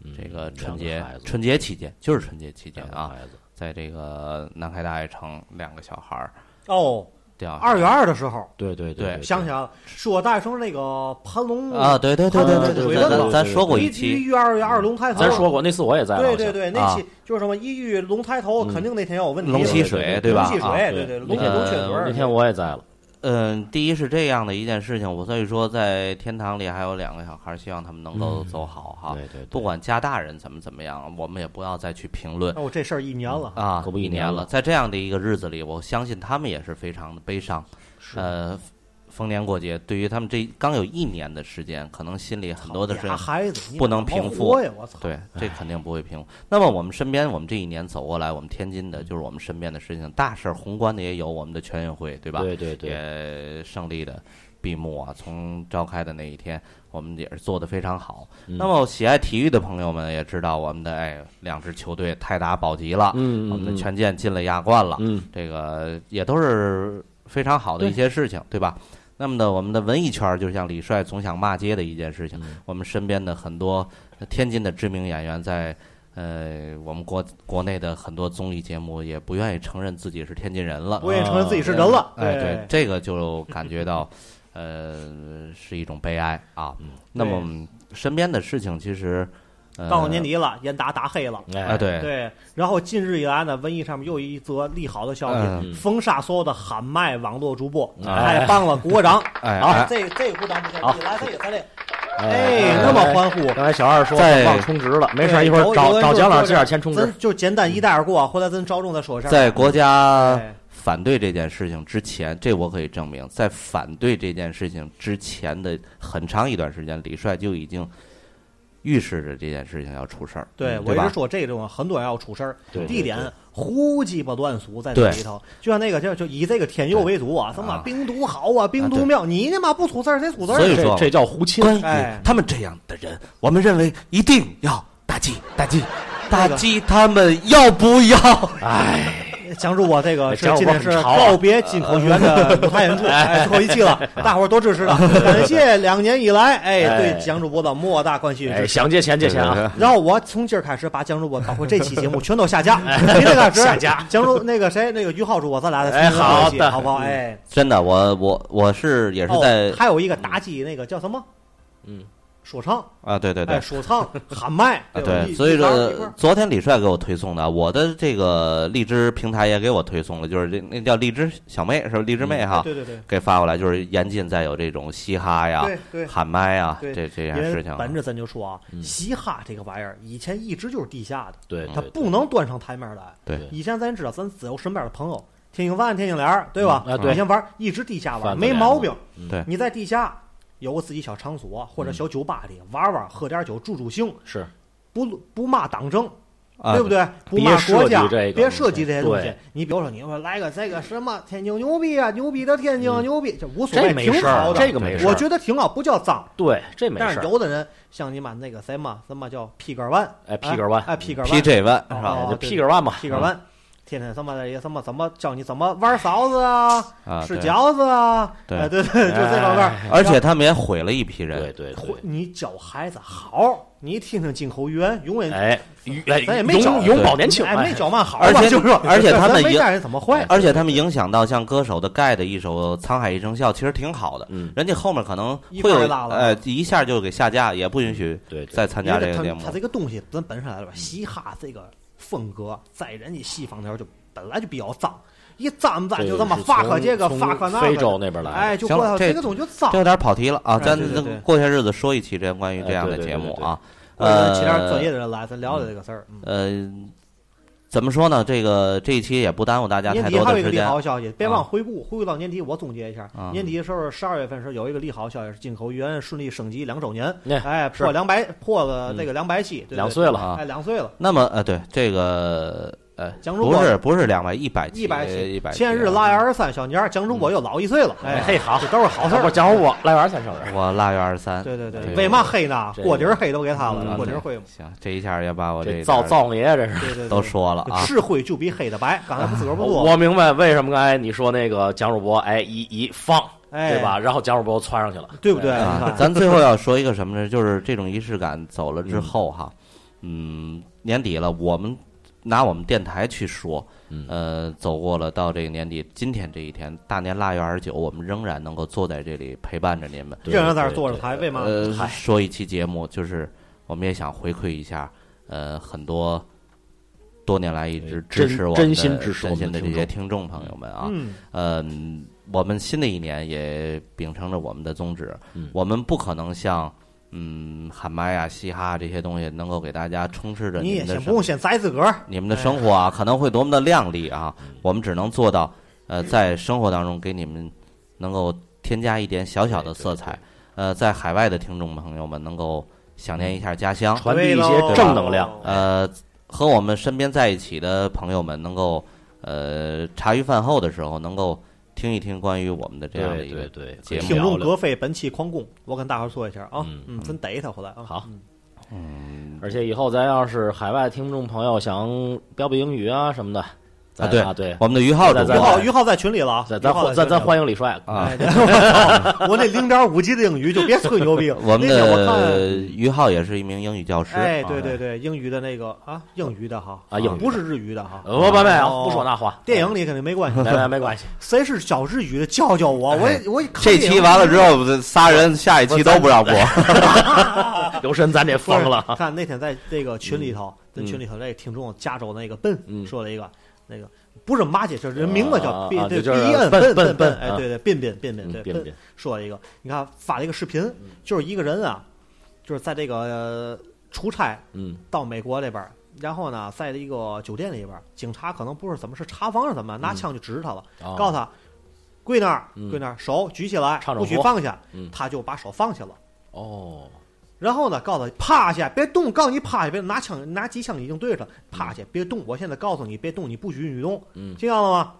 [SPEAKER 9] 嗯
[SPEAKER 3] 这个春
[SPEAKER 9] 两个
[SPEAKER 3] 节
[SPEAKER 9] 孩，子
[SPEAKER 3] 春节期间就是春节期间
[SPEAKER 9] 两个
[SPEAKER 3] 啊，
[SPEAKER 9] 孩子
[SPEAKER 3] 在这个南开大悦城两个小孩儿
[SPEAKER 8] 哦，
[SPEAKER 3] 掉下来
[SPEAKER 8] 二月二的时候，
[SPEAKER 9] 对对
[SPEAKER 3] 啊对
[SPEAKER 8] 想起来了，是我大学生那个盘龙
[SPEAKER 3] 啊，，对对对
[SPEAKER 8] 啊对
[SPEAKER 3] 对对，
[SPEAKER 8] 对
[SPEAKER 3] 咱
[SPEAKER 8] 对
[SPEAKER 3] 咱咱
[SPEAKER 9] 对
[SPEAKER 3] 说过
[SPEAKER 8] 一
[SPEAKER 3] 一
[SPEAKER 8] 局
[SPEAKER 3] 期，
[SPEAKER 8] 遇二月二龙抬头，
[SPEAKER 9] 咱说过那次我也在，
[SPEAKER 8] 对
[SPEAKER 9] 好像
[SPEAKER 8] 对对，那
[SPEAKER 3] 啊
[SPEAKER 8] 期就是什么一遇龙抬头，
[SPEAKER 9] 嗯
[SPEAKER 8] 肯定那天要有问题，
[SPEAKER 3] 龙吸
[SPEAKER 9] 对
[SPEAKER 3] 水
[SPEAKER 9] 对
[SPEAKER 3] 吧？
[SPEAKER 8] 龙吸
[SPEAKER 3] 啊
[SPEAKER 8] 水，
[SPEAKER 9] 对
[SPEAKER 8] 对，龙
[SPEAKER 9] 那
[SPEAKER 8] 血
[SPEAKER 9] 天
[SPEAKER 8] 龙血轮
[SPEAKER 3] 呃
[SPEAKER 8] 儿
[SPEAKER 9] 那，天我也在了，
[SPEAKER 3] 嗯，第一是这样的一件事情，我所以说在天堂里还有两个小孩，希望他们能够走好哈。
[SPEAKER 9] 嗯对对，
[SPEAKER 3] 啊不管家大人怎么怎么样，我们也不要再去评论
[SPEAKER 8] 哦，这事儿一年了，
[SPEAKER 3] 啊。
[SPEAKER 9] 可不一
[SPEAKER 3] 一
[SPEAKER 9] 年
[SPEAKER 3] 年
[SPEAKER 9] 了
[SPEAKER 3] 了，在这样的一个日子里，我相信他们也是非常的悲伤。呃，逢年过节，对于他们这刚有一年的时间，可能心里很多的事
[SPEAKER 8] 俩
[SPEAKER 3] 情
[SPEAKER 8] 孩子你
[SPEAKER 3] 不能
[SPEAKER 8] 啊好好
[SPEAKER 3] 平复
[SPEAKER 8] 活呀，我操，
[SPEAKER 3] 对，这肯定不会平。那么我们身边，我们这一年走过来，我们天津的就是我们身边的事情，大事儿宏观的也有，我们的全运会，对吧？
[SPEAKER 9] 对对对，
[SPEAKER 3] 也胜利的闭幕啊，从召开的那一天，我们也是做得非常好。
[SPEAKER 9] 嗯
[SPEAKER 3] 那么喜爱体育的朋友们也知道，我们的哎两支球队泰达保级了，
[SPEAKER 9] 嗯
[SPEAKER 3] 我们的权健进了亚冠了，
[SPEAKER 9] 嗯
[SPEAKER 3] 这个也都是非常好的一些事情，对吧？那么呢，我们的文艺圈儿就像李帅总想骂街的一件事情，
[SPEAKER 9] 嗯
[SPEAKER 3] 我们身边的很多呃天津的知名演员在。呃，我们国国内的很多综艺节目也不愿意承认自己是天津人了，啊
[SPEAKER 8] 不愿意承认自己是人了，
[SPEAKER 3] 哎，对，，这个就感觉到，呃，是一种悲哀啊。那么我们身边的事情其实，呃，
[SPEAKER 8] 到了年，底了，严打打黑了。
[SPEAKER 3] 哎，，对，
[SPEAKER 8] 对，然后近日以来呢，瘟疫上面又一则利好的消息，
[SPEAKER 9] 嗯
[SPEAKER 8] 封杀所有的喊麦网络主播，
[SPEAKER 9] 哎
[SPEAKER 8] 太棒了，鼓个掌！
[SPEAKER 3] 嗯哎，
[SPEAKER 8] 好，
[SPEAKER 3] 哎
[SPEAKER 8] 这这鼓掌不
[SPEAKER 9] 好
[SPEAKER 8] 行，你来咱也咱这，
[SPEAKER 9] 哎
[SPEAKER 8] 哎，那么欢呼，
[SPEAKER 9] 刚才小二说
[SPEAKER 3] 在
[SPEAKER 9] 忘充值了，没事儿，
[SPEAKER 8] 对
[SPEAKER 9] 一会儿
[SPEAKER 8] 有有
[SPEAKER 9] 找
[SPEAKER 8] 人
[SPEAKER 9] 找
[SPEAKER 8] 就
[SPEAKER 9] 蒋老
[SPEAKER 8] 说
[SPEAKER 9] 师借点钱充值
[SPEAKER 8] 咱。就简单一带而过，回来咱着重再说一下。
[SPEAKER 3] 在国家
[SPEAKER 8] 哎
[SPEAKER 3] 反对这件事情之前，这我可以证明，在反对这件事情之前的很长一段时间，李帅就已经预示着这件事情要出事儿，
[SPEAKER 8] 对，
[SPEAKER 3] 嗯
[SPEAKER 8] 我
[SPEAKER 3] 对
[SPEAKER 8] 一直
[SPEAKER 3] 吧？
[SPEAKER 8] 说这种很多人要出事儿
[SPEAKER 9] 对，对
[SPEAKER 8] 地点胡鸡巴乱俗在
[SPEAKER 3] 对
[SPEAKER 8] 这里头，就像那个就就以这个天佑为主啊，什么
[SPEAKER 3] 啊
[SPEAKER 8] 病毒好啊，病毒妙，你他妈不出事儿谁出事
[SPEAKER 3] 所
[SPEAKER 8] 儿
[SPEAKER 3] 以？
[SPEAKER 9] 这
[SPEAKER 3] 说
[SPEAKER 9] 这叫胡亲，
[SPEAKER 3] 关于
[SPEAKER 8] 哎
[SPEAKER 3] 他们这样的人，我们认为一定要打击，打击，打
[SPEAKER 8] 个
[SPEAKER 3] 击他们，要不要？
[SPEAKER 9] 哎，
[SPEAKER 8] 蒋主播这个是
[SPEAKER 9] 蒋主
[SPEAKER 8] 今
[SPEAKER 9] 播
[SPEAKER 8] 天是
[SPEAKER 9] 很潮啊
[SPEAKER 8] 告别金口园的舞台演出，哎，最后一期了，大伙儿多支持了，感谢两年以来哎
[SPEAKER 9] 哎
[SPEAKER 8] 对蒋主播的莫大关心与
[SPEAKER 9] 哎
[SPEAKER 8] 支持。
[SPEAKER 9] 想借钱借钱啊！
[SPEAKER 8] 然后我从今儿开始把蒋主播包括这期节目全都下架，你这个
[SPEAKER 9] 下架
[SPEAKER 8] 蒋主那个谁那个于浩主播，咱俩再
[SPEAKER 9] 哎
[SPEAKER 8] 重新聊一期
[SPEAKER 9] 好的
[SPEAKER 8] 好不好？哎。
[SPEAKER 3] 真的，我我我是也是在
[SPEAKER 8] 哦、还有一个打击那个叫什么？
[SPEAKER 9] 嗯，
[SPEAKER 8] 说唱，
[SPEAKER 3] 啊，对对对
[SPEAKER 8] 哎，，说唱 喊麦，
[SPEAKER 3] 啊
[SPEAKER 8] 吧
[SPEAKER 3] 对，
[SPEAKER 8] 一
[SPEAKER 3] 所以
[SPEAKER 8] 一块儿一块
[SPEAKER 3] 说
[SPEAKER 8] 儿
[SPEAKER 3] 昨天李帅给我推送的，我的这个荔枝平台也给我推送了，就是这那叫荔枝小妹是吧？荔枝妹哈，
[SPEAKER 8] 嗯对对对
[SPEAKER 3] 给发过来，就是严禁再有这种嘻哈呀、
[SPEAKER 8] 对对。
[SPEAKER 3] 喊麦呀
[SPEAKER 8] 对
[SPEAKER 3] 这这
[SPEAKER 8] 因
[SPEAKER 3] 件
[SPEAKER 8] 为
[SPEAKER 3] 事情。
[SPEAKER 8] 本着咱就说啊，
[SPEAKER 9] 嗯
[SPEAKER 8] 嘻哈这个玩意儿以前一直就是地下的，
[SPEAKER 9] 对，
[SPEAKER 8] 它
[SPEAKER 9] 对
[SPEAKER 8] 不能端上台面来。
[SPEAKER 3] 哦对
[SPEAKER 8] 以前咱知道，咱只有身边的朋友，天津饭、天津联儿，对吧？
[SPEAKER 9] 嗯啊对啊
[SPEAKER 8] 以前玩一直地下玩，
[SPEAKER 9] 贩子
[SPEAKER 8] 没
[SPEAKER 9] 联
[SPEAKER 8] 毛
[SPEAKER 9] 嘛
[SPEAKER 8] 病。
[SPEAKER 3] 对
[SPEAKER 8] 你在地下有个自己小场所或
[SPEAKER 3] 嗯
[SPEAKER 8] 者小酒吧里玩玩，喝点酒助助兴，
[SPEAKER 9] 是
[SPEAKER 8] 不不骂党政，
[SPEAKER 3] 啊
[SPEAKER 8] 对不对？不
[SPEAKER 9] 别
[SPEAKER 8] 骂国
[SPEAKER 9] 涉
[SPEAKER 8] 家，
[SPEAKER 9] 及这个
[SPEAKER 8] 别涉及这些东西
[SPEAKER 9] 对。
[SPEAKER 8] 你比如说，你说来个这个什么天津牛逼啊，牛逼的天津、牛逼，这无所
[SPEAKER 9] 嗯这
[SPEAKER 8] 谓，
[SPEAKER 9] 没
[SPEAKER 8] 挺
[SPEAKER 9] 事
[SPEAKER 8] 好
[SPEAKER 9] 儿，
[SPEAKER 8] 的。
[SPEAKER 9] 这个没事儿。
[SPEAKER 8] 我觉得挺好，不叫脏。
[SPEAKER 9] 对，这没
[SPEAKER 8] 但
[SPEAKER 9] 事
[SPEAKER 8] 是
[SPEAKER 9] 儿。
[SPEAKER 8] 有的人像你妈那个什么什么叫屁杆弯，
[SPEAKER 9] 哎，屁根嗯弯，哎
[SPEAKER 8] 哎，屁杆弯，
[SPEAKER 3] PJ One 是
[SPEAKER 8] 哦
[SPEAKER 3] 吧？
[SPEAKER 9] 就
[SPEAKER 8] 对
[SPEAKER 9] 屁根弯嘛，
[SPEAKER 8] 屁杆弯，天天他妈的也什么怎么教你怎么玩勺子啊，
[SPEAKER 3] 啊，
[SPEAKER 8] 吃
[SPEAKER 3] 对
[SPEAKER 8] 饺子啊，
[SPEAKER 3] 对
[SPEAKER 8] 哎对对，就这方面儿。
[SPEAKER 9] 哎
[SPEAKER 3] 而且他们也毁了一批
[SPEAKER 9] 对
[SPEAKER 3] 人。
[SPEAKER 9] 对
[SPEAKER 8] 会
[SPEAKER 9] 对，
[SPEAKER 8] 你教孩子好，你听听进口语言，永远
[SPEAKER 9] 哎，哎
[SPEAKER 8] 咱也没找
[SPEAKER 9] 永永保年轻，
[SPEAKER 8] 哎，没
[SPEAKER 9] 哎
[SPEAKER 8] 教嘛好嘛，
[SPEAKER 3] 而且
[SPEAKER 8] 就是说，
[SPEAKER 3] 而且他们
[SPEAKER 8] 咱没
[SPEAKER 3] 也
[SPEAKER 8] 带人怎么坏，
[SPEAKER 3] 而且他们影响到像歌手的盖的一首《沧海一声笑》，其实挺好的。
[SPEAKER 9] 嗯，
[SPEAKER 3] 人家后面可能
[SPEAKER 8] 一
[SPEAKER 3] 会
[SPEAKER 8] 块儿
[SPEAKER 3] 有
[SPEAKER 8] 拉了
[SPEAKER 3] 呃一下就给下架，也不允许
[SPEAKER 9] 对对
[SPEAKER 3] 再参加
[SPEAKER 8] 因
[SPEAKER 3] 这
[SPEAKER 8] 为
[SPEAKER 3] 个嗯
[SPEAKER 8] 它
[SPEAKER 3] 节目
[SPEAKER 8] 它。这个东西咱本身来说，嘻哈这个风格在人家西方那儿就本来就比较脏，一脏不脏就这么
[SPEAKER 9] 是
[SPEAKER 8] 发克
[SPEAKER 9] 从
[SPEAKER 8] 这个
[SPEAKER 9] 从
[SPEAKER 8] 发克那个，
[SPEAKER 9] 非洲那边来的，
[SPEAKER 8] 哎，就
[SPEAKER 3] 行
[SPEAKER 8] 过来
[SPEAKER 3] 了这
[SPEAKER 8] 这个东西就脏
[SPEAKER 3] 这。有点跑题了啊！
[SPEAKER 8] 哎
[SPEAKER 3] 咱
[SPEAKER 8] 对对对
[SPEAKER 3] 过些日子说一期这关于这样
[SPEAKER 9] 哎
[SPEAKER 3] 的
[SPEAKER 9] 对对
[SPEAKER 3] 节目啊。
[SPEAKER 8] 或者
[SPEAKER 3] 呃，嗯
[SPEAKER 8] 请点专业的人来，咱聊聊这个事儿。嗯
[SPEAKER 3] 呃，怎么说呢？这个这一期也不耽误大家
[SPEAKER 8] 年
[SPEAKER 3] 太
[SPEAKER 8] 底
[SPEAKER 3] 多
[SPEAKER 8] 还有
[SPEAKER 3] 的
[SPEAKER 8] 一个
[SPEAKER 3] 时
[SPEAKER 8] 利
[SPEAKER 3] 间。
[SPEAKER 8] 好消息，别忘
[SPEAKER 3] 啊
[SPEAKER 8] 回顾，回顾到年底，我总结一下
[SPEAKER 3] 啊，
[SPEAKER 8] 年底的时候，十二月份时候有一个利好消息，是进口元顺利升级两周年，
[SPEAKER 9] 那
[SPEAKER 8] 哎，
[SPEAKER 9] 是
[SPEAKER 8] 破两百，破了这个两百期，对不对
[SPEAKER 9] 两岁了
[SPEAKER 3] 嗯啊
[SPEAKER 8] 哎，两岁了。
[SPEAKER 3] 那么呃，对这个呃，
[SPEAKER 8] 蒋中
[SPEAKER 3] 不
[SPEAKER 8] 国
[SPEAKER 3] 是不是两百一百
[SPEAKER 8] 一百
[SPEAKER 3] 一百，啊嗯
[SPEAKER 8] 前日腊月二十三小年儿，蒋中国又老一岁了，哎，
[SPEAKER 9] 嘿好
[SPEAKER 8] 这都是好事儿。
[SPEAKER 9] 我讲我来玩三生日，
[SPEAKER 3] 我腊月二十三，
[SPEAKER 8] 对对对，
[SPEAKER 3] 对
[SPEAKER 8] 为嘛黑呢？
[SPEAKER 9] 哎这
[SPEAKER 8] 锅底儿黑都给他
[SPEAKER 3] 嗯
[SPEAKER 8] 了，锅底儿黑嘛。
[SPEAKER 3] 行，这一下也把我
[SPEAKER 9] 这
[SPEAKER 3] 这
[SPEAKER 9] 造
[SPEAKER 3] 点儿
[SPEAKER 9] 造孽这是。
[SPEAKER 8] 对对，对
[SPEAKER 3] 都说了 啊。
[SPEAKER 8] 是灰就比黑的白，刚才不自个儿不说吗，
[SPEAKER 9] 我明白为什么刚才你说那个蒋汝博，哎，一一放，
[SPEAKER 8] 哎，
[SPEAKER 9] 对吧？？然后蒋汝博窜上去了，
[SPEAKER 8] 对不对？你
[SPEAKER 3] 啊
[SPEAKER 8] 看，
[SPEAKER 3] 咱最后要说一个什么呢？就是这种仪式感走了之后哈，嗯，年底了，我们拿我们电台去说，
[SPEAKER 9] 嗯
[SPEAKER 3] 呃，走过了到这个年底，今天这一天，大年腊月二十九，我们仍然能够坐在这里陪伴着您们，
[SPEAKER 9] 对
[SPEAKER 8] 仍然在这儿
[SPEAKER 9] 对
[SPEAKER 8] 坐着
[SPEAKER 9] 对
[SPEAKER 8] 台，为嘛？
[SPEAKER 3] 呃
[SPEAKER 9] 嗨，
[SPEAKER 3] 说一期节目，就是我们也想回馈一下，呃，很多多年来一直支
[SPEAKER 9] 真
[SPEAKER 3] 持我们的
[SPEAKER 9] 真心支持我
[SPEAKER 3] 真
[SPEAKER 9] 们的
[SPEAKER 3] 心的
[SPEAKER 9] 听
[SPEAKER 3] 这些
[SPEAKER 9] 众
[SPEAKER 3] 听众朋友们啊，
[SPEAKER 8] 嗯，
[SPEAKER 3] 嗯，我们新的一年也秉承着我们的宗旨，
[SPEAKER 9] 嗯
[SPEAKER 3] 我们不可能像嗯喊麦啊、嘻哈这些东西能够给大家充斥着
[SPEAKER 8] 你
[SPEAKER 3] 你
[SPEAKER 8] 也
[SPEAKER 3] 们的
[SPEAKER 8] 先
[SPEAKER 3] 生
[SPEAKER 8] 不用先宰自个儿，
[SPEAKER 3] 你们的生活啊，可能会多么的亮丽啊，我们只能做到呃，在生活当中给你们能够添加一点小小的色彩，呃，在海外的听众朋友们能够想念一下家乡，
[SPEAKER 9] 传递
[SPEAKER 8] 对
[SPEAKER 9] 一
[SPEAKER 8] 喽啊
[SPEAKER 9] 些正能量。啊
[SPEAKER 3] 呃，和我们身边在一起的朋友们能够，呃，茶余饭后的时候能够听一听关于我们的这样的
[SPEAKER 9] 对
[SPEAKER 3] 一
[SPEAKER 9] 对
[SPEAKER 3] 个
[SPEAKER 9] 对，
[SPEAKER 3] 节目
[SPEAKER 8] 听
[SPEAKER 9] 聊
[SPEAKER 8] 众
[SPEAKER 9] 了
[SPEAKER 8] 葛飞本期狂攻，我跟大伙儿说一下啊
[SPEAKER 9] 嗯，
[SPEAKER 8] 嗯，真逮他回来啊。
[SPEAKER 9] 好
[SPEAKER 8] 嗯，
[SPEAKER 9] 而且以后咱要是海外听众朋友想标标英语啊什么的，咱
[SPEAKER 3] 对
[SPEAKER 9] 啊对，
[SPEAKER 3] 我们的于浩主
[SPEAKER 9] 咱
[SPEAKER 8] 于浩
[SPEAKER 3] 播
[SPEAKER 9] 咱，
[SPEAKER 8] 于浩在群里了啊，
[SPEAKER 9] 咱
[SPEAKER 8] 于浩
[SPEAKER 9] 咱
[SPEAKER 8] 在
[SPEAKER 9] 咱
[SPEAKER 8] 群里
[SPEAKER 9] 咱
[SPEAKER 8] 了
[SPEAKER 9] 欢迎李帅
[SPEAKER 3] 啊
[SPEAKER 8] 哎对我 操我那零点五级的英语就别吹牛逼了。
[SPEAKER 3] 我们
[SPEAKER 8] 那天我
[SPEAKER 3] 的
[SPEAKER 8] 看，
[SPEAKER 3] 于浩也是一名英语教师，
[SPEAKER 8] 哎，
[SPEAKER 3] 啊
[SPEAKER 8] 对对对，英语的那个啊，英语的哈
[SPEAKER 9] 啊英语的
[SPEAKER 8] 不是日语的哈。
[SPEAKER 9] 呃不不
[SPEAKER 8] 哦
[SPEAKER 9] 不，不说那话，哎
[SPEAKER 8] 电影里肯定没 关系，
[SPEAKER 9] 没没 没关系，
[SPEAKER 8] 谁是小日语的教教
[SPEAKER 9] 哎
[SPEAKER 8] 我，我也我也看
[SPEAKER 3] 这期完了之后，仨人下一期都不让播，
[SPEAKER 8] 哎
[SPEAKER 9] 刘神咱得
[SPEAKER 8] 不是
[SPEAKER 9] 疯了，
[SPEAKER 8] 看那天在这个群里头，在
[SPEAKER 3] 嗯
[SPEAKER 8] 群里头那个听众加州那个笨
[SPEAKER 9] 嗯
[SPEAKER 8] 说了一个那个。不是马姐，这人名字叫
[SPEAKER 9] 啊
[SPEAKER 8] 宾，
[SPEAKER 9] 啊
[SPEAKER 8] 对，
[SPEAKER 9] 就是
[SPEAKER 8] 宾
[SPEAKER 9] 笨
[SPEAKER 8] 笨
[SPEAKER 9] 笨
[SPEAKER 8] 笨，
[SPEAKER 9] 笨
[SPEAKER 8] 哎，
[SPEAKER 9] 啊
[SPEAKER 8] 对对，彬彬彬彬，
[SPEAKER 9] 嗯
[SPEAKER 8] 对
[SPEAKER 9] 彬
[SPEAKER 8] 笨
[SPEAKER 9] 彬
[SPEAKER 8] 说了一个，你看发了一个视频，就是一个人啊，就是在这个呃出差
[SPEAKER 9] 嗯，
[SPEAKER 8] 到美国这边儿，然后呢，在一个酒店里边儿，警察可能不是怎么是查房是怎么，
[SPEAKER 9] 嗯
[SPEAKER 8] 拿枪就指着他了，
[SPEAKER 9] 啊
[SPEAKER 8] 告诉他跪那儿，
[SPEAKER 9] 嗯
[SPEAKER 8] 跪那儿，手举起来，
[SPEAKER 9] 唱着
[SPEAKER 8] 不许
[SPEAKER 9] 活
[SPEAKER 8] 放下，
[SPEAKER 9] 嗯
[SPEAKER 8] 他就把手放下了。
[SPEAKER 9] 哦，
[SPEAKER 8] 然后呢，告诉他趴下，别动，告诉你趴下，别拿枪拿机枪已经对着他，趴下，别动，我现在告诉你别动，你不许你动，
[SPEAKER 9] 嗯
[SPEAKER 8] 听到了吗？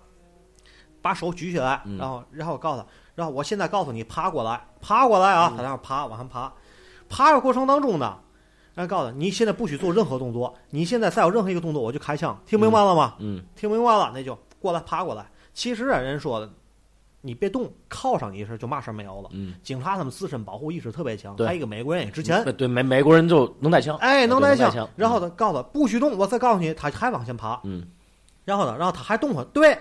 [SPEAKER 8] 把手举起来，
[SPEAKER 9] 嗯
[SPEAKER 8] 然后然后告诉他，然后我现在告诉你爬过来，爬过来
[SPEAKER 9] 嗯
[SPEAKER 8] 啊，他然后爬往上爬，爬的过程当中呢，然后告诉他你现在不许做任何动作，你现在再有任何一个动作我就开枪，听明白了吗？
[SPEAKER 9] 嗯
[SPEAKER 8] 听明白了，那就过来爬过来。其实啊，人说的，你别动，靠上你一声就嘛事儿没有了。
[SPEAKER 9] 嗯，
[SPEAKER 8] 警察他们自身保护意识特别强，
[SPEAKER 9] 对
[SPEAKER 8] 还有一个美国人也值钱，
[SPEAKER 9] 对美美国人嗯就能带枪，
[SPEAKER 8] 哎，能
[SPEAKER 9] 带
[SPEAKER 8] 带枪。然后他告诉他不许动，我再告诉你，他还往前爬。
[SPEAKER 9] 嗯，
[SPEAKER 8] 然后呢，然后他还动会儿，对。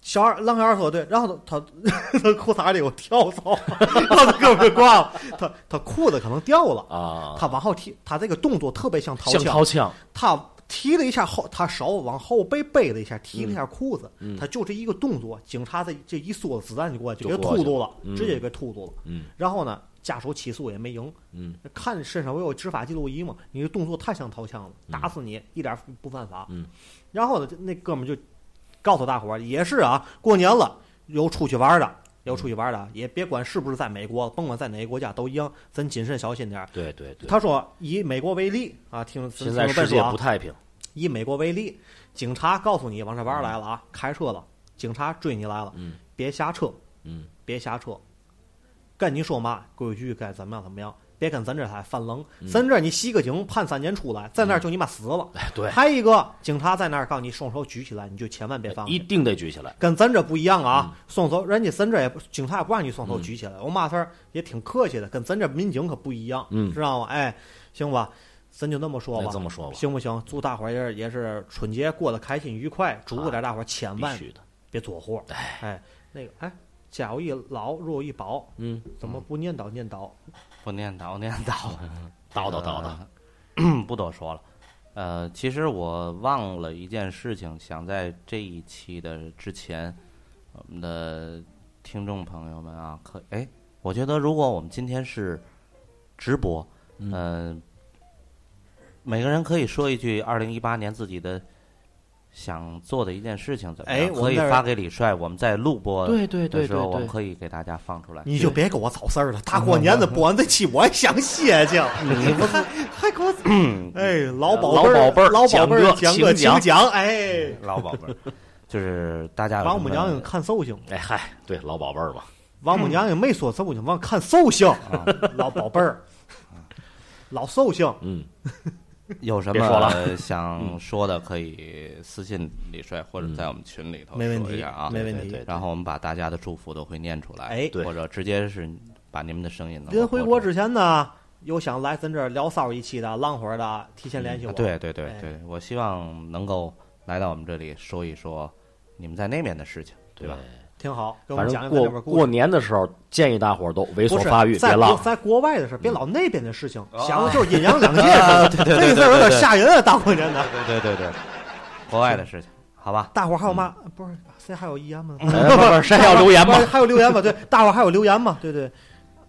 [SPEAKER 8] 小二浪小二说对，然后他 他他裤衩里有跳蚤， 然后他胳膊就挂了，他他裤子可能掉了，
[SPEAKER 9] 啊，
[SPEAKER 8] 他往后踢，他这个动作特别像掏
[SPEAKER 9] 像
[SPEAKER 8] 枪，
[SPEAKER 9] 掏枪，
[SPEAKER 8] 他提了一下后，他手往后背背了一下，提了一下裤子，
[SPEAKER 9] 嗯
[SPEAKER 8] 他就这一个动作，警察这这一梭子弹就过来，就
[SPEAKER 9] 就
[SPEAKER 8] 给
[SPEAKER 9] 过
[SPEAKER 8] 突
[SPEAKER 9] 去
[SPEAKER 8] 突了，
[SPEAKER 9] 嗯
[SPEAKER 8] 直接就给突突了。
[SPEAKER 9] 嗯
[SPEAKER 8] 然后呢，家属起诉也没赢，
[SPEAKER 9] 嗯
[SPEAKER 8] 看身上我有执法记录仪嘛，你这动作太像掏枪了，打死你一点儿不犯法。
[SPEAKER 9] 嗯，
[SPEAKER 8] 然后呢，那哥们儿就告诉大伙儿，也是啊，过年了有出去玩儿的。有出去玩儿的，也别管是不是在美国，甭管在哪个国家都一样，咱谨慎小心点儿。
[SPEAKER 9] 对对对，
[SPEAKER 8] 他说，以美国为例啊，听
[SPEAKER 9] 现在
[SPEAKER 8] 听着笨
[SPEAKER 9] 世
[SPEAKER 8] 说
[SPEAKER 9] 界
[SPEAKER 8] 啊
[SPEAKER 9] 不太平，
[SPEAKER 8] 以美国为例，警察告诉你往这玩儿来了啊，开车了，警察追你来了，
[SPEAKER 9] 嗯
[SPEAKER 8] 别下车，
[SPEAKER 9] 嗯，
[SPEAKER 8] 别下车，跟你说嘛，规矩该怎么样怎么样，别跟咱这儿还犯愣，咱这儿你袭个警判三年出来，在那儿就你妈死了。
[SPEAKER 9] 哎嗯对，
[SPEAKER 8] 还有一个警察在那儿告诉你双手举起来，你就千万别放下
[SPEAKER 9] 一嗯定得举起来，
[SPEAKER 8] 跟咱这不一样啊，双手人家咱这也不警察也不让你双
[SPEAKER 9] 嗯
[SPEAKER 8] 手举起来，我嘛事儿也挺客气的，跟咱这民警可不一样，
[SPEAKER 9] 嗯
[SPEAKER 8] 知道吗？哎，行吧，咱就那么说吧，
[SPEAKER 9] 那这么说吧
[SPEAKER 8] 行不行？祝大伙儿也是也是春节过得开心愉快，嘱咐点大伙儿千
[SPEAKER 9] 必
[SPEAKER 8] 万
[SPEAKER 9] 须的，
[SPEAKER 8] 别做祸，啊哎，那个哎，家有一老，如有一宝，
[SPEAKER 9] 嗯，
[SPEAKER 8] 怎么不念叨念叨？
[SPEAKER 3] 不念叨念叨，
[SPEAKER 9] 叨叨叨叨，
[SPEAKER 3] 叨， 不多说了。呃，其实我忘了一件事情，想在这一期的之前，我们的听众朋友们啊，可哎，我觉得如果我们今天是直播，呃嗯、每个人可以说一句二零一八年自己的想做的一件事情怎么
[SPEAKER 8] 哎
[SPEAKER 3] 样，
[SPEAKER 8] 我
[SPEAKER 3] 可
[SPEAKER 8] 们
[SPEAKER 3] 以
[SPEAKER 8] 在这儿
[SPEAKER 3] 发给李帅，我们在录播
[SPEAKER 9] 对对对
[SPEAKER 3] 的时候，
[SPEAKER 9] 对对
[SPEAKER 3] 我们可以给大家放出来。
[SPEAKER 8] 你就别给我找事儿了，大过年的播完这期我还想歇去，哎你不还还给我，
[SPEAKER 3] 嗯
[SPEAKER 8] 哎，老宝贝儿，
[SPEAKER 9] 老宝贝儿
[SPEAKER 8] 老宝贝儿，
[SPEAKER 9] 讲
[SPEAKER 8] 讲
[SPEAKER 9] 个
[SPEAKER 8] 个
[SPEAKER 9] 请讲
[SPEAKER 8] 请讲，哎，
[SPEAKER 9] 老宝贝儿，
[SPEAKER 3] 就是大家有
[SPEAKER 8] 王
[SPEAKER 3] 什
[SPEAKER 8] 母
[SPEAKER 3] 么
[SPEAKER 8] 娘娘看寿星，
[SPEAKER 9] 哎嗨，对老宝贝儿嘛，
[SPEAKER 8] 王母娘娘没说寿星，忘看寿星， 老宝贝儿，老寿星，
[SPEAKER 9] 嗯，
[SPEAKER 3] 有什
[SPEAKER 9] 别说
[SPEAKER 3] 么想说的，可以私信李帅或者在我们群里头
[SPEAKER 8] 嗯没问
[SPEAKER 3] 说一
[SPEAKER 8] 题
[SPEAKER 3] 下啊。
[SPEAKER 8] 没问
[SPEAKER 9] 对
[SPEAKER 8] 题
[SPEAKER 9] 对。
[SPEAKER 3] 然后我们把大家的祝福都会念出来，
[SPEAKER 8] 哎
[SPEAKER 9] 对
[SPEAKER 3] 或者直接是把你们的声音能够
[SPEAKER 8] 临回国
[SPEAKER 3] 播出
[SPEAKER 8] 之前呢，有想来咱这儿聊骚一期的、浪会儿的，提前联系我。
[SPEAKER 3] 啊，对对对
[SPEAKER 8] 哎
[SPEAKER 3] 对，我希望能够来到我们这里说一说你们在那边的事情，对吧？
[SPEAKER 8] 挺好，给我
[SPEAKER 9] 反
[SPEAKER 8] 们讲
[SPEAKER 9] 正
[SPEAKER 8] 一讲
[SPEAKER 9] 过
[SPEAKER 8] 那边故
[SPEAKER 9] 过
[SPEAKER 8] 事。
[SPEAKER 9] 年的时候，建议大伙儿都猥
[SPEAKER 8] 不
[SPEAKER 9] 琐
[SPEAKER 8] 是
[SPEAKER 9] 发育，别
[SPEAKER 8] 在国
[SPEAKER 9] 浪。
[SPEAKER 8] 在国外的事，别老那边的事情，
[SPEAKER 3] 啊
[SPEAKER 8] 想的就是阴阳两界。
[SPEAKER 3] 对
[SPEAKER 8] 这
[SPEAKER 3] 对
[SPEAKER 8] 个事儿有点吓人啊！大过年的，
[SPEAKER 3] 对对对对，国外的事情，好吧？
[SPEAKER 8] 大伙儿还有嘛？不是，谁还有遗言吗？
[SPEAKER 9] 哎不是谁还有留言吗
[SPEAKER 8] 不是还有留言吗？对，大伙儿还有留言吗？对对。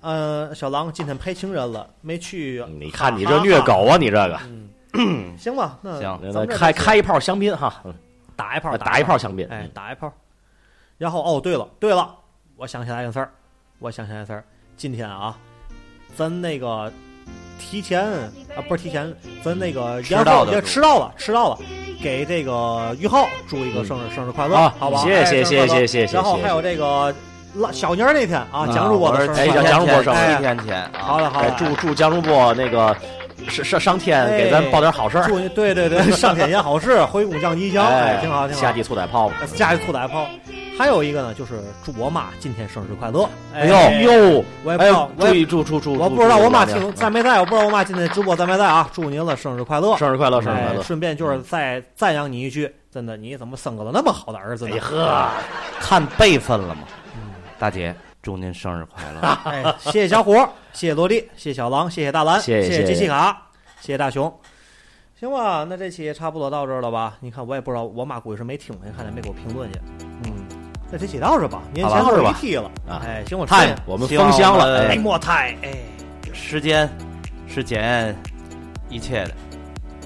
[SPEAKER 8] 呃，小狼今天陪情人了，没去。
[SPEAKER 9] 你看你这虐狗啊，你这个，
[SPEAKER 8] 行吧？那
[SPEAKER 3] 行
[SPEAKER 8] 嗯咱们这
[SPEAKER 9] 开开一炮香槟哈，嗯
[SPEAKER 8] 打一炮，
[SPEAKER 9] 打一炮香槟，嗯
[SPEAKER 8] 哎，打一炮。然后哦，对了，对了，我想起来一个事儿，我想起来一个事儿。今天啊，咱那个提前啊，不是提前，咱那个
[SPEAKER 3] 迟
[SPEAKER 8] 延
[SPEAKER 3] 到
[SPEAKER 8] 后
[SPEAKER 3] 的
[SPEAKER 8] 也
[SPEAKER 3] 祝
[SPEAKER 8] 迟到了，迟到了，给这个于浩祝一个生日、生日快乐，
[SPEAKER 9] 啊
[SPEAKER 8] 好吧？
[SPEAKER 9] 谢
[SPEAKER 8] 哎
[SPEAKER 9] 谢
[SPEAKER 8] 生日快乐
[SPEAKER 9] 谢谢谢谢
[SPEAKER 8] 然后
[SPEAKER 9] 谢谢
[SPEAKER 8] 还有这个老小妮儿那天啊，蒋主播
[SPEAKER 3] 我
[SPEAKER 8] 的
[SPEAKER 3] 是
[SPEAKER 8] 生
[SPEAKER 9] 哎
[SPEAKER 8] 日快
[SPEAKER 9] 蒋蒋
[SPEAKER 8] 乐。
[SPEAKER 9] 主播生日
[SPEAKER 3] 七天前啊，
[SPEAKER 8] 好了好
[SPEAKER 9] 哎
[SPEAKER 8] 了，
[SPEAKER 9] 祝祝江主播那个上上上天给咱报点好事儿，
[SPEAKER 8] 祝你对对对，上天言好事，回武将吉祥，哎，挺好挺好。
[SPEAKER 9] 下地醋奶泡嘛，
[SPEAKER 8] 下一兔奶泡。还有一个呢，就是祝我妈今天生日快乐。哎
[SPEAKER 9] 呦呦，
[SPEAKER 8] 我也不
[SPEAKER 9] 哎
[SPEAKER 8] 知道
[SPEAKER 9] 呦，，
[SPEAKER 8] 我
[SPEAKER 9] 注
[SPEAKER 8] 也
[SPEAKER 9] 意注注注，
[SPEAKER 8] 我
[SPEAKER 9] 注
[SPEAKER 8] 不知道
[SPEAKER 9] 注
[SPEAKER 8] 我妈
[SPEAKER 9] 注
[SPEAKER 8] 听在没在，我不知道我妈今天直播在没在啊？祝您了生日快乐，
[SPEAKER 9] 生日快乐，生日快
[SPEAKER 8] 哎
[SPEAKER 9] 乐，嗯
[SPEAKER 8] 顺便就是再赞扬你一句，真的，你怎么生个了那么好的儿子呢
[SPEAKER 9] 哎？呵，
[SPEAKER 3] 看辈分了吗？
[SPEAKER 8] 嗯
[SPEAKER 3] 大姐，祝您生日快乐！
[SPEAKER 8] 哎，谢谢小伙儿，谢谢萝莉，谢谢小狼，谢谢大蓝，
[SPEAKER 9] 谢谢
[SPEAKER 8] 谢
[SPEAKER 9] 谢谢
[SPEAKER 8] 机器卡，谢谢大熊。行吧，那这期也差不多到这儿了吧？你看我也不知道，我妈估计是没听回，看来没给我评论去。嗯，那这期到这儿吧，年前
[SPEAKER 9] 好吧
[SPEAKER 8] 都一踢了
[SPEAKER 9] 啊
[SPEAKER 8] 哎，行，我吃
[SPEAKER 9] 太我们封箱了，
[SPEAKER 8] 哎，
[SPEAKER 9] 哎，
[SPEAKER 8] 莫太，哎，
[SPEAKER 3] 时间是检验一切的，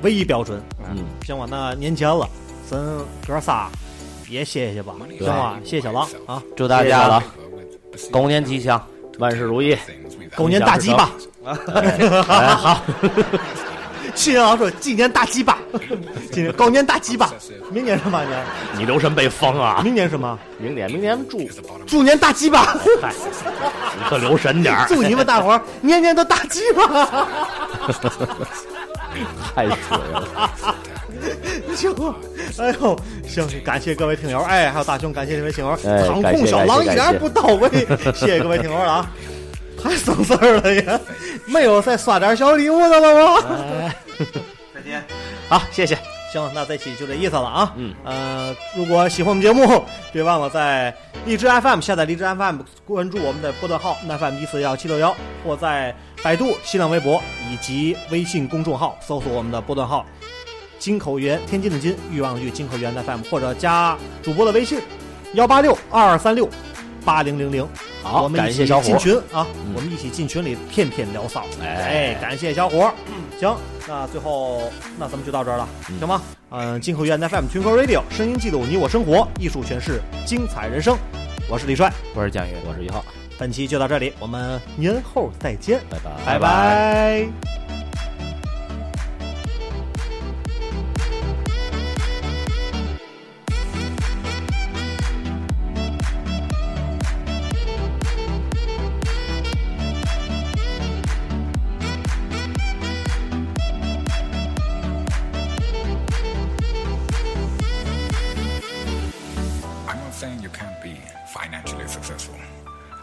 [SPEAKER 8] 唯一标准。啊
[SPEAKER 9] 嗯，
[SPEAKER 8] 行吧，那年前了，咱哥仨也歇歇吧，行吧，谢谢小狼啊，
[SPEAKER 3] 祝大
[SPEAKER 9] 谢谢大
[SPEAKER 3] 家
[SPEAKER 9] 郎
[SPEAKER 3] 狗年吉祥。
[SPEAKER 9] 万事如意，
[SPEAKER 8] 狗年大吉吧，
[SPEAKER 9] 哎 好，
[SPEAKER 8] 新郎说今年大吉吧，今年狗年大吉吧，明年什么年？
[SPEAKER 9] 你留神被封啊，
[SPEAKER 8] 明年什么？
[SPEAKER 9] 明年明年祝，
[SPEAKER 8] 祝年大吉 吧，
[SPEAKER 9] 嗨，你可留神点儿，
[SPEAKER 8] 祝你们大伙儿年年都大吉吧，
[SPEAKER 9] 太水了，
[SPEAKER 8] 行，哎呦，行，感谢各位听友，哎，还有大熊，感谢这位听友，
[SPEAKER 9] 哎
[SPEAKER 8] 场
[SPEAKER 9] 感
[SPEAKER 8] 控
[SPEAKER 9] 谢
[SPEAKER 8] 小狼一
[SPEAKER 9] 感谢
[SPEAKER 8] 点也不到位， 谢谢各位听友了啊。太省事儿了也，没有再刷点小礼物的了吗？
[SPEAKER 9] 好，谢谢，
[SPEAKER 8] 行，那这期就这意思了啊。
[SPEAKER 9] 嗯，
[SPEAKER 8] 呃，如果喜欢我们节目，别忘了在荔枝 FM 下载荔枝 FM，关注我们的波段号 FM 一四幺七六幺，或在百度、新浪微博以及微信公众号搜索我们的波段号“金口语言”，天津的津，欲望的欲，金口语言 FM，或者加主播的微信幺八六二二三六八零零零。
[SPEAKER 9] 好
[SPEAKER 8] 我，们
[SPEAKER 9] 感
[SPEAKER 8] 一
[SPEAKER 9] 谢
[SPEAKER 8] 起
[SPEAKER 9] 小伙
[SPEAKER 8] 进
[SPEAKER 9] 儿，
[SPEAKER 8] 群啊，
[SPEAKER 9] 嗯
[SPEAKER 8] 我们一起进群里片片聊骚。哎，
[SPEAKER 9] 哎
[SPEAKER 8] 感谢小伙儿。行，那最后那咱们就到这儿了，
[SPEAKER 9] 嗯
[SPEAKER 8] 行吗？嗯，金口源 FM Twinkle Radio，声音记录你我生活，艺术诠释精彩人生。我是李帅，
[SPEAKER 3] 我是蒋云，
[SPEAKER 9] 我是一号，
[SPEAKER 8] 本期就到这里，我们年后再见，
[SPEAKER 9] 拜拜，
[SPEAKER 8] 拜拜
[SPEAKER 10] I'm not saying you can't be financially successful.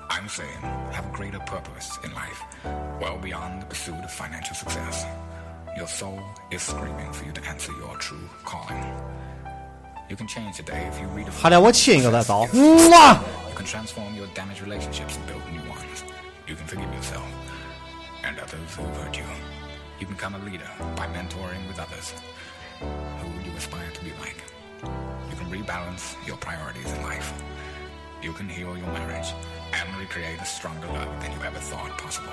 [SPEAKER 10] I'm saying have a greater purpose in life, well beyond the pursuit of financial success. Your soul is screaming for you to answer your true calling. You can change today if you read a
[SPEAKER 8] 还得我亲一个再走。
[SPEAKER 10] You can transform your damaged relationships and build new ones. You can forgive yourself and others who hurt you. You can become a leader by mentoring with others. Who you aspire to be like? You can rebalance your priorities in life. You can heal your marriage and recreate a stronger love than you ever thought possible.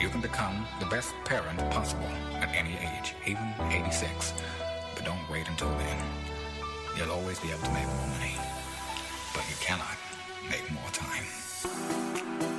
[SPEAKER 10] You can become the best parent possible at any age, even 86. But don't wait until then. You'll always be able to make more money, but you cannot make more time.